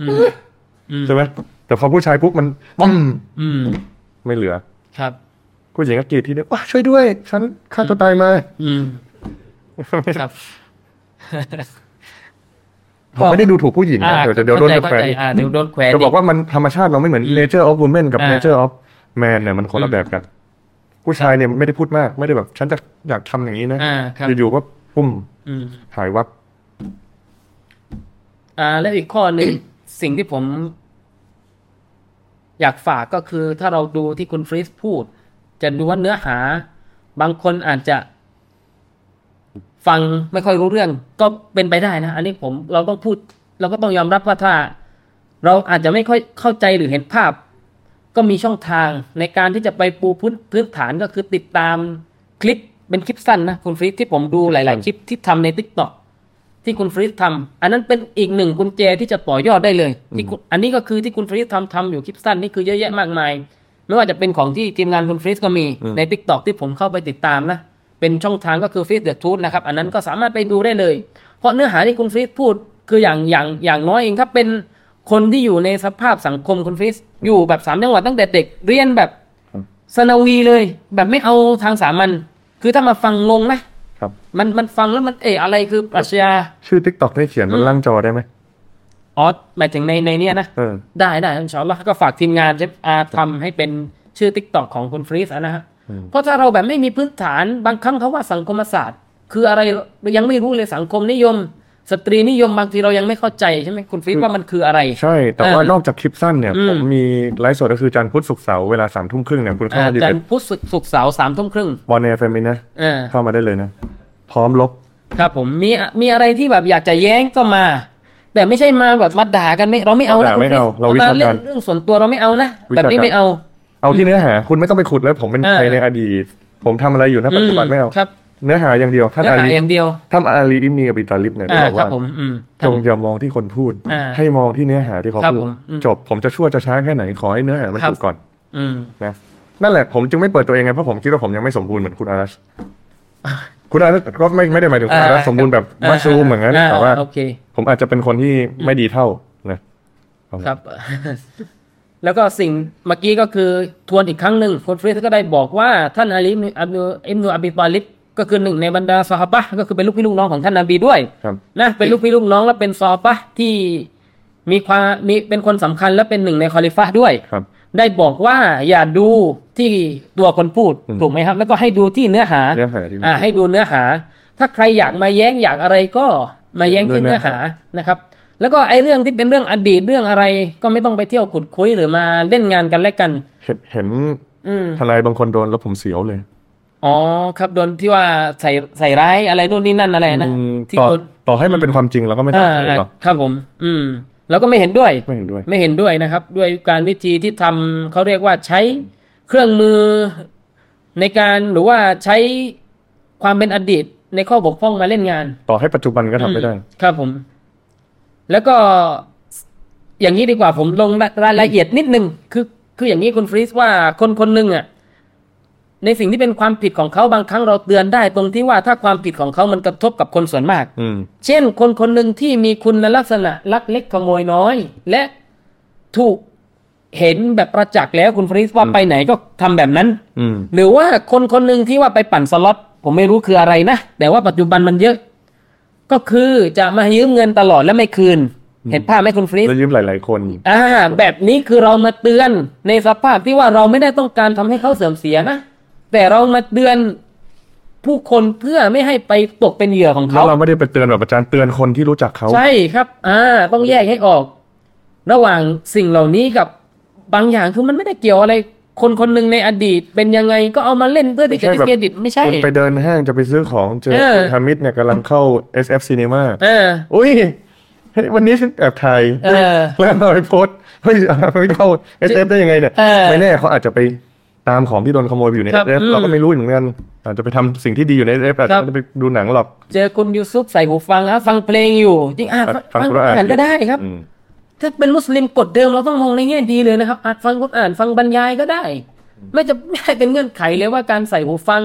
Speaker 1: อืม อืม
Speaker 2: ใช่ไหมแต่พอผู้ชายปุ๊บมันป้อม
Speaker 1: อืม
Speaker 2: ไม่เหลือ
Speaker 1: ครับ
Speaker 2: ผู้หญิงก็กรีดทีเดียวว้าช่วยด้วย ฉันฆ่าตัวตายมา
Speaker 1: อืม ครับ
Speaker 2: ผมไม่ได้ดูถูกผู้หญิงนะเดี๋ยวเดี๋ยวโดน
Speaker 1: เข้าใจ
Speaker 2: จะแฟน
Speaker 1: เข้าใจอ่าเดี๋ยวโดนแขวน
Speaker 2: จะบอก
Speaker 1: อี
Speaker 2: ว่ามันธรรมชาติเราไม่เหมือน nature of woman กับ
Speaker 1: อ่า
Speaker 2: nature of man เนี่ยมันคนละ
Speaker 1: อืม
Speaker 2: แบบกัน ผู้ชายเนี่ยไม่ได้พูดมากไม่ได้แบบ ฉันจะอยากทำอย่างนี้นะ
Speaker 1: อ่าครับ
Speaker 2: อยู่ๆก็ปุ้ม
Speaker 1: อืม
Speaker 2: หายวับ
Speaker 1: อ่าแล้วอีกข้อหนึ่ง สิ่งที่ผม อยากฝากก็คือ ถ้าเราดูที่คุณฟริสพูด จะดูว่าเนื้อหา บางคนอาจจะ ฟังไม่ค่อยรู้เรื่องก็เป็นไปได้นะ อันนี้ผมเราต้องพูด เราก็ต้องยอมรับว่าถ้า เราอาจจะไม่ค่อยเข้าใจหรือเห็นภาพ ก็มีช่องทางในการที่จะไปปูพื้นพื้นฐานก็คือติดตามคลิปเป็นคลิปสั้นนะคุณฟริสที่ผมดูหลาย ๆ คลิปที่ทำในทิกตอกที่คุณฟริสทำอันนั้นเป็นอีกหนึ่งกุญแจที่จะต่อยอดได้เลยที่คุณอันนี้ก็คือที่คุณฟริสทำทำอยู่คลิปสั้นนี่คือเยอะแยะมากมายไม่ว่าจะเป็นของที่ทีมงานคุณฟริสก็มี
Speaker 2: อืม
Speaker 1: ในทิกตอกที่ผมเข้าไปติดตามนะ เป็นช่องทางก็คือฟรีดเดอะทูธนะครับ อันนั้นก็สามารถไปดูได้เลย เพราะเนื้อหาที่คุณฟรีดพูดคืออย่างอย่างอย่างน้อยเองถ้าเป็นคนที่อยู่ในสภาพสังคมคุณฟรีดอยู่แบบสามจังหวัดตั้งแต่เด็กเรียนแบบ
Speaker 2: ครับ
Speaker 1: สนาวีเลย แบบไม่เอาทางสามัญคือถ้ามาฟังงงไหม
Speaker 2: ครับ
Speaker 1: มันมันฟังแล้วมันเอะอะไรคือปรัชญา
Speaker 2: ชื่อ TikTok ได้เขียนบนล่างจอได้ไหม
Speaker 1: อ๋อหมายถึงในในเนี้ยนะ
Speaker 2: เออ
Speaker 1: ได้ได้อินชาอัลลอฮ์ก็ฝากทีมงานเจฟอาร์ทำให้เป็นชื่อ t ิ k t o k ของคุณฟรีสนะฮะ
Speaker 2: อืม
Speaker 1: เพราะถ้าเราแบบไม่มีพื้นฐานบางครั้งเขาว่าสังคมศาสตร์ คืออะไรเรายังไม่รู้เลยสังคมนิยม สตรีนิยมบางทีเรายังไม่เข้าใจใช่ไหมคุณฟรีสว่ามันคืออะไร
Speaker 2: ใช่ แต่ว่า
Speaker 1: เออน
Speaker 2: อกจากคลิปสั้นเนี่ย
Speaker 1: อืม
Speaker 2: ผมมีไลฟ์สดก็คือจันทร์พุธศุกร์เสาร์เวลาสามทุ่มครึ่งเนี่ยคุณเข้า
Speaker 1: อ่า
Speaker 2: มาดี
Speaker 1: จั
Speaker 2: เป็
Speaker 1: ท
Speaker 2: น น
Speaker 1: ร์พุธศุกร์ศุกร์เสาร์สามทุ่มครึ่ง
Speaker 2: บอลเนฟเฟมินะ
Speaker 1: อ่า
Speaker 2: เข้ามาได้เลยนะ พร้อมลบ
Speaker 1: ครับผมมีมีอะไรที่แบบอยากจะแย้งก็มา แต่ไม่ใช่มาแบบมาด่ากันไม่เราไม่เอานะ
Speaker 2: ด่าไม่เอา
Speaker 1: คุณฟ
Speaker 2: เราวิจารณ์
Speaker 1: มล่นเรื่องส่วนตัวเราไม่เอานะแบบนี้
Speaker 2: วิจารณ์
Speaker 1: ไม่เอา
Speaker 2: เอาที่เนื้อหา คุณไม่ต้องไปขุดแล้วผมเป็น
Speaker 1: เออ
Speaker 2: ใครในอดีต ผมทำอะไรอยู่ณปัจจุบันไม่เอา
Speaker 1: ครับ
Speaker 2: เนื้อหาอย่างเดียวท่าน
Speaker 1: เนื้อ
Speaker 2: อา
Speaker 1: หา
Speaker 2: ลี
Speaker 1: อย่างเดียว
Speaker 2: ท่านอาลีอิมีกับบิตาลิบเนี่ยได้
Speaker 1: อ่า
Speaker 2: บอก
Speaker 1: ครับ
Speaker 2: ว่า
Speaker 1: ผมอืมค
Speaker 2: จ
Speaker 1: รับ
Speaker 2: งอย่ามองที่คนพูด
Speaker 1: อ่า
Speaker 2: ให้มองที่เนื้อหาที่เขา
Speaker 1: ครับผ
Speaker 2: พูด
Speaker 1: มอืม
Speaker 2: จบผมจะชั่วจะช้าแค่ไหนขอให้เนื้อหามัน
Speaker 1: ครับ
Speaker 2: ถูกก่อน
Speaker 1: อืม
Speaker 2: นะนั่นแหละผมจึงไม่เปิดตัวเองไงเพราะผมคิดว่าผมยังไม่สมบูรณ์เหมือนคุณอารัสคุณอารัสก็ไม่ไม่ได้หมายถึงคุณอารัส
Speaker 1: อ่า
Speaker 2: สมบูรณ์แบบมัสซูมเหมือนกันแต่ว่า
Speaker 1: โอเค
Speaker 2: ผมอาจจะเป็นคนที่ไม่ดีเท่านะเอาละ
Speaker 1: ครับ แล้วก็สิ่งเมื่อกี้ก็คือทวนอีกครั้งหนึ่งคนฟรีสก็ได้บอกว่าท่านอาลีอิบนุอับดุอิบนุอบิตอลิบก็คือหนึ่งในบรรดาซอฮาบะห์ก็คือเป็นลูกพี่ลูกน้องของท่านนบีด้วย
Speaker 2: ครับ
Speaker 1: นะเป็นลูกพี่ลูกน้องและเป็นซอฮาบะห์ที่มีความมีเป็นคนสำคัญและเป็นหนึ่งในคอลิฟะห์ด้วย
Speaker 2: ครับ
Speaker 1: ได้บอกว่าอย่าดูที่ตัวคนพูด
Speaker 2: อืม
Speaker 1: ถูกไหมครับ แล้วก็ให้ดูที่เนื้อหา
Speaker 2: เนื้อหาที่มัน
Speaker 1: อ่าให้ดูเนื้อหา ถ้าใครอยากมาแย้งอยากอะไรก็มาแย้งที่
Speaker 2: เนื้
Speaker 1: เนื้
Speaker 2: อ
Speaker 1: อ
Speaker 2: หา
Speaker 1: หานะครับ แล้วก็ไอ้เรื่องที่เป็นเรื่องอดีตเรื่องอะไร ก็ไม่ต้องไปเที่ยวขุดคุยหรือมาเล่นงานกันและกัน
Speaker 2: เห็นเห็น
Speaker 1: อืม
Speaker 2: ทนายบางคนโดนแล้วผมเสียวเลย
Speaker 1: อ๋อครับโดนที่ว่าใส่ใส่ร้ายอะไรนู่นนี่นั่นอะไรนะ
Speaker 2: อืม
Speaker 1: ที่
Speaker 2: ต่อ
Speaker 1: คน
Speaker 2: ต่อให้มันเป็นความจริงเราก็ไม่ต้อง
Speaker 1: อ่า
Speaker 2: เสียหรอก
Speaker 1: ครับผม อืม แล้วก็ไม่เห็นด้วย
Speaker 2: ไม่เห็นด้วย
Speaker 1: ไม่เห็นด้วยนะครับ ด้วยการวิธีที่ทำเขาเรียกว่าใช้เครื่องมือในการหรือว่าใช้ความเป็นอดีตในข้อบกพร่องมาเล่นงาน
Speaker 2: ต่อให้ปัจจุบันก็ทำไม่ได้
Speaker 1: อืครับผม แล้วก็อย่างนี้ดีกว่าผมลงรายละเอียดนิดนึงคือคืออย่างนี้คุณฟรีสว่าคนคนหนึ่งอ่ะ ในสิ่งที่เป็นความผิดของเขาบางครั้งเราเตือนได้ ตรงที่ว่าถ้าความผิดของเขามันกระทบกับคนส่วนมาก
Speaker 2: อืม
Speaker 1: เช่นคนคนหนึ่งที่มีคุณลักษณะลักเล็กขโมยน้อย และถูกเห็นแบบประจักษ์แล้วคุณฟริสว่า
Speaker 2: อืม
Speaker 1: ไปไหนก็ทำแบบนั้น
Speaker 2: อืม
Speaker 1: หรือว่าคนคนหนึ่งที่ว่าไปปั่นสล็อตผมไม่รู้คืออะไรนะ แต่ว่าปัจจุบันมันเยอะ ก็คือจะมายืมเงินตลอดและไม่คืน
Speaker 2: อืม
Speaker 1: เห็นภาพไหมคุณฟริส
Speaker 2: แล้วยืมหลาย ๆ คน
Speaker 1: อ่า แบบนี้คือเรามาเตือนในสภาพที่ว่าเราไม่ได้ต้องการทำให้เขาเสื่อมเสียนะแต่เรามาเตือนผู้คนเพื่อไม่ให้ไปตกเป็นเหยื่อของ
Speaker 2: แล้ว
Speaker 1: เขา
Speaker 2: เราไม่ได้ไปเตือนแบบอาจารย์เตือนคนที่รู้จักเขา
Speaker 1: ใช่ครับ อ่า ต้องแยกให้ออก ระหว่างสิ่งเหล่านี้กับบางอย่างคือมันไม่ได้เกี่ยวอะไร คนคนหนึ่งในอดีต เป็นยังไงก็เอามาเล่นเพื่อที่จะ
Speaker 2: ไม่
Speaker 1: ได้
Speaker 2: ใช่แบบ
Speaker 1: เครดิตไม่ใช่
Speaker 2: คุณไปเดินห้างจะไปซื้อของเจอ
Speaker 1: เออ
Speaker 2: คุณฮามิดเนี่ยกำลังเข้า SF Cinema
Speaker 1: เออ
Speaker 2: อุ้ยเฮ้ยวันนี้ฉันแอบถ่าย
Speaker 1: เออ
Speaker 2: แล้วเราไปโพสต์เฮ้ยไม่เข้า SF ได้ยังไงเนี่ย
Speaker 1: เออ
Speaker 2: ไม่แน่เขาอาจจะไปตามของที่โดนขโมยไปอยู่ใน
Speaker 1: ครับ
Speaker 2: SF
Speaker 1: อืม
Speaker 2: เราก็ไม่รู้เหมือนกันอาจจะไปทำสิ่งที่ดีอยู่ใน SF อาจ
Speaker 1: ครั
Speaker 2: จะ
Speaker 1: บ
Speaker 2: ไม่ได้ไปดูหนังหรอก
Speaker 1: เจอคุณยูซุปใส่หูฟังอ่ะฟังเพลงอยู่ จริงอ่ะ
Speaker 2: ฟังกุรอาน
Speaker 1: ก็ได้ครับ
Speaker 2: อืม
Speaker 1: ถ้าเป็นมุสลิมกฎเดิมเราต้องมองในแง่ดีเลยนะครับอาจฟังกุรอ่านฟังบรรยายก็ได้ ไม่จะไม่ได้เป็นเงื่อนไขเลยว่าการใส่หูฟัง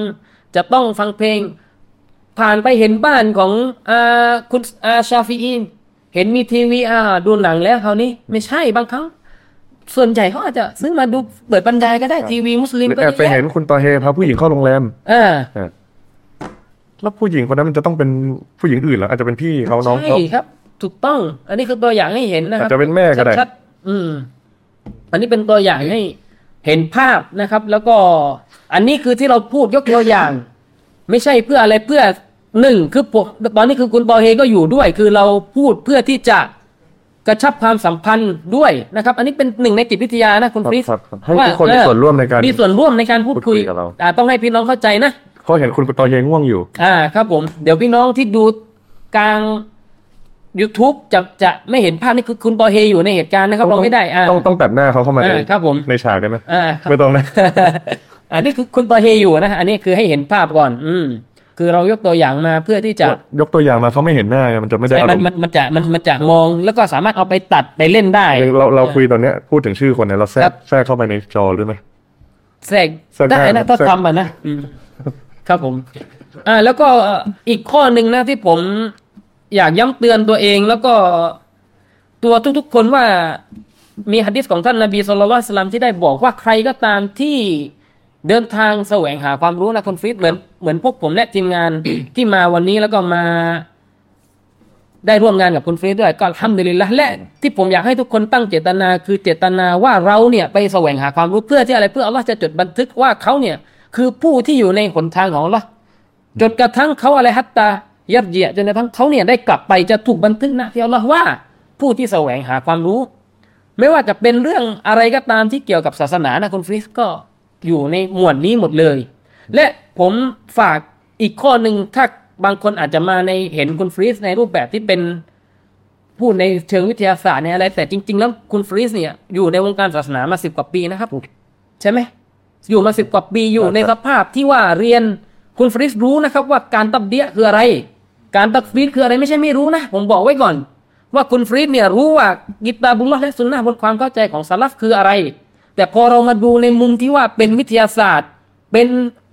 Speaker 1: จะต้องฟังเพลง ผ่านไปเห็นบ้านของอาคุณอาชาฟีอินเห็นมีทีวีอ่าดูหนังแล้วคราวนี้ไม่ใช่บางครั้ง ส่วนใหญ่เขาอาจจะซื้อมาดูเปิดบรรยายก็ได้ทีวีมุสลิม
Speaker 2: หรือ
Speaker 1: ก็
Speaker 2: แอบไป
Speaker 1: ได้
Speaker 2: เห็นคุณตอเฮพาผู้หญิงเข้าโรงแรม
Speaker 1: อ่า
Speaker 2: เออแล้วผู้หญิงคนนั้นมันจะต้องเป็นผู้หญิงอื่นเหรออาจจะเป็นพี่เขาน้อง
Speaker 1: ใช่
Speaker 2: เขา
Speaker 1: ครับ ถูกต้อง อันนี้คือตัวอย่างให้เห็นนะครับ
Speaker 2: อาจจะเป็นแม่ก็ได้
Speaker 1: ชัดๆอืม อันนี้เป็นตัวอย่างให้เห็นภาพนะครับ แล้วก็ อันนี้คือที่เราพูดยกตัวอย่าง ไม่ใช่เพื่ออะไรเพื่อหนึ่งคือผมตอนนี้คือคุณปอเฮก็อยู่ด้วย คือเราพูดเพื่อที่จะกระชับความสัมพันธ์ด้วยนะครับ อันนี้เป็นหนึ่งในจิตวิทยานะคุณฟริส
Speaker 2: ครับครับให้ทุกคนมีส่วนร่วมในการ
Speaker 1: มีส่วนร่วมในการพูดคุย
Speaker 2: พูดคุยกับเรา
Speaker 1: อ่าต้องให้พี่น้องเข้าใจนะ
Speaker 2: เพราะเห็นคุณตอเฮงง่วงอยู่
Speaker 1: อ่าครับผม เดี๋ยวพี่น้องที่ดูกลาง YouTube จะจะไม่เห็นภาพนี่คือคุณปอเฮอยู่ในเหตุการณ์นะครับเราไม่ได้อ่า
Speaker 2: ต้องต้องตัดหน้าเขาเข้ามา
Speaker 1: เออ
Speaker 2: ใน
Speaker 1: ครับผม
Speaker 2: ในฉากได้ไหม
Speaker 1: อ่า ครับ
Speaker 2: ไม่ต้องนะ
Speaker 1: อันนี้คือคุณปอเฮอยู่นะฮะอันนี้คือให้เห็นภาพก่อน อืม คือเรายกตัวอย่างมาเพื่อที่จะ
Speaker 2: ยกตัวอย่างมาเขาไม่เห็นหน้าไงมันจะไม่ได้อาร
Speaker 1: มัน
Speaker 2: มณ์
Speaker 1: มันมันจะมันมันจะมองแล้วก็สามารถเอาไปตัดไปเล่นได้
Speaker 2: เราเราคุยตอนเนี้ยพูดถึงชื่อคนเนี่ยเราแทร
Speaker 1: ครั
Speaker 2: ก
Speaker 1: บ
Speaker 2: แทรกเข้าไปในจอหรือไหม
Speaker 1: แทรก
Speaker 2: แทรกได้
Speaker 1: ได้นะถ้า
Speaker 2: แทรก
Speaker 1: ทำอ่ะนะอืมครับผม อ่า แล้วก็อีกข้อหนึ่งนะที่ผมอยากย้ำเตือนตัวเองแล้วก็ตัวทุกๆคนว่ามีฮะดิษของท่านนบีสุลต่านสลัมที่ได้บอกว่าใครก็ตามที่เดินทางแสวงหาความรู้นะคนฟิตเหมือนเหมือนพวกผมและทีมงาน ที่มาวันนี้แล้วก็มา ได้ร่วมงานกับคุณเฟรดด้วยก็อัลห้ามดุลิลละและที่ผมอยากให้ทุกคนตั้งเจตนา คือเจตนาว่าเราเนี่ยไปแสวงหาความรู้เพื่อที่อะไรเพื่ออัลลอฮ์จะจดบันทึกว่าเขาเนี่ย คือผู้ที่อยู่ในหนทางของอัลลอฮ์จนกระทั่งเขาอะไรฮัตตายับเยียะจนกระทั่งเขาเนี่ยได้กลับไปจะถูกบันทึกนะที่อัลลอฮ์ว่าผู้ที่แสวงหาความรู้ ไม่ว่าจะเป็นเรื่องอะไรก็ตามที่เกี่ยวกับศาสนานะคุณฟริสก็อยู่ในหมวดนี้หมดเลย และผมฝากอีกข้อหนึ่งถ้าบางคนอาจจะมาในเห็นคุณฟริสในรูปแบบที่เป็นพูดในเชิงวิทยาศาสตร์ในอะไร แต่จริง ๆ แล้วคุณฟริสเนี่ยอยู่ในวงการศาสนามาสิบกว่าปีนะครับ ใช่ไหม อยู่มาสิบกว่าปีอยู่ในสภาพที่ว่าเรียนคุณฟริสรู้นะครับว่าการตับเดียคืออะไร การตักฟรีดคืออะไรไม่ใช่ไม่รู้นะ ผมบอกไว้ก่อน ว่าคุณฟรีดเนี่ยรู้ว่ากิตาบุลลอฮ์และสุนนะบนความเข้าใจของสลัฟคืออะไร แต่พอเรามาดูในมุมที่ว่าเป็นวิทยาศาสตร์ เป็น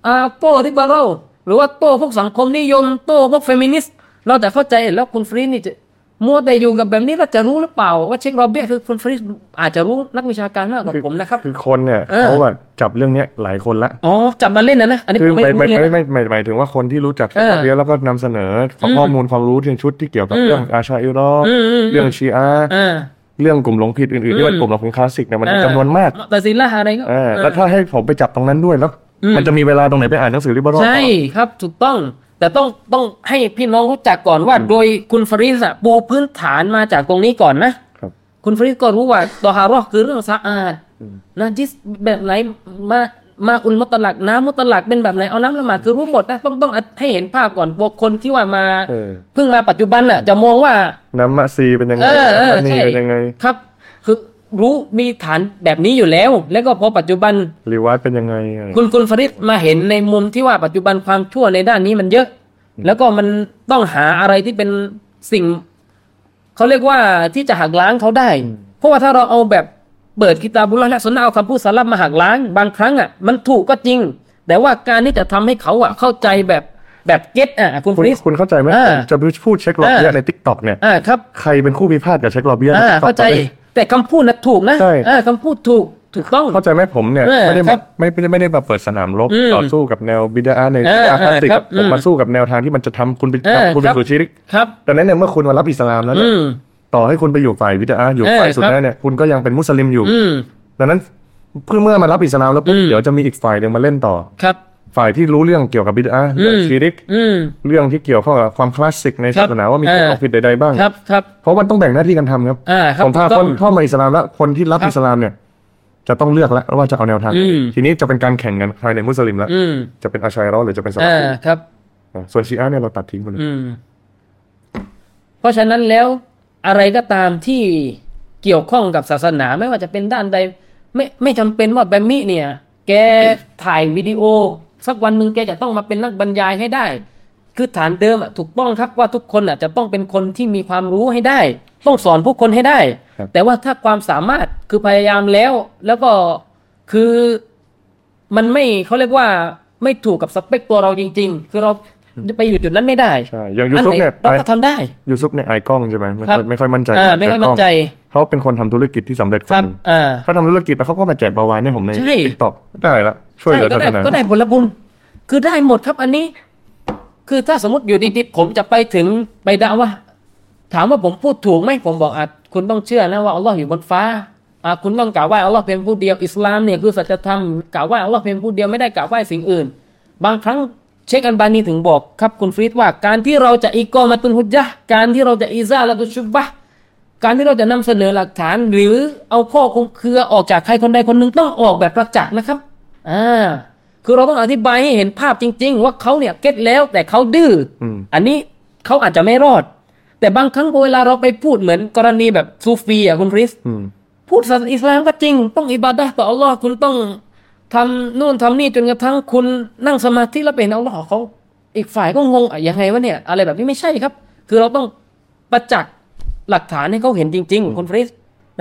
Speaker 1: อาโต้ที่บาเราหรือว่าโต้พวกสังคมนิยม โต้พวกเฟมินิสต์เราแต่เข้าใจแล้วคุณฟรีดนี่จะมัวแต่อยู่กับแบบนี้เราจะรู้หรือเปล่า ว่าเช็คโรเบียคือคุณฟรีดอาจจะรู้นักวิชาการมากกว่าผมนะครับ
Speaker 2: คือคนเนี่ย
Speaker 1: เออ
Speaker 2: เขาอะจับเรื่องเนี้ยหลายคนละ
Speaker 1: อ๋อจับมาเล่นนะนะอันนี้
Speaker 2: คื
Speaker 1: ผ
Speaker 2: อ
Speaker 1: ม
Speaker 2: ห
Speaker 1: ไม่
Speaker 2: มาย
Speaker 1: รู้
Speaker 2: หมาย
Speaker 1: เลย
Speaker 2: ไม่
Speaker 1: นะ
Speaker 2: ไม่หมายหมายถึงว่าคนที่รู้จัก
Speaker 1: เออ
Speaker 2: เรียนแล้วก็นำเสนอข้อข้อมูลความรู้ในชุดที่เกี่ยวกับเรื่องอาชาอิรอฟ
Speaker 1: อืมอืม
Speaker 2: เรื่องชีอะห์
Speaker 1: อ่า
Speaker 2: เรื่องกลุ่มหลงผิดอื่นๆที่เป็น
Speaker 1: อืม
Speaker 2: กลุ่มหลงผิดคลาสสิกเนี่ยมัน
Speaker 1: อ่
Speaker 2: จำนวนมาก
Speaker 1: แต่สินละอะไรก็
Speaker 2: เออแล้วถ้าให้ผมไปจับตรงนั้นด้วยแล้ว
Speaker 1: อืม
Speaker 2: มันจะมีเวลาตรงไหนไปอ่านหนังสือริบรอ
Speaker 1: ใช่ครับถูกต้องแต่ต้องต้องให้พี่น้องรู้จักก่อนว่า โดยคุณฟริสอะปูพื้นฐานมาจากตรงนี้ก่อนนะครับ คุณฟริสก็รู้ว่าตอฮารอคือเรื่องสะอาดนะจิสแบบไหนมามาอุลมุตลักน้ำมุตลักเป็นแบบไหนเอาน้ำละหมาดคือรู้หมดนะต้องต้องให้เห็นภาพก่อนพวกคนที่ว่ามา
Speaker 2: เออ
Speaker 1: เพิ่งมาปัจจุบันน่ะจะมองว่า
Speaker 2: น้ำมะซีเป็นยังไง
Speaker 1: เออเออ
Speaker 2: น้ำมะนี่
Speaker 1: ใช่
Speaker 2: เป็นยังไง
Speaker 1: ครับ คือรู้มีฐานแบบนี้อยู่แล้ว แล้วก็พอปัจจุบัน
Speaker 2: รีวายเป็นยังไงอะไร
Speaker 1: คุณคุณฟริดมาเห็นในมุมที่ว่าปัจจุบันความชั่วในด้านนี้มันเยอะ แล้วก็มันต้องหาอะไรที่เป็นสิ่ง เขาเรียกว่าที่จะหักล้างเขาได้ เพราะว่าถ้าเราเอาแบบเปิดกิตาบุลลอฮ์และสุนนะเอาคำพูดสลับมาหักล้าง บางครั้งอ่ะมันถูกก็จริง แต่ว่าการที่จะทำให้เขาอ่ะเข้าใจแบบแบบเก็ตอ่ะคุณฟ
Speaker 2: คุณ
Speaker 1: ริด
Speaker 2: คุณเข้าใจไหม
Speaker 1: อ่า
Speaker 2: จะพูดเช็คลอบเบี้ย
Speaker 1: อ่า
Speaker 2: ในทิกตอกเนี่ย
Speaker 1: อ่าครับ
Speaker 2: ใครเป็นคู่พิพาทกับเช็คลอบเบี้ย
Speaker 1: อ่า
Speaker 2: TikTok
Speaker 1: เข้าใจ
Speaker 2: ตอนนี้
Speaker 1: แต่คำพูดนะถูกนะ
Speaker 2: ใช่
Speaker 1: อ่าคำพูดถูกถูกต้อง
Speaker 2: เข้าใจไหมผมเนี่ย
Speaker 1: เออ
Speaker 2: ไม่ได้
Speaker 1: ค
Speaker 2: มา
Speaker 1: รับ
Speaker 2: ไม่ไม่ได้ไม่ได้มาเปิดสนามรบ
Speaker 1: อืม
Speaker 2: ต่อสู้กับแนวบิดาใน
Speaker 1: เออ
Speaker 2: อาคติ
Speaker 1: เออครั
Speaker 2: กั
Speaker 1: บบ อืม
Speaker 2: ผมมาสู้กับแนวทางที่มันจะทำคุณเป็น
Speaker 1: เออ
Speaker 2: คุณเป็
Speaker 1: ครั
Speaker 2: น
Speaker 1: บ
Speaker 2: สุชิริก
Speaker 1: ครับ
Speaker 2: ดังนั้นเนี่ยเมื่อคุณมารับอิสลามแล้ว
Speaker 1: อื
Speaker 2: เนี่ย
Speaker 1: ม
Speaker 2: ต่อให้คุณไปอยู่ฝ่ายบิดาอยู่ฝ่าย
Speaker 1: เออครับ
Speaker 2: สุนนะเนี่ยคุณก็ยังเป็นมุสลิมอยู่
Speaker 1: อืม
Speaker 2: ดังนั้นเพื่อเมื่อมารับอิสลามแล้วปุ๊บ
Speaker 1: อืม
Speaker 2: เดี๋ยวจะมีอีกฝ่ายหนึ่งมาเล่นต่อ
Speaker 1: ครับ
Speaker 2: ฝ่ายที่รู้เรื่องเกี่ยวกับบิดาเรื่อง
Speaker 1: อืม
Speaker 2: ชีริก
Speaker 1: อืม
Speaker 2: เรื่องที่เกี่ยวข้องกับความคลาสสิกใน
Speaker 1: ครับ
Speaker 2: ศาสนาว่ามี
Speaker 1: เออ
Speaker 2: ความผิดใดๆบ้าง
Speaker 1: ครับครับ
Speaker 2: เพราะมันต้องแบ่งหน้าที่กันทำครับ
Speaker 1: อ่าครับ
Speaker 2: ผมถ้า
Speaker 1: ถูกต้
Speaker 2: ค
Speaker 1: อง
Speaker 2: นเข้ามาอิสลามแล้วคนที่รับ
Speaker 1: ครับ
Speaker 2: อิสลามเนี่ย จะต้องเลือกแล้วว่าจะเอาแนวทาง
Speaker 1: อืม
Speaker 2: ทีนี้จะเป็นการแข่งกันภายในมุสลิมแล้ว
Speaker 1: อืม
Speaker 2: จะเป็นอาชัยเราะห์หรือจะเป็นสลั
Speaker 1: อ่า
Speaker 2: บ
Speaker 1: ครับ
Speaker 2: ส่วนชีอะห์เนี่ยเราตัดทิ้งไปเลย
Speaker 1: อืม เพราะฉะนั้นแล้วอะไรก็ตามที่เกี่ยวข้องกับศาสนาไม่ว่าจะเป็นด้านใด ไม่ไม่จำเป็นว่าแบมมี่เนี่ย แกถ่ายวิดีโอ สักวันหนึ่งแกจะต้องมาเป็นนักบรรยายให้ได้ คือฐานเดิมอะถูกต้องครับว่าทุกคนอะจะต้องเป็นคนที่มีความรู้ให้ได้ ต้องสอนผู้คนให้ได้ แต่ว่าถ้าความสามารถคือพยายามแล้ว แล้วก็คือ มันไม่เขาเรียกว่าไม่ถูกกับสเปคตัวเราจริง ๆ คือเราจะไปอยู่จุดนั้นไม่ได้
Speaker 2: ใช่อย่างยูซุปเนี่ย
Speaker 1: อัไหเราก็ทำได้
Speaker 2: ยูซุปเนี่ยไอกล้องใช่ไหมไม่
Speaker 1: ครั
Speaker 2: ค่อย
Speaker 1: บ
Speaker 2: ไม่ค่อยมั่นใจ
Speaker 1: อ่าไม่ค่อยมั่นใจ
Speaker 2: เขาเป็นคนทำธุรกิจที่สำเร็จค
Speaker 1: ครับ
Speaker 2: นหนึ่ง
Speaker 1: อ่า
Speaker 2: เขาทำธุรกิจแล้วเขาก็มาแจกบาวายให้ผมใน
Speaker 1: ใช่
Speaker 2: ติ๊กต็อกได้ละช่วยเหลือ
Speaker 1: ใช่ก็ได้
Speaker 2: ศาสนา
Speaker 1: ก็ได้ผลบุญคือได้หมดครับอันนี้ คือถ้าสมมติอยู่ดีๆผมจะไปถึงไปด่าว่า ถามว่าผมพูดถูกไหมผมบอกอ่ะคุณต้องเชื่อนะว่าอัลลอฮ์อยู่บนฟ้าอ่ะคุณต้องกล่าวไหว่าอัลลอฮ์เพียงผู้เดียวอิสลามเนี่ยคือสัจธรรมกล่าวไหว่าอัลลอฮ์เพียงผู้เดียวไม่ได้กล่าวไหว่าสิ่งอื่น บางครั้งเช็คอันบานีถึงบอกครับคุณฟรีดว่าการที่เราจะอีกอมาตุนฮุจญะห์การที่เราจะอีซาละตุชุบบะห์ การที่เราจะนำเสนอหลักฐานหรือเอาข้อคลุมเครือออกจากใครคนใดคนหนึ่งต้องออกแบบประจักษ์นะครับ อ่า คือเราต้องอธิบายให้เห็นภาพจริง ๆ ว่าเขาเนี่ยเก็ตแล้วแต่เขาดื้ออ
Speaker 2: ม
Speaker 1: อันนี้เขาอาจจะไม่รอด แต่บางครั้งเวลาเราไปพูดเหมือนกรณีแบบซูฟีอ่ะคุณคริส
Speaker 2: อืม
Speaker 1: พูดศาสนาอิสลามก็จริง ต้องอิบาดะห์ต่ออัลลอฮ์คุณต้องทำนู่นทำนี่จนกระทั่งคุณนั่งสมาธิแล้วเป็นอัลลอฮ์ของเขาอีกฝ่ายก็งงอะยังไงวะเนี่ย อะไรแบบนี้ไม่ใช่ครับ คือเราต้องประจักษ์หลักฐานให้เขาเห็นจริง ๆ คุณฟริส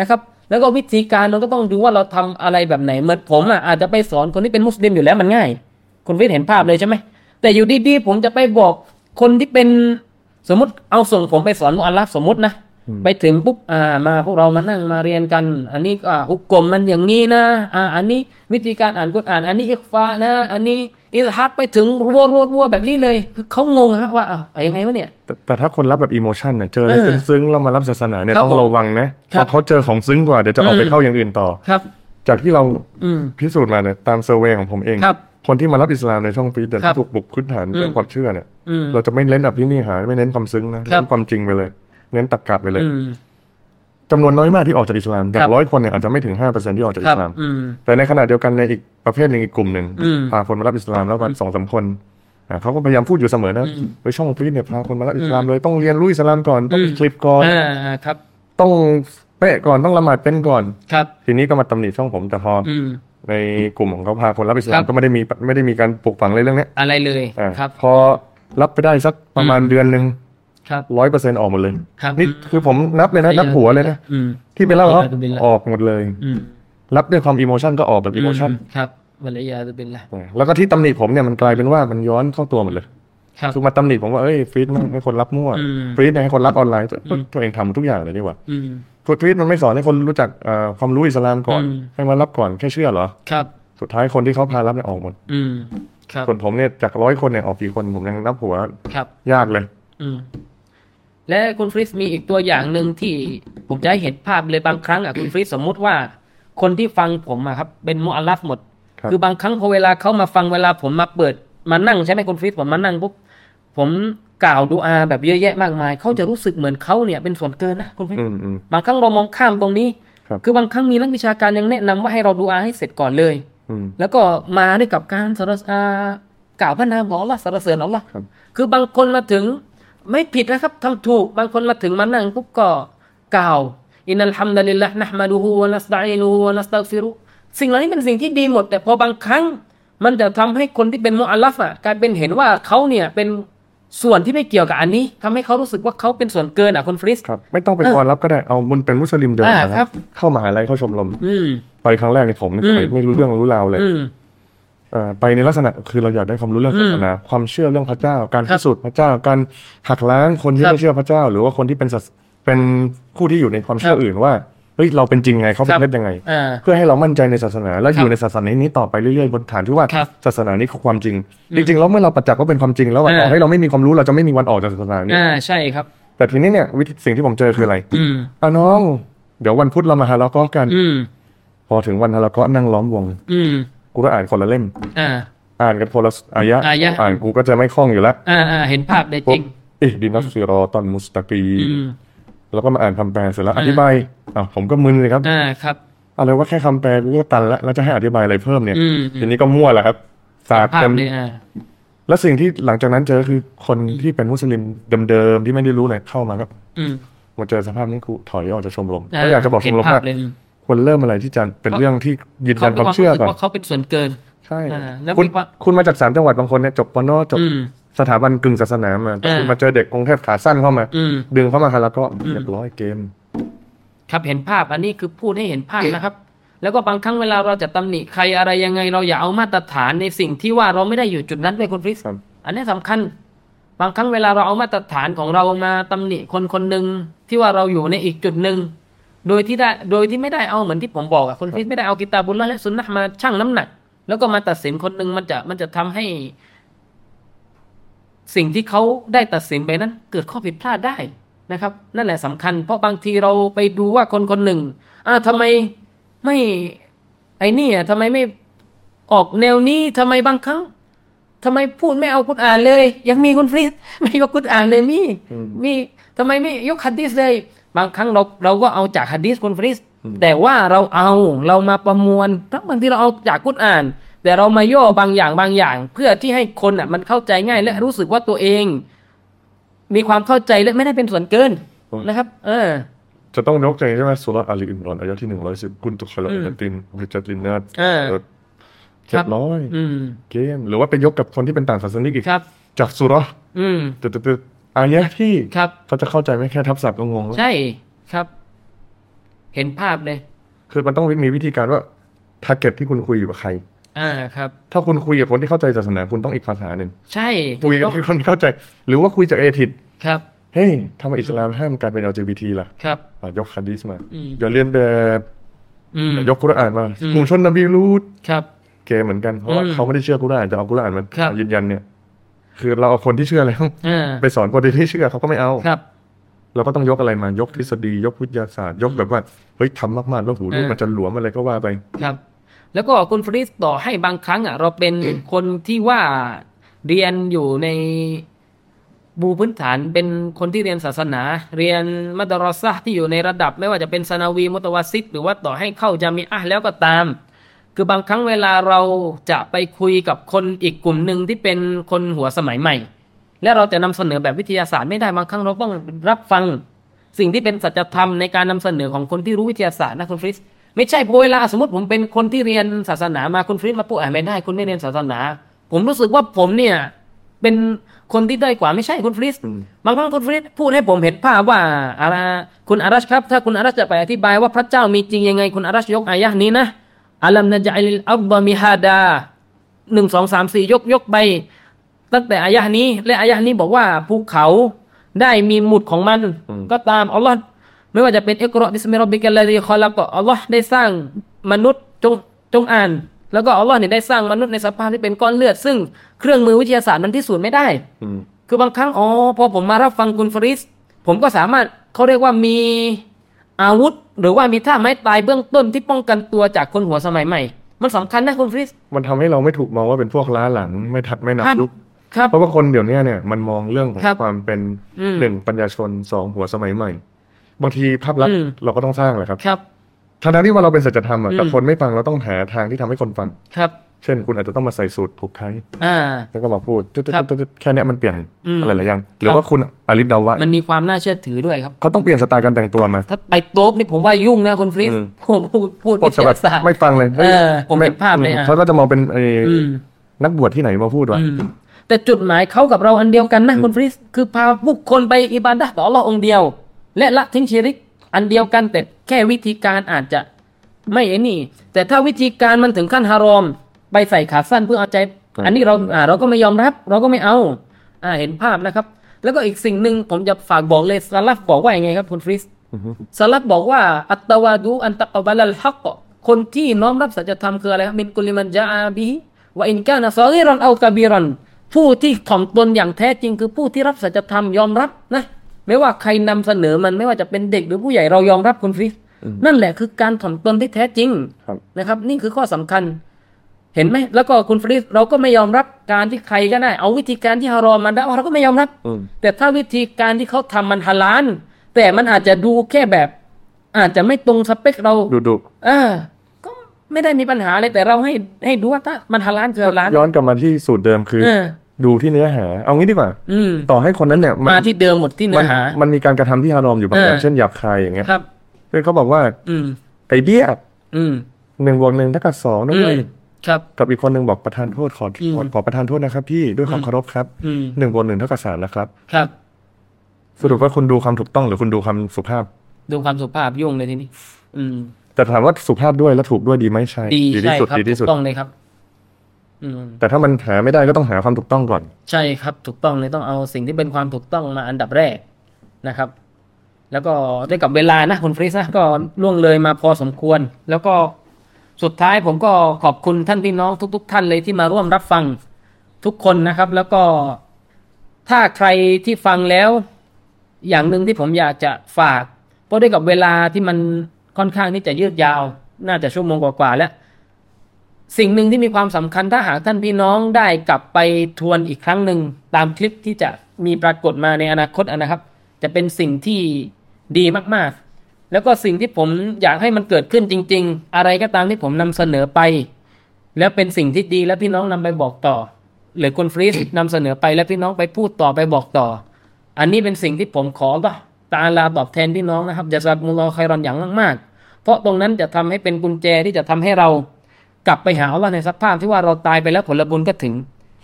Speaker 1: นะครับ แล้วก็วิธีการเราก็ต้องดูว่าเราทำอะไรแบบไหนเหมือนผมอ่ะอาจจะไปสอนคนที่เป็นมุสลิมอยู่แล้วมันง่าย คุณฟริสเห็นภาพเลยใช่ไหมแต่อยู่ดีๆผมจะไปบอกคนที่เป็นสมมติเอาส่งผมไปสอนมุอัลลัฟสมมตินะ ไปถึงปุ๊บอ่ามาพวกเรามานั่งมาเรียนกัน อันนี้อ่าฮุกกลมมันอย่างนี้นะอ่าอันนี้วิธีการอ่านกุรอานอันนี้อิกฟานะ อันนี้อิสฮัดไปถึงรัวรัวรัวแบบนี้เลยคือเขางงนะว่าอ้าวอะไรยังไงวะเนี่ย
Speaker 2: แต่แต่ถ้าคนรับแบบอีโมชันเนี่ยเจอ
Speaker 1: เออ
Speaker 2: ซึ้งๆแล้วมารับศาสนาเนี่ย
Speaker 1: ครับ
Speaker 2: ต้องระวังนะครับ เพราะเขาเจอของซึ้งกว่าเดี๋ยวจะออกไป
Speaker 1: อืม
Speaker 2: เข้าอย่างอื่นต่อ
Speaker 1: ครับ
Speaker 2: จากที่เรา
Speaker 1: อืม
Speaker 2: พิสูจน์มาเนี่ยตามเซอร์เวย์ของผมเอง
Speaker 1: ครับ
Speaker 2: คนที่มารับอิสลามในช่องฟีดแต่
Speaker 1: ครับ
Speaker 2: ที่ถูกปลุกพื้นฐานเรื่อง
Speaker 1: อืม
Speaker 2: ความเชื่อเนี่ย
Speaker 1: อืม
Speaker 2: เราจะไม่เน้นอภินิหารไม่เน้นความซึ้งนะ
Speaker 1: ครั
Speaker 2: เน้
Speaker 1: บ
Speaker 2: นความจริงไปเลย เน้นตรรกะไปเลย
Speaker 1: อืม
Speaker 2: จำนวนน้อยมากที่ออกจากอิสลามอย่า
Speaker 1: ครั
Speaker 2: ง
Speaker 1: บ
Speaker 2: ร้อยคนเนี่ยอาจจะไม่ถึงห้าเปอร์เซ็นที่ออกจาก
Speaker 1: ครั
Speaker 2: อิ
Speaker 1: บ
Speaker 2: สลาม
Speaker 1: อืม
Speaker 2: แต่ในขณะเดียวกันในอีกประเภทหนึ่งอีกกลุ่มหนึ่ง
Speaker 1: อืม
Speaker 2: พาคนมารับอิสลามแล้วมาสองสามคนอ่ะเขาก็พยายามพูดอยู่เสมอนะ
Speaker 1: อืม
Speaker 2: ไปช่องฟีดเนี่ยพาคนมารับอิสลามเลยต้องเรียนรู้อิสลามก่อนต้อง
Speaker 1: อืม
Speaker 2: คลิปก่อน
Speaker 1: อ่าครับ
Speaker 2: ต้องเป๊ะก่อนต้องละหมาดเป็นก่อน
Speaker 1: ครับ
Speaker 2: ทีนี้ก็มาตำหนิช่องผมแต่พออ
Speaker 1: อืม
Speaker 2: ในกลุ่มของเขาพาคนรับอิส
Speaker 1: ค
Speaker 2: ลาม
Speaker 1: รับ
Speaker 2: ก็ไม่ได้มีไม่ได้มีการปลูกฝังเลยเรื่องเนี้ย
Speaker 1: อะไรเลย
Speaker 2: อ่ะ
Speaker 1: ครับ
Speaker 2: พอรับไปได้สักประมาณเดือนหนึ่ง
Speaker 1: ครับ
Speaker 2: ร้อยเปอร์เซ็นต์ออกหมดเลย
Speaker 1: ครับ
Speaker 2: นี่คือผมนับเลยนะนับหัวเลยนะ
Speaker 1: อืม
Speaker 2: ที่ไปเล่าเขา
Speaker 1: อัลฮัมดุลิลลาฮ์
Speaker 2: ออกหมดเลย
Speaker 1: อืม
Speaker 2: รับด้วยความอิโมชันก็ออกแบบอิโมชัน
Speaker 1: ครับวะลัยยาตุบิลละ
Speaker 2: อ่ะแล้วก็ที่ตำหนิผมเนี่ยมันกลายเป็นว่ามันย้อนเข้าตัวหมดเลย
Speaker 1: ครับ
Speaker 2: คือมาตำหนิผมว่าเอ้ยฟรีดมันให้คนรับมั่ว
Speaker 1: อืม
Speaker 2: ฟรีดเนี่ยให้คนรับออนไลน์ตัวตัวเองทำทุกอย่างเลยนี่หว่า
Speaker 1: อืม
Speaker 2: ฟรีดมันไม่สอนให้คนรู้จักเอ่อความรู้อิสลามก่อน
Speaker 1: อืม
Speaker 2: ให้มารับก่อนแค่เชื่อเหรอ
Speaker 1: ครับ
Speaker 2: สุดท้ายคนที่เขาพารับเนี่ยออกหมด
Speaker 1: อืม ครับ
Speaker 2: ส่วนผมเนี่ยจากร้อยคนเนี่ยออกกี่คนผมยังนับหัว
Speaker 1: ครับ
Speaker 2: ยากเลย
Speaker 1: อืมและคุณฟริสมีอีกตัวอย่างหนึ่งที่ผมจะให้เห็นภาพเลยบางครั้งอ่ะ คุณฟริสสมมุติว่า คนที่ฟังผมอะครับ เป็นมุอัลลัฟหมด
Speaker 2: ครับ
Speaker 1: คือบางครั้งพอเวลาเขามาฟังเวลาผมมาเปิดมานั่งใช่ไหมคุณฟริสผมมานั่งปุ๊บผมกล่าวดูอาแบบเยอะแยะมากมายเขาจะรู้สึกเหมือนเขาเนี่ยเป็นส่วนเกินนะคุณฟริส
Speaker 2: อืมอืม
Speaker 1: บางครั้งเรามองข้ามตรงนี้
Speaker 2: ครับ
Speaker 1: คือบางครั้งมีนักวิชาการยังแนะนำว่าให้เราดูอาให้เสร็จก่อนเลย
Speaker 2: อืม
Speaker 1: แล้วก็มาด้วยกับการสรรเสอ่ากล่าวพระนามของอัลลอฮ์สรรเสริญอัลลอฮ์
Speaker 2: ครับ
Speaker 1: คือบางคนมาถึงไม่ผิดนะครับทำถูก บางคนมาถึงมานั่งปุ๊บก็กล่าว อินนัลฮัมดุลิลละนะฮ์มาดูฮูวะนัสตัยนูฮูวะนัสตักฟิรุสิ่งเหล่านี้เป็นสิ่งที่ดีหมด แต่พอบางครั้ง มันจะทำให้คนที่เป็นมุอัลลัฟอ่ะกลายเป็นเห็นว่าเขาเนี่ยเป็นส่วนที่ไม่เกี่ยวกับอันนี้ทำให้เขารู้สึกว่าเขาเป็นส่วนเกินอ่ะคนฟริส
Speaker 2: ครับ ไม่ต้องไป
Speaker 1: เออ
Speaker 2: คอนรับก็ได้เอามันเป็นมุสลิมเดิม
Speaker 1: อ่า
Speaker 2: นะครับ เข้ามหาลัยเข้าชมรม
Speaker 1: อืม
Speaker 2: ไปครั้งแรกในยผมเนี่ย
Speaker 1: อืม
Speaker 2: ไปไม่รู้เรื่องรู้ราวเลย
Speaker 1: อืม
Speaker 2: เอ่อไปในลักษณะคือเราอยากได้ความรู้เรื่องศาสนาความเชื่อเรื่องพระเจ้า การ
Speaker 1: ครั
Speaker 2: พิ
Speaker 1: บ
Speaker 2: สูจน์พระเจ้า การหักล้างคนที่
Speaker 1: ครับ
Speaker 2: ไม่เชื่อพระเจ้า หรือว่าคนที่เป็นศาสเป็นผู้ที่อยู่ในความเชื่
Speaker 1: ค
Speaker 2: อ
Speaker 1: รับ
Speaker 2: อื่นว่าเฮ้ยเราเป็นจริงไงเขาเป็
Speaker 1: ครั
Speaker 2: น
Speaker 1: บ
Speaker 2: เท็จยังไง
Speaker 1: อ่า
Speaker 2: เพื่อให้เรามั่นใจในศาสนา และ
Speaker 1: ครับ
Speaker 2: อยู่ในศาสนานี้ต่อไปเรื่อยๆบนฐานที่ว่า
Speaker 1: ครับ
Speaker 2: ศาสนานี้คือความจริง จริงๆแล้วเมื่อเราประจักษ์ว่าเป็นความจริงแล้วอะ
Speaker 1: อ่า
Speaker 2: ต่อให้เราไม่มีความรู้เราจะไม่มีวันออกจากศาสนานี้
Speaker 1: อ่าใช่ครับ
Speaker 2: แต่ทีนี้เนี่ยวิธีสิ่งที่ผมเจอคืออะไร
Speaker 1: อืม
Speaker 2: อ่ะน้อง เดี๋ยววันพุธเรามาฮาลาก็กัน
Speaker 1: อืม
Speaker 2: พอถึงวันฮาลาก็นั่งล้อมวง
Speaker 1: อืม
Speaker 2: กูก็อ่านคนละเล่ม
Speaker 1: อ่า
Speaker 2: อ่านกันคนละอายะ
Speaker 1: อายะ
Speaker 2: อ่านกูก็จะไม่คล่องอยู่ละ
Speaker 1: อ่าอ่าเห็นภาพได้จ
Speaker 2: ปุ๊
Speaker 1: ริ
Speaker 2: บ
Speaker 1: ง
Speaker 2: อิดินัสซิรอตอนมุสตะกี
Speaker 1: อืม
Speaker 2: แล้วก็มาอ่านคำแปลเสร็จแล้ว
Speaker 1: อ่า
Speaker 2: อธิบายอ่ะผมก็มึนเลยครับ
Speaker 1: อ่าครับ
Speaker 2: อะไรว่าแค่คำแปลกูก็ตันละแล้วจะให้อธิบายอะไรเพิ่มเนี่ย
Speaker 1: อืม
Speaker 2: ทีนี้ก็มั่วแหละครับศาสตร์
Speaker 1: ภาพ
Speaker 2: เต็ม
Speaker 1: เลยอ่า
Speaker 2: แล้วสิ่งที่หลังจากนั้นเจอคือคนที่เป็นมุสลิมเดิมๆที่ไม่ได้รู้อะไรเข้ามาก็
Speaker 1: อืม
Speaker 2: มาเจอสภาพนี้กูถอยออกจากชมรม
Speaker 1: อ่
Speaker 2: ก็อยากจะบอกช
Speaker 1: เห็น
Speaker 2: มรม
Speaker 1: ภาพ
Speaker 2: ว่า
Speaker 1: เลย
Speaker 2: ควรเริ่มอะไรที่จะเป็นเรื่องที่ยืนยันความเชื่อก่อน
Speaker 1: ว่าเขาเป็นส่วนเกิน
Speaker 2: ใช่
Speaker 1: อ่าแล้ว
Speaker 2: คุณ
Speaker 1: มีความ
Speaker 2: คุณมาจากสามจังหวัดบางคนเนี่ยจบปนจบ
Speaker 1: อืม
Speaker 2: สถาบันกึ่งศาสนามาแต่
Speaker 1: อ่า
Speaker 2: คุณมาเจอเด็กกรุงเทพขาสั้นเข้ามา
Speaker 1: อืม
Speaker 2: ดึงเข้ามาคาแล้วก็
Speaker 1: อืม
Speaker 2: เรียบร้อยเกม
Speaker 1: ครับเห็นภาพอันนี้คือพูดให้เห็นภาพนะครับ แล้วก็บางครั้งเวลาเราจะตำหนิใครอะไรยังไง เราอย่าเอามาตรฐานในสิ่งที่ว่าเราไม่ได้อยู่จุดนั้นไปคุณฟริส
Speaker 2: ครับ
Speaker 1: อันนี้สำคัญ บางครั้งเวลาเราเอามาตรฐานของเรามาตำหนิคนคนหนึ่งที่ว่าเราอยู่ในอีกจุดหนึ่งโดยที่ได้โดยที่ไม่ได้เอาเหมือนที่ผมบอกอะคุณฟริสไม่ได้เอากิตาบุลละและสุนนะห์มาชั่งน้ำหนัก แล้วก็มาตัดสินคนหนึ่งมันจะมันจะทำให้ สิ่งที่เขาได้ตัดสินไปนั้นเกิดข้อผิดพลาดได้นะครับ นั่นแหละสำคัญ เพราะบางทีเราไปดูว่าคนคนหนึ่งอ่าทำไมไม่ไอ้นี่อ่ะทำไมไม่ออกแนวนี้ทำไมบางครั้งทำไมพูดไม่เอากุรอานเลย ยังมีคุณฟรีด ไม่ยกกุรอานเลยมี
Speaker 2: อืม
Speaker 1: มีทำไมไม่ยกฮัดดิสเลย บางครั้งเราเราก็เอาจากฮัดดิสคุณฟรีด
Speaker 2: อืม
Speaker 1: แต่ว่าเราเอาเรามาประมวลทั้งบางทีเราเอาจากกุรอาน แต่เรามาย่อบางอย่างบางอย่าง เพื่อที่ให้คนอ่ะ มันเข้าใจง่าย และรู้สึกว่าตัวเอง มีความเข้าใจและไม่ได้เป็นส่วนเกิน
Speaker 2: อืม
Speaker 1: นะครับ เออ
Speaker 2: จะต้องยกใจใช่ไหมสุรอาลีอิมรอนอายะที่หนึ่งร้อยสิบกุนตุคล
Speaker 1: อืม
Speaker 2: อัลตินวิจัตลินนาด
Speaker 1: เออค
Speaker 2: เจ็
Speaker 1: รั
Speaker 2: ด
Speaker 1: บ
Speaker 2: ร้อย
Speaker 1: อืม
Speaker 2: เกม หรือว่าไปยกกับคนที่เป็นต่างศาสนิกอีก
Speaker 1: ครับ
Speaker 2: จากสุรอ
Speaker 1: อืม
Speaker 2: ตึ๊ดตึ๊ดอายะที่
Speaker 1: ครับ
Speaker 2: เขาจะเข้าใจไหมแค่ทับศัพท์ก็งงแล้ว
Speaker 1: ใช่ครับ เห็นภาพเลย
Speaker 2: คือมันต้องมีวิธีการว่าทาร์เก็ตที่คุณคุยอยู่กับใคร
Speaker 1: อ่าครับ
Speaker 2: ถ้าคุณคุยกับคนที่เข้าใจศาสนาคุณต้องอีกภาษาหนึ่ง
Speaker 1: ใช่
Speaker 2: คุยกับคนที่เข้าใจ หรือว่าคุยจากเอทิด
Speaker 1: ครับ
Speaker 2: เฮ้ยทำไมอิสลามห้ามการเป็น LGBT ล่ะ
Speaker 1: ครับ
Speaker 2: อ่ะยกคดีสมา
Speaker 1: อืม
Speaker 2: อย่าเรียนแบบ
Speaker 1: อืม
Speaker 2: ยกกุรอานมา
Speaker 1: อืม
Speaker 2: กลุ่มชนนบีรูด
Speaker 1: ครับ
Speaker 2: เกย์เหมือนกันเพราะว่า
Speaker 1: อืม
Speaker 2: เขาไม่ได้เชื่อกุรอานแต่เอากุรอานมา
Speaker 1: ครับ
Speaker 2: ยืนยันเนี่ย คือเราเอาคนที่เชื่อแล้ว
Speaker 1: อ่า
Speaker 2: ไปสอนคนที่ไม่เชื่อเขาก็ไม่เอา
Speaker 1: ครับ
Speaker 2: เราก็ต้องยกอะไรมายกทฤษฎียกวิทยาศาสตร์ ยกแบบว่าเฮ้ยทำมากๆแล้วหูลูก
Speaker 1: เออ
Speaker 2: มันจะหลวมอะไรก็ว่าไป
Speaker 1: ครับ แล้วก็คุณฟรีสต่อให้บางครั้งอ่ะเราเป็น คนที่ว่าเรียนอยู่ในบูพื้นฐานเป็นคนที่เรียนศาสนา เรียนมัดารอซะห์ที่อยู่ในระดับ ไม่ว่าจะเป็นซานาวีมุตวาซิดหรือว่าต่อให้เข้าจามีอะห์แล้วก็ตาม คือบางครั้งเวลาเราจะไปคุยกับคนอีกกลุ่มหนึ่งที่เป็นคนหัวสมัยใหม่ และเราจะนำเสนอแบบวิทยาศาสตร์ไม่ได้บางครั้งเราต้องรับฟัง สิ่งที่เป็นสัจธรรมในการนำเสนอของคนที่รู้วิทยาศาสตร์นะคุณฟริสไม่ใช่พอเวลาสมมติผมเป็นคนที่เรียนศาสนามาคุณฟริสมาพูดอ่านไม่ได้คุณไม่เรียนศาสนา ผมรู้สึกว่าผมเนี่ย เป็นคนที่ด้อยกว่าไม่ใช่คุณฟริส
Speaker 2: อืม
Speaker 1: บางครั้งคุณฟริสพูดให้ผมเห็นภาพว่าอาราคุณอารัชครับ ถ้าคุณอารัชจะไปอธิบายว่าพระเจ้ามีจริงยังไง คุณอารัชยกอายะห์นี้นะอัลัมนะจัยลิลอับบะมิฮาดา หนึ่งสองสามสี่ยกยกไป ตั้งแต่อายะห์นี้ และอายะห์นี้บอกว่าภูเขาได้มีหมุดของมัน
Speaker 2: อืม
Speaker 1: ก็ตามอัลลอฮ์ไม่ว่าจะเป็นเอกรอบิสมิรบิกัลลาดีคอลักอัลลอฮ์ได้สร้างมนุษย์จงจงอ่าน แล้วก็อัลลอฮ์เนี่ยได้สร้างมนุษย์ในสภาพที่เป็นก้อนเลือด ซึ่งเครื่องมือวิทยาศาสตร์มันพิสูจน์ไม่ได้
Speaker 2: อืม
Speaker 1: คือบางครั้งอ๋อพอผมมารับฟังคุณฟริส ผมก็สามารถเขาเรียกว่ามีอาวุธ หรือว่ามีท่าไม้ตายเบื้องต้นที่ป้องกันตัวจากคนหัวสมัยใหม่ มันสำคัญนะคุณฟริส
Speaker 2: มันทำให้เราไม่ถูกมองว่าเป็นพวกล้าหลังไม่ทัดไม่นับ
Speaker 1: ครับ
Speaker 2: ยุค
Speaker 1: ครับ
Speaker 2: เพราะว่าคนเดี๋ยวเนี้ยเนี่ยมันมองเรื่องของ
Speaker 1: ครับ
Speaker 2: ความเป็น
Speaker 1: อืม
Speaker 2: หนึ่งปัญญาชนสองหัวสมัยใหม่ บางทีภาพลักษ
Speaker 1: อื
Speaker 2: ณ์
Speaker 1: ม
Speaker 2: เราก็ต้องสร้างแหละครับ
Speaker 1: ครับ
Speaker 2: ทั้งๆที่ว่าเราเป็นสัจธรรมอะแต่
Speaker 1: อืม
Speaker 2: คนไม่ฟังเราต้องหาทางที่ทำให้คนฟัง
Speaker 1: ครับ
Speaker 2: เช่น คุณอาจจะต้องมาใส่สูตรผูกไทย
Speaker 1: อ่า
Speaker 2: แล้วก็มาพูดตึ๊ด
Speaker 1: ครับ
Speaker 2: ตึ๊ดตึ๊ดแค่เนี้ยมันเปลี่ยน
Speaker 1: อืม
Speaker 2: อะไรหลายอย่างห
Speaker 1: ครับ
Speaker 2: รือว่าคุณอาริสเดาวะ
Speaker 1: มันมีความน่าเชื่อถือด้วยครับ
Speaker 2: เขาต้องเปลี่ยนสไตล์การแต่งตัวมา
Speaker 1: ถ้าไปโต๊บนี่ผมว่ายุ่งนะคุณฟริส
Speaker 2: อืม
Speaker 1: ผมพูดพูด
Speaker 2: พวกฉบับ
Speaker 1: ศาสตร์
Speaker 2: ไม่ฟังเลยฮ้ย
Speaker 1: เออผมเห็นภาพเลยอ่ะ
Speaker 2: เขาก็จะมองเป็นไอ้
Speaker 1: อืม
Speaker 2: นักบวชที่ไหนมาพูดวะ
Speaker 1: อืมแต่จุดหมายเขากับเราอันเดียวกันนะคุณฟริส คือพาผู้คนไปอิบาดะห์ต่ออัลลอฮ์องค์เดียว และละทิ้งชิริก อันเดียวกันแต่แค่วิธีการอาจจะไม่ไอ้นี่ แต่ถ้าวิธีการมันถึงขั้นฮารอม ไปใส่ขาสั้นเพื่อเอาใจ อันนี้เราอ่าเราก็ไม่ยอมรับ เราก็ไม่เอา อ่าเห็นภาพนะครับ แล้วก็อีกสิ่งหนึ่งผมจะฝากบอกเลยซาลฟบอกว่ายังไงครับคุณฟริส สลับบอกว่า อัตตวาดูอันตะกบลลฮักคนที่น้อมรับสัจธรรมคืออะไรครับมินกุลิมันจาอาบิฮิว่าอินกานะซอริรันเอากะบีรัน ผู้ที่ถ่อมตนอย่างแท้จริงคือผู้ที่รับสัจธรรมยอมรับนะไม่ว่าใครนำเสนอมันไม่ว่าจะเป็นเด็กหรือผู้ใหญ่เรายอมรับคุณฟริสนั่นแหละคือการถ่อมตนที่แท้จริง
Speaker 2: ครับ
Speaker 1: นะครับนี่คือข้อสำคัญ เห็นไหมแล้วก็คุณฟรีดเราก็ไม่ยอมรับการที่ใครก็ได้เอาวิธีการที่ฮารอมมันได้เราก็ไม่ยอมรับ
Speaker 2: อืม
Speaker 1: แต่ถ้าวิธีการที่เขาทำมันฮาลาลแต่มันอาจจะดูแค่แบบ อาจจะไม่ตรงสเปคเรา
Speaker 2: ดูดู
Speaker 1: เออก็ไม่ได้มีปัญหาเลยแต่เราให้ให้ดูว่าถ้ามันฮาลาลคือฮาลาล
Speaker 2: ย้อนกลับมาที่สูตรเดิมคือ
Speaker 1: เออ
Speaker 2: ดูที่เนื้อหา เอางี้ดีกว่า
Speaker 1: อืม
Speaker 2: ต่อให้คนนั้นเนี่ย
Speaker 1: มาที่เดิมหมดที่เนื้
Speaker 2: มั
Speaker 1: อหา
Speaker 2: มันมีการกระทำที่ฮารอมอยู่บางอย่าง
Speaker 1: เออ
Speaker 2: เช่นหยาบคายอย่างเงี้ย
Speaker 1: ครับ
Speaker 2: เพื่อนเขาบอกว่า
Speaker 1: อืม
Speaker 2: ไอเดีย
Speaker 1: อืม
Speaker 2: หนึ่งบวกหนึ่งเท่ากับสองนะ
Speaker 1: อื
Speaker 2: เว้
Speaker 1: ม
Speaker 2: ย
Speaker 1: ครับ
Speaker 2: กับอีกคนหนึ่งบอกประธานโทษขอ
Speaker 1: อืม
Speaker 2: ขอขอประธานโทษนะครับพี่ด้วยความเคารพครับ
Speaker 1: อืม
Speaker 2: หนึ่งบวกหนึ่งเท่ากับสามนะครับ
Speaker 1: ครับ
Speaker 2: สรุปว่าคุณดูความถูกต้องหรือคุณดูความสุภาพ
Speaker 1: ดูความสุภาพยุ่งเลยทีนี้ อืม
Speaker 2: แต่ถามว่าสุภาพด้วยและถูกด้วยดีไหมใช่
Speaker 1: ดี
Speaker 2: ที่
Speaker 1: ใช่
Speaker 2: สุด
Speaker 1: ครับ
Speaker 2: ดีที่สุ
Speaker 1: ถู
Speaker 2: ด
Speaker 1: กต้องเลยครับ อืม
Speaker 2: แต่ถ้ามันหาไม่ได้ก็ต้องหาความถูกต้องก่อน
Speaker 1: ใช่ครับถูกต้องเลยต้องเอาสิ่งที่เป็นความถูกต้องมาอันดับแรกนะครับ แล้วก็ด้วยกับเวลานะคุณฟริสนะก็ล่วงเลยมาพอสมควร แล้วก็สุดท้ายผมก็ขอบคุณท่านพี่น้องทุก ๆ ท่านเลยที่มาร่วมรับฟังทุกคนนะครับ แล้วก็ถ้าใครที่ฟังแล้ว อย่างหนึ่งที่ผมอยากจะฝาก เพราะด้วยกับเวลาที่มันค่อนข้างที่จะยืดยาว น่าจะชั่วโมงกว่าๆแล้ว สิ่งหนึ่งที่มีความสำคัญถ้าหากท่านพี่น้องได้กลับไปทวนอีกครั้งหนึ่งตามคลิปที่จะมีปรากฏมาในอนาคตอะนะครับ จะเป็นสิ่งที่ดีมากๆ แล้วก็สิ่งที่ผมอยากให้มันเกิดขึ้นจริง ๆ อะไรก็ตามที่ผมนำเสนอไป แล้วเป็นสิ่งที่ดีและพี่น้องนำไปบอกต่อ หรือคนฟรีส นำเสนอไปและพี่น้องไปพูดต่อไปบอกต่อ อันนี้เป็นสิ่งที่ผมขอต่อตาลาตอบแทนพี่น้องนะครับจะสับมุลลอฮ์ไครอนอย่างมากๆ เพราะตรงนั้นจะทำให้เป็นกุญแจที่จะทำให้เรากลับไปหาอัลลอฮ์ในสภาพที่ว่าเราตายไปแล้วผลบุญก็ถึง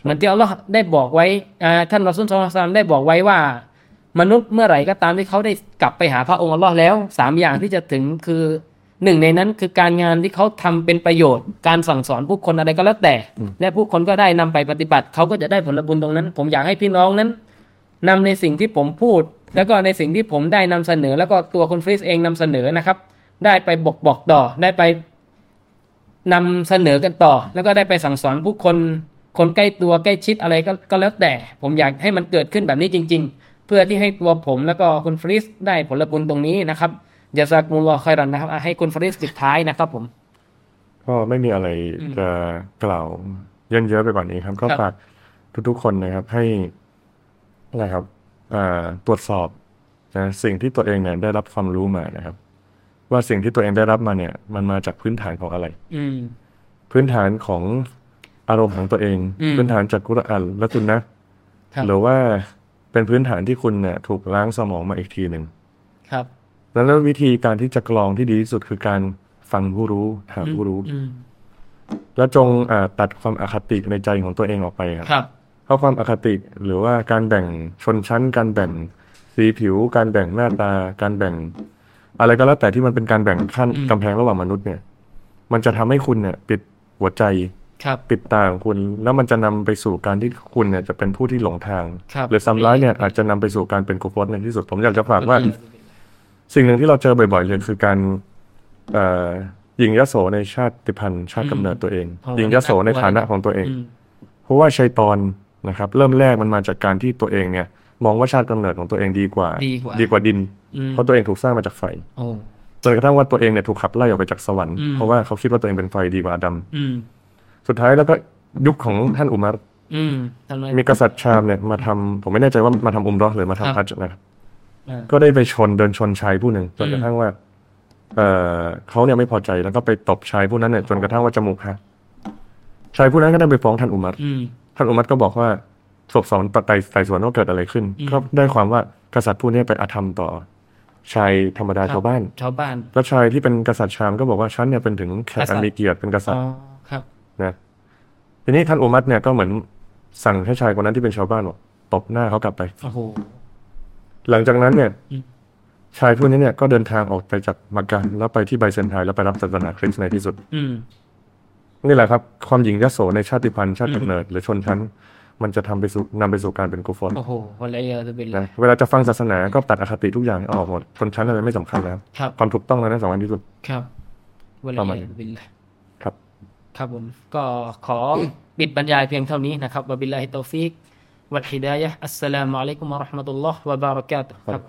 Speaker 1: เหมือนที่อัลลอฮ์ได้บอกไว้อ่าท่านรอซูลสุลตานได้บอกไว้ว่า มนุษย์เมื่อไหร่ก็ตามที่เขาได้กลับไปหาพระองค์อัลลอฮ์แล้วสามอย่างที่จะถึงคือหนึ่งในนั้นคือการงานที่เขาทำเป็นประโยชน์ การสั่งสอนผู้คนอะไรก็แล้วแต่ และผู้คนก็ได้นำไปปฏิบัติ เขาก็จะได้ผลบุญตรงนั้น ผมอยากให้พี่น้องนั้นนำในสิ่งที่ผมพูด แล้วก็ในสิ่งที่ผมได้นำเสนอ แล้วก็ตัวคุณฟริสเองนำเสนอนะครับ ได้ไปบอกบอกต่อได้ไป นำเสนอกันต่อ แล้วก็ได้ไปสั่งสอนผู้คน คนใกล้ตัวใกล้ชิดอะไรก็ก็แล้วแต่ ผมอยากให้มันเกิดขึ้นแบบนี้จริง ๆ เพื่อที่ให้ตัวผมแล้วก็คุณฟริสได้ผลบุญตรงนี้นะครับอย่าสักมุลลอฮ์คอยรันนะครับอ่ะให้คุณฟริสสุดท้ายนะครับผม
Speaker 2: ก็ไม่มีอะไร
Speaker 1: อืม
Speaker 2: จะกล่าวเยินเยอะไปกว่านี้ครับ ก็
Speaker 1: ครับ
Speaker 2: ฝากทุกๆคนนะครับ ให้อะไรครับเอ่อตรวจสอบนะสิ่งที่ตัวเองเนี่ยได้รับความรู้มานะครับ ว่าสิ่งที่ตัวเองได้รับมาเนี่ย มันมาจากพื้นฐานของอะไร
Speaker 1: อืม
Speaker 2: พื้นฐานของอารมณ์ของตัวเอง
Speaker 1: อืม
Speaker 2: พื้นฐานจากกุรอานและสุนนะครับ หรือว่าเป็นพื้นฐานที่คุณเนี่ยถูกล้างสมองมาอีกทีหนึ่ง
Speaker 1: ครับ
Speaker 2: แล้ววิธีการที่จะกรองที่ดีที่สุดคือการฟังผู้รู้ถามผู้รู้
Speaker 1: อืม
Speaker 2: และจงเอ่อตัดความอคติในใจของตัวเองออกไปครับ
Speaker 1: ครับ
Speaker 2: เพราะความอคติหรือว่าการแบ่งชนชั้น การแบ่งสีผิว การแบ่งหน้าตา การแบ่ง อะไรก็แล้วแต่ที่มันเป็นการแบ่งขั้น
Speaker 1: อืม
Speaker 2: กำแพงระหว่างมนุษย์เนี่ย มันจะทำให้คุณเนี่ย ปิดหัวใจ
Speaker 1: ครับ
Speaker 2: ปิดตาของคุณ แล้วมันจะนำไปสู่การที่คุณเนี่ยจะเป็นผู้ที่หลงทาง
Speaker 1: ครับ
Speaker 2: หรือซ้ำร้ายเนี่ยอาจจะนำไปสู่การเป็นกุฟดในที่สุด ผมอยากจะฝากว่า สิ่งหนึ่งที่เราเจอบ่อยๆเลยคือการเอ่อยิงยโสในชาติพันธุ์ชาติกำเนิดตัวเอง
Speaker 1: อืม
Speaker 2: ยิงยโสในฐานะของตัวเอง
Speaker 1: อืม
Speaker 2: เพราะว่าชัยตอนนะครับ เริ่มแรกมันมาจากการที่ตัวเองเนี่ย มองว่าชาติกำเนิดของตัวเองดีกว่า
Speaker 1: ดีกว่า
Speaker 2: ดิน
Speaker 1: อืม
Speaker 2: เพราะตัวเองถูกสร้างมาจากไฟ
Speaker 1: โอ้
Speaker 2: จนกระทั่งว่าตัวเองเนี่ยถูกขับไล่ออกไปจากสวรรค์
Speaker 1: อืม
Speaker 2: เพราะว่าเขาคิดว่าตัวเองเป็นไฟดีกว่าอาดัม
Speaker 1: อืม
Speaker 2: สุดท้ายแล้วก็ยุคของท่านอุมัร
Speaker 1: อืมทำไม
Speaker 2: มีกษัตริย์ชามเนี่ยมาทำผมไม่แน่ใจว่ามาทำอุมเราะห์หรือมา
Speaker 1: ค
Speaker 2: ทำ
Speaker 1: รั
Speaker 2: ฮั
Speaker 1: บ
Speaker 2: จญ์นะครับ
Speaker 1: อ่า
Speaker 2: ก็ได้ไปชนเดินชนชายผู้หนึ่งจน
Speaker 1: อื
Speaker 2: กระ
Speaker 1: ม
Speaker 2: ทั่งว่า เออเขาเนี่ยไม่พอใจแล้วก็ไปตบชายผู้นั้นเนี่ยจนกระทั่งว่าจมูกหักชายผู้นั้นก็ได้ไปฟ้องท่านอุมัร
Speaker 1: อืม
Speaker 2: ท่านอุมัรก็บอกว่าสอบสวนไต่ไต่สวนว่าเกิดอะไรขึ้น
Speaker 1: อืม
Speaker 2: ก็ได้ความว่ากษัตริย์ผู้เนี้ไปอาธรรมต่อ ชายธรรมดาชาวบ้าน
Speaker 1: ชาวบ้าน
Speaker 2: แล้วชายที่เป็นกษัตริย์ชามก็บอกว่าฉันเนี่ยเป็นถึงแข
Speaker 1: ก
Speaker 2: ก
Speaker 1: ษัตริย์
Speaker 2: อันมีเกียรติเป็นกษัต
Speaker 1: อ๋
Speaker 2: ริ
Speaker 1: อ
Speaker 2: ย์
Speaker 1: ครับ
Speaker 2: นะทีนี้ท่านอุมัรเนี่ยก็เหมือนสั่งให้ชายคนนั้นที่เป็นชาวบ้านบอกตบหน้าเขากลับไป
Speaker 1: โอ้โห
Speaker 2: หลังจากนั้นเนี่ย
Speaker 1: อืม
Speaker 2: ชายผู้นี้เนี่ยก็เดินทางออกไปจากมักกะแล้วไปที่ไบเซนไทน์แล้วไปรับศาสนาคริสต์ในที่สุด
Speaker 1: อืม
Speaker 2: นี่แหละครับ ความหญิงยโสในชาติพันธุ์ชาติกำเนิดหรือชนชั้น มันจะทำไปสู่นำไปสู่การเป็นกุฟร
Speaker 1: โอ้โหวันละเยอะจะเป็น
Speaker 2: นะเวลาจะฟังศาสนาก็ตัดอคติทุกอย่างให้ออกหมด ชนชั้นอะไรไม่สำคัญแล้ว
Speaker 1: ครับ
Speaker 2: ความถูกต้องนั้นสำคัญที่สุด
Speaker 1: ครับวัน
Speaker 2: ประมาณ
Speaker 1: ละ
Speaker 2: นี้
Speaker 1: บิลลา
Speaker 2: ครับ
Speaker 1: ครับผมก็ขอ ปิดบรรยายเพียงเท่านี้นะครับวะบิลลาฮิตตอฟิกวัลฮิดายะฮ์อัสสลามุอะลัยกุมวะเราะห์มะตุลลอฮ์วะบาราะกาตุฮ์ครับ